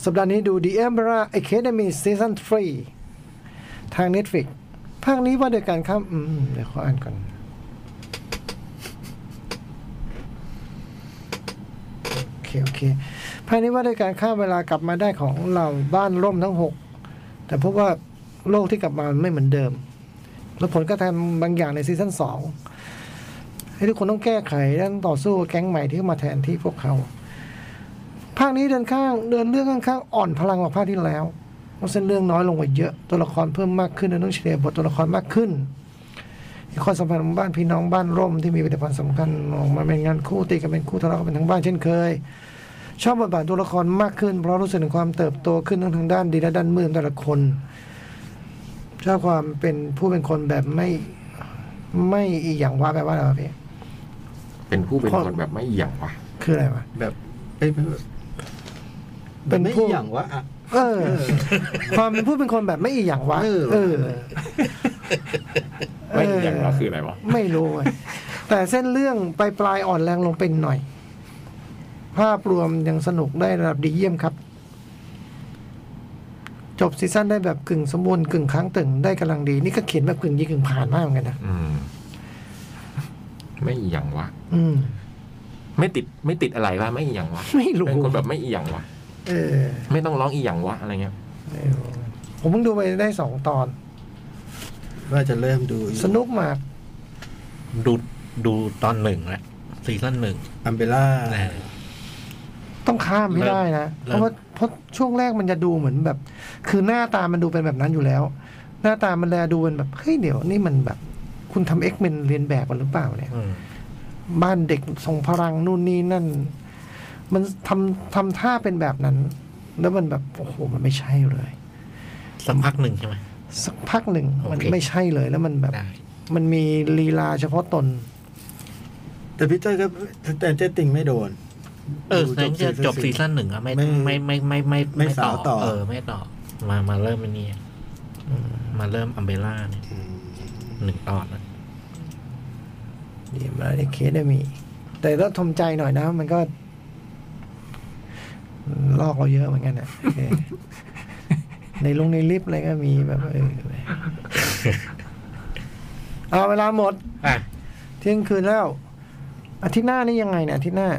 สัปดาห์นี้ดู The Umbrella Academy Season 3 ทาง Netflix ภาคนี้ว่าโดยการข้ามอืม เดี๋ยวขออ่านก่อน โอเค โอเค ภาคนี้ว่าโดยการข้ามเวลากลับมาได้ของเราบ้านร่มทั้งหก แต่พบว่าโลกที่กลับมามันไม่เหมือนเดิม และผลกระทำบางอย่างในซีซั่นสองให้ทุกคนต้องแก้ไขและต้องต่อสู้กับแก๊งใหม่ที่เข้ามาแทนที่พวกเขา ภาคนี้เดินข้างเดินเรื่องข้างข้างอ่อนพลังกว่าภาคที่แล้วเพราะเส้นเรื่องน้อยลงกว่าเยอะตัวละครเพิ่มมากขึ้นและต้องเฉลี่ยบทตัวละครมากขึ้นความสัมพันธ์ของบ้านพี่น้องบ้านร่มที่มีปฏิพันธ์สำคัญออกมาเป็นงานคู่ตีกันเป็นคู่ทะเลาะกันเป็นทั้งบ้านเช่นเคย ชอบบทบาทตัวละครมากขึ้น เพราะรู้สึกถึงความเติบโตขึ้นทั้งทางด้านดีและด้านมืดของแต่ละคนชอบความเป็นผู้เป็นคนแบบไม่ไม่อีหยังว่าแปลว่าอะไรวะพี่
เป็นผู้เป็นคนแบบไม่เอี่ยงว่ะ
คืออะไรวะ
แบบไม่ไม่
เป็น
ไม่
พวก
อย่างวะอะ
เออ ความเป็นผู้เป็นคนแบบไม่อีหยังวะ
เออ
เออ
ไม่เอี่ยงก็คืออะไรวะ
ไม่รู้เว้ยแต่เส้นเรื่องปลายปลายๆอ่อนแรงลงเป็นหน่อย ภาพรวมยังสนุกได้ระดับดีเยี่ยมครับ จบซีซั่นได้แบบกึ่งสมบูรณ์กึ่งค้างตึงได้กำลังดี นี่ก็เขียนแบบกึ่งยิงกึ่งผ่านมากเหมือนกันนะ
อืม ไม่เอี่ยงวะ
อืม
ไม่ติดไม่ติดอะไรวะไม่อีหยังวะ
ไม่รู้
เป็นคนแบบไม่อีหยังวะ
เออ
ไม่ต้องร้องอีหยังวะอะไรเงี้ย
ไม่รู้ผมเพิ่งดูไปได้สองตอน
ว่าจะเริ่มดู
สนุกมาก
ดูดูตอนหนึ่งแหละซีซั่นหนึ่ง
อัมเบล่า
นะ
ต้องข้ามไม่ได้นะ เพ
เริ่ม
ราะว่าเพราะช่วงแรกมันจะดูเหมือนแบบ คือหน้าตามันดูเป็นแบบนั้นอยู่แล้ว หน้าตามันแลดูเป็นแบบเฮ้ยเดี๋ยวนี่มันแบบ คุณทำเอ็กเมนเรียนแบบมันหรือเปล่าเนี่ย
อืม
บ้านเด็กทรงพลังนู่นนี่นั่น มันทำทำท่าเป็นแบบนั้น แล้วมันแบบโอ้โหมันไม่ใช่เลย
สักพักหนึ่งใช่ไหม
สักพักหนึ่ง
โอเค
มันไม่ใช่เลยแล้วมันแบบ
ได้
มันมีลีลาเฉพาะตน
แต่พี่จ้อยก็แต่เจ๊ติงไม่โดน
เออนั้นจะจบซีซั่นหนึ่งอะไม่
ไม่
ไม่ไม่ไม่ไม่
ไม่สาวต่อ
เออ ไม่ต่อ มามาเริ่มอันนี้มาเริ่มอัมเบล่าเนี่ยหนึ่งตอนนะ
ดีมาในเคสได้มี แต่ก็ทมใจหน่อยนะ มันก็ลอกเราเยอะเหมือนกันนะเออในลงในลิฟต์อะไรก็มีแบบเออเอาเวลาหมด
อ่ะ
เที่ยงคืนแล้ว อาทิตย์หน้านี่ยังไงเนี่ยอาทิตย์หน้า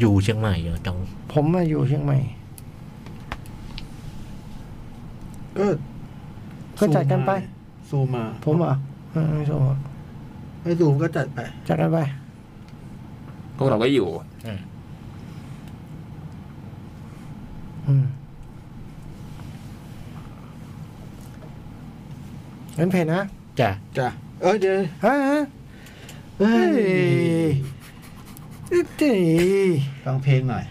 อยู่เชียงใหม่เหรอยู่จัง
ผมมาอยู่เชียงใหม่
เออ
ก็จัดกันไป
ซูมมา
ผมเหรอเออไม่ใช่ผม
ไม่ซูมก็จัดไป
จัดกันไป
พวกเราก็อยู่
อืม
อืมงั้นเพลงนะ
จ้ะ
จ้ะเออเดี๋ยว
ฮะฮะ
เฮ้
เฮ้ย
ย
เอ้ยเอ้ย
ฟังเพลงหน่อย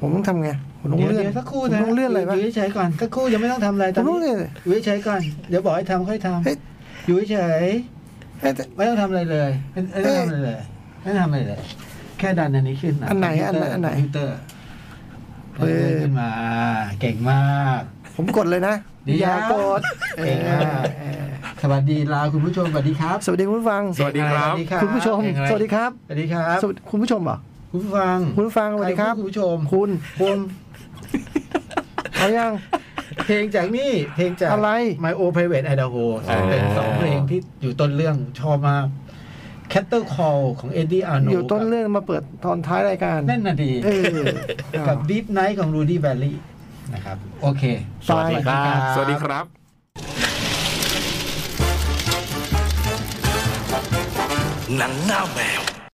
ผมต้องทำไงผมต้อง
เดี๋ยว
เลื่อน
เดี๋ยวสักครู่
ผม
นะ
ต้องเลื่อนอะไรวะ
ยู่เฉยๆก่อนสักครู่ยังไม่ต้องทำอะไร
ผ
ตอ
ม
น
ต้อง
นี้
เลื่อน
อยู่เฉยๆก่อนเดี๋ยวบอกให้ทำค่อยท
เฮ้ย
ำอยู่เฉย
เอ้ยแต่
ๆไม่ต้องทำอะไรเลยไม่ต้องทำอะไรเลยไม่ต้องทำอะไรเลย แค่ดันอันนี้ขึ้น
อันไหน
คมพิวเตร์
อันไหน
คอมพิวเตอร์
เออ
ขึ้นมาเก่งมาก
ผมกดเลยนะ
เดี๋ยว
อย่ากดเอ
เก่ง
อ
มากสวัสดีลาคุณผู้ชมสวัสดีครับ
สวัสดีคุณผู้ฟัง
สวัสดีครับ
คุณผู้ชม
เก่งอะไร
สวัสดีครับ
สวัสดีครับ
สวัสดีคุณผู้ชมเหรอ
คุณผู้ฟัง
คุณผู้ฟังสวัสดีครับ
ใพูคุณผู้ชม
คุณ
คุณ
เอายัง
เพลงจากนี่เพลงจาก
อะไร
My Old Private Idaho ซึ่งเป็น
อ๋อ
สองเพลงที่อยู่ต้นเรื่องชอบมาก Catter Call ของ Eddie Arno
อยู่ต้นเรื่องมาเปิดตอนท้ายรายการ
กับนั่นน่ะดี
เออ
กั
เอา
บ Deep Night ของ Rudy Valley นะครับ โอเค
สวัสดีครับ
สวัสดีครับ
nắng ngao mèo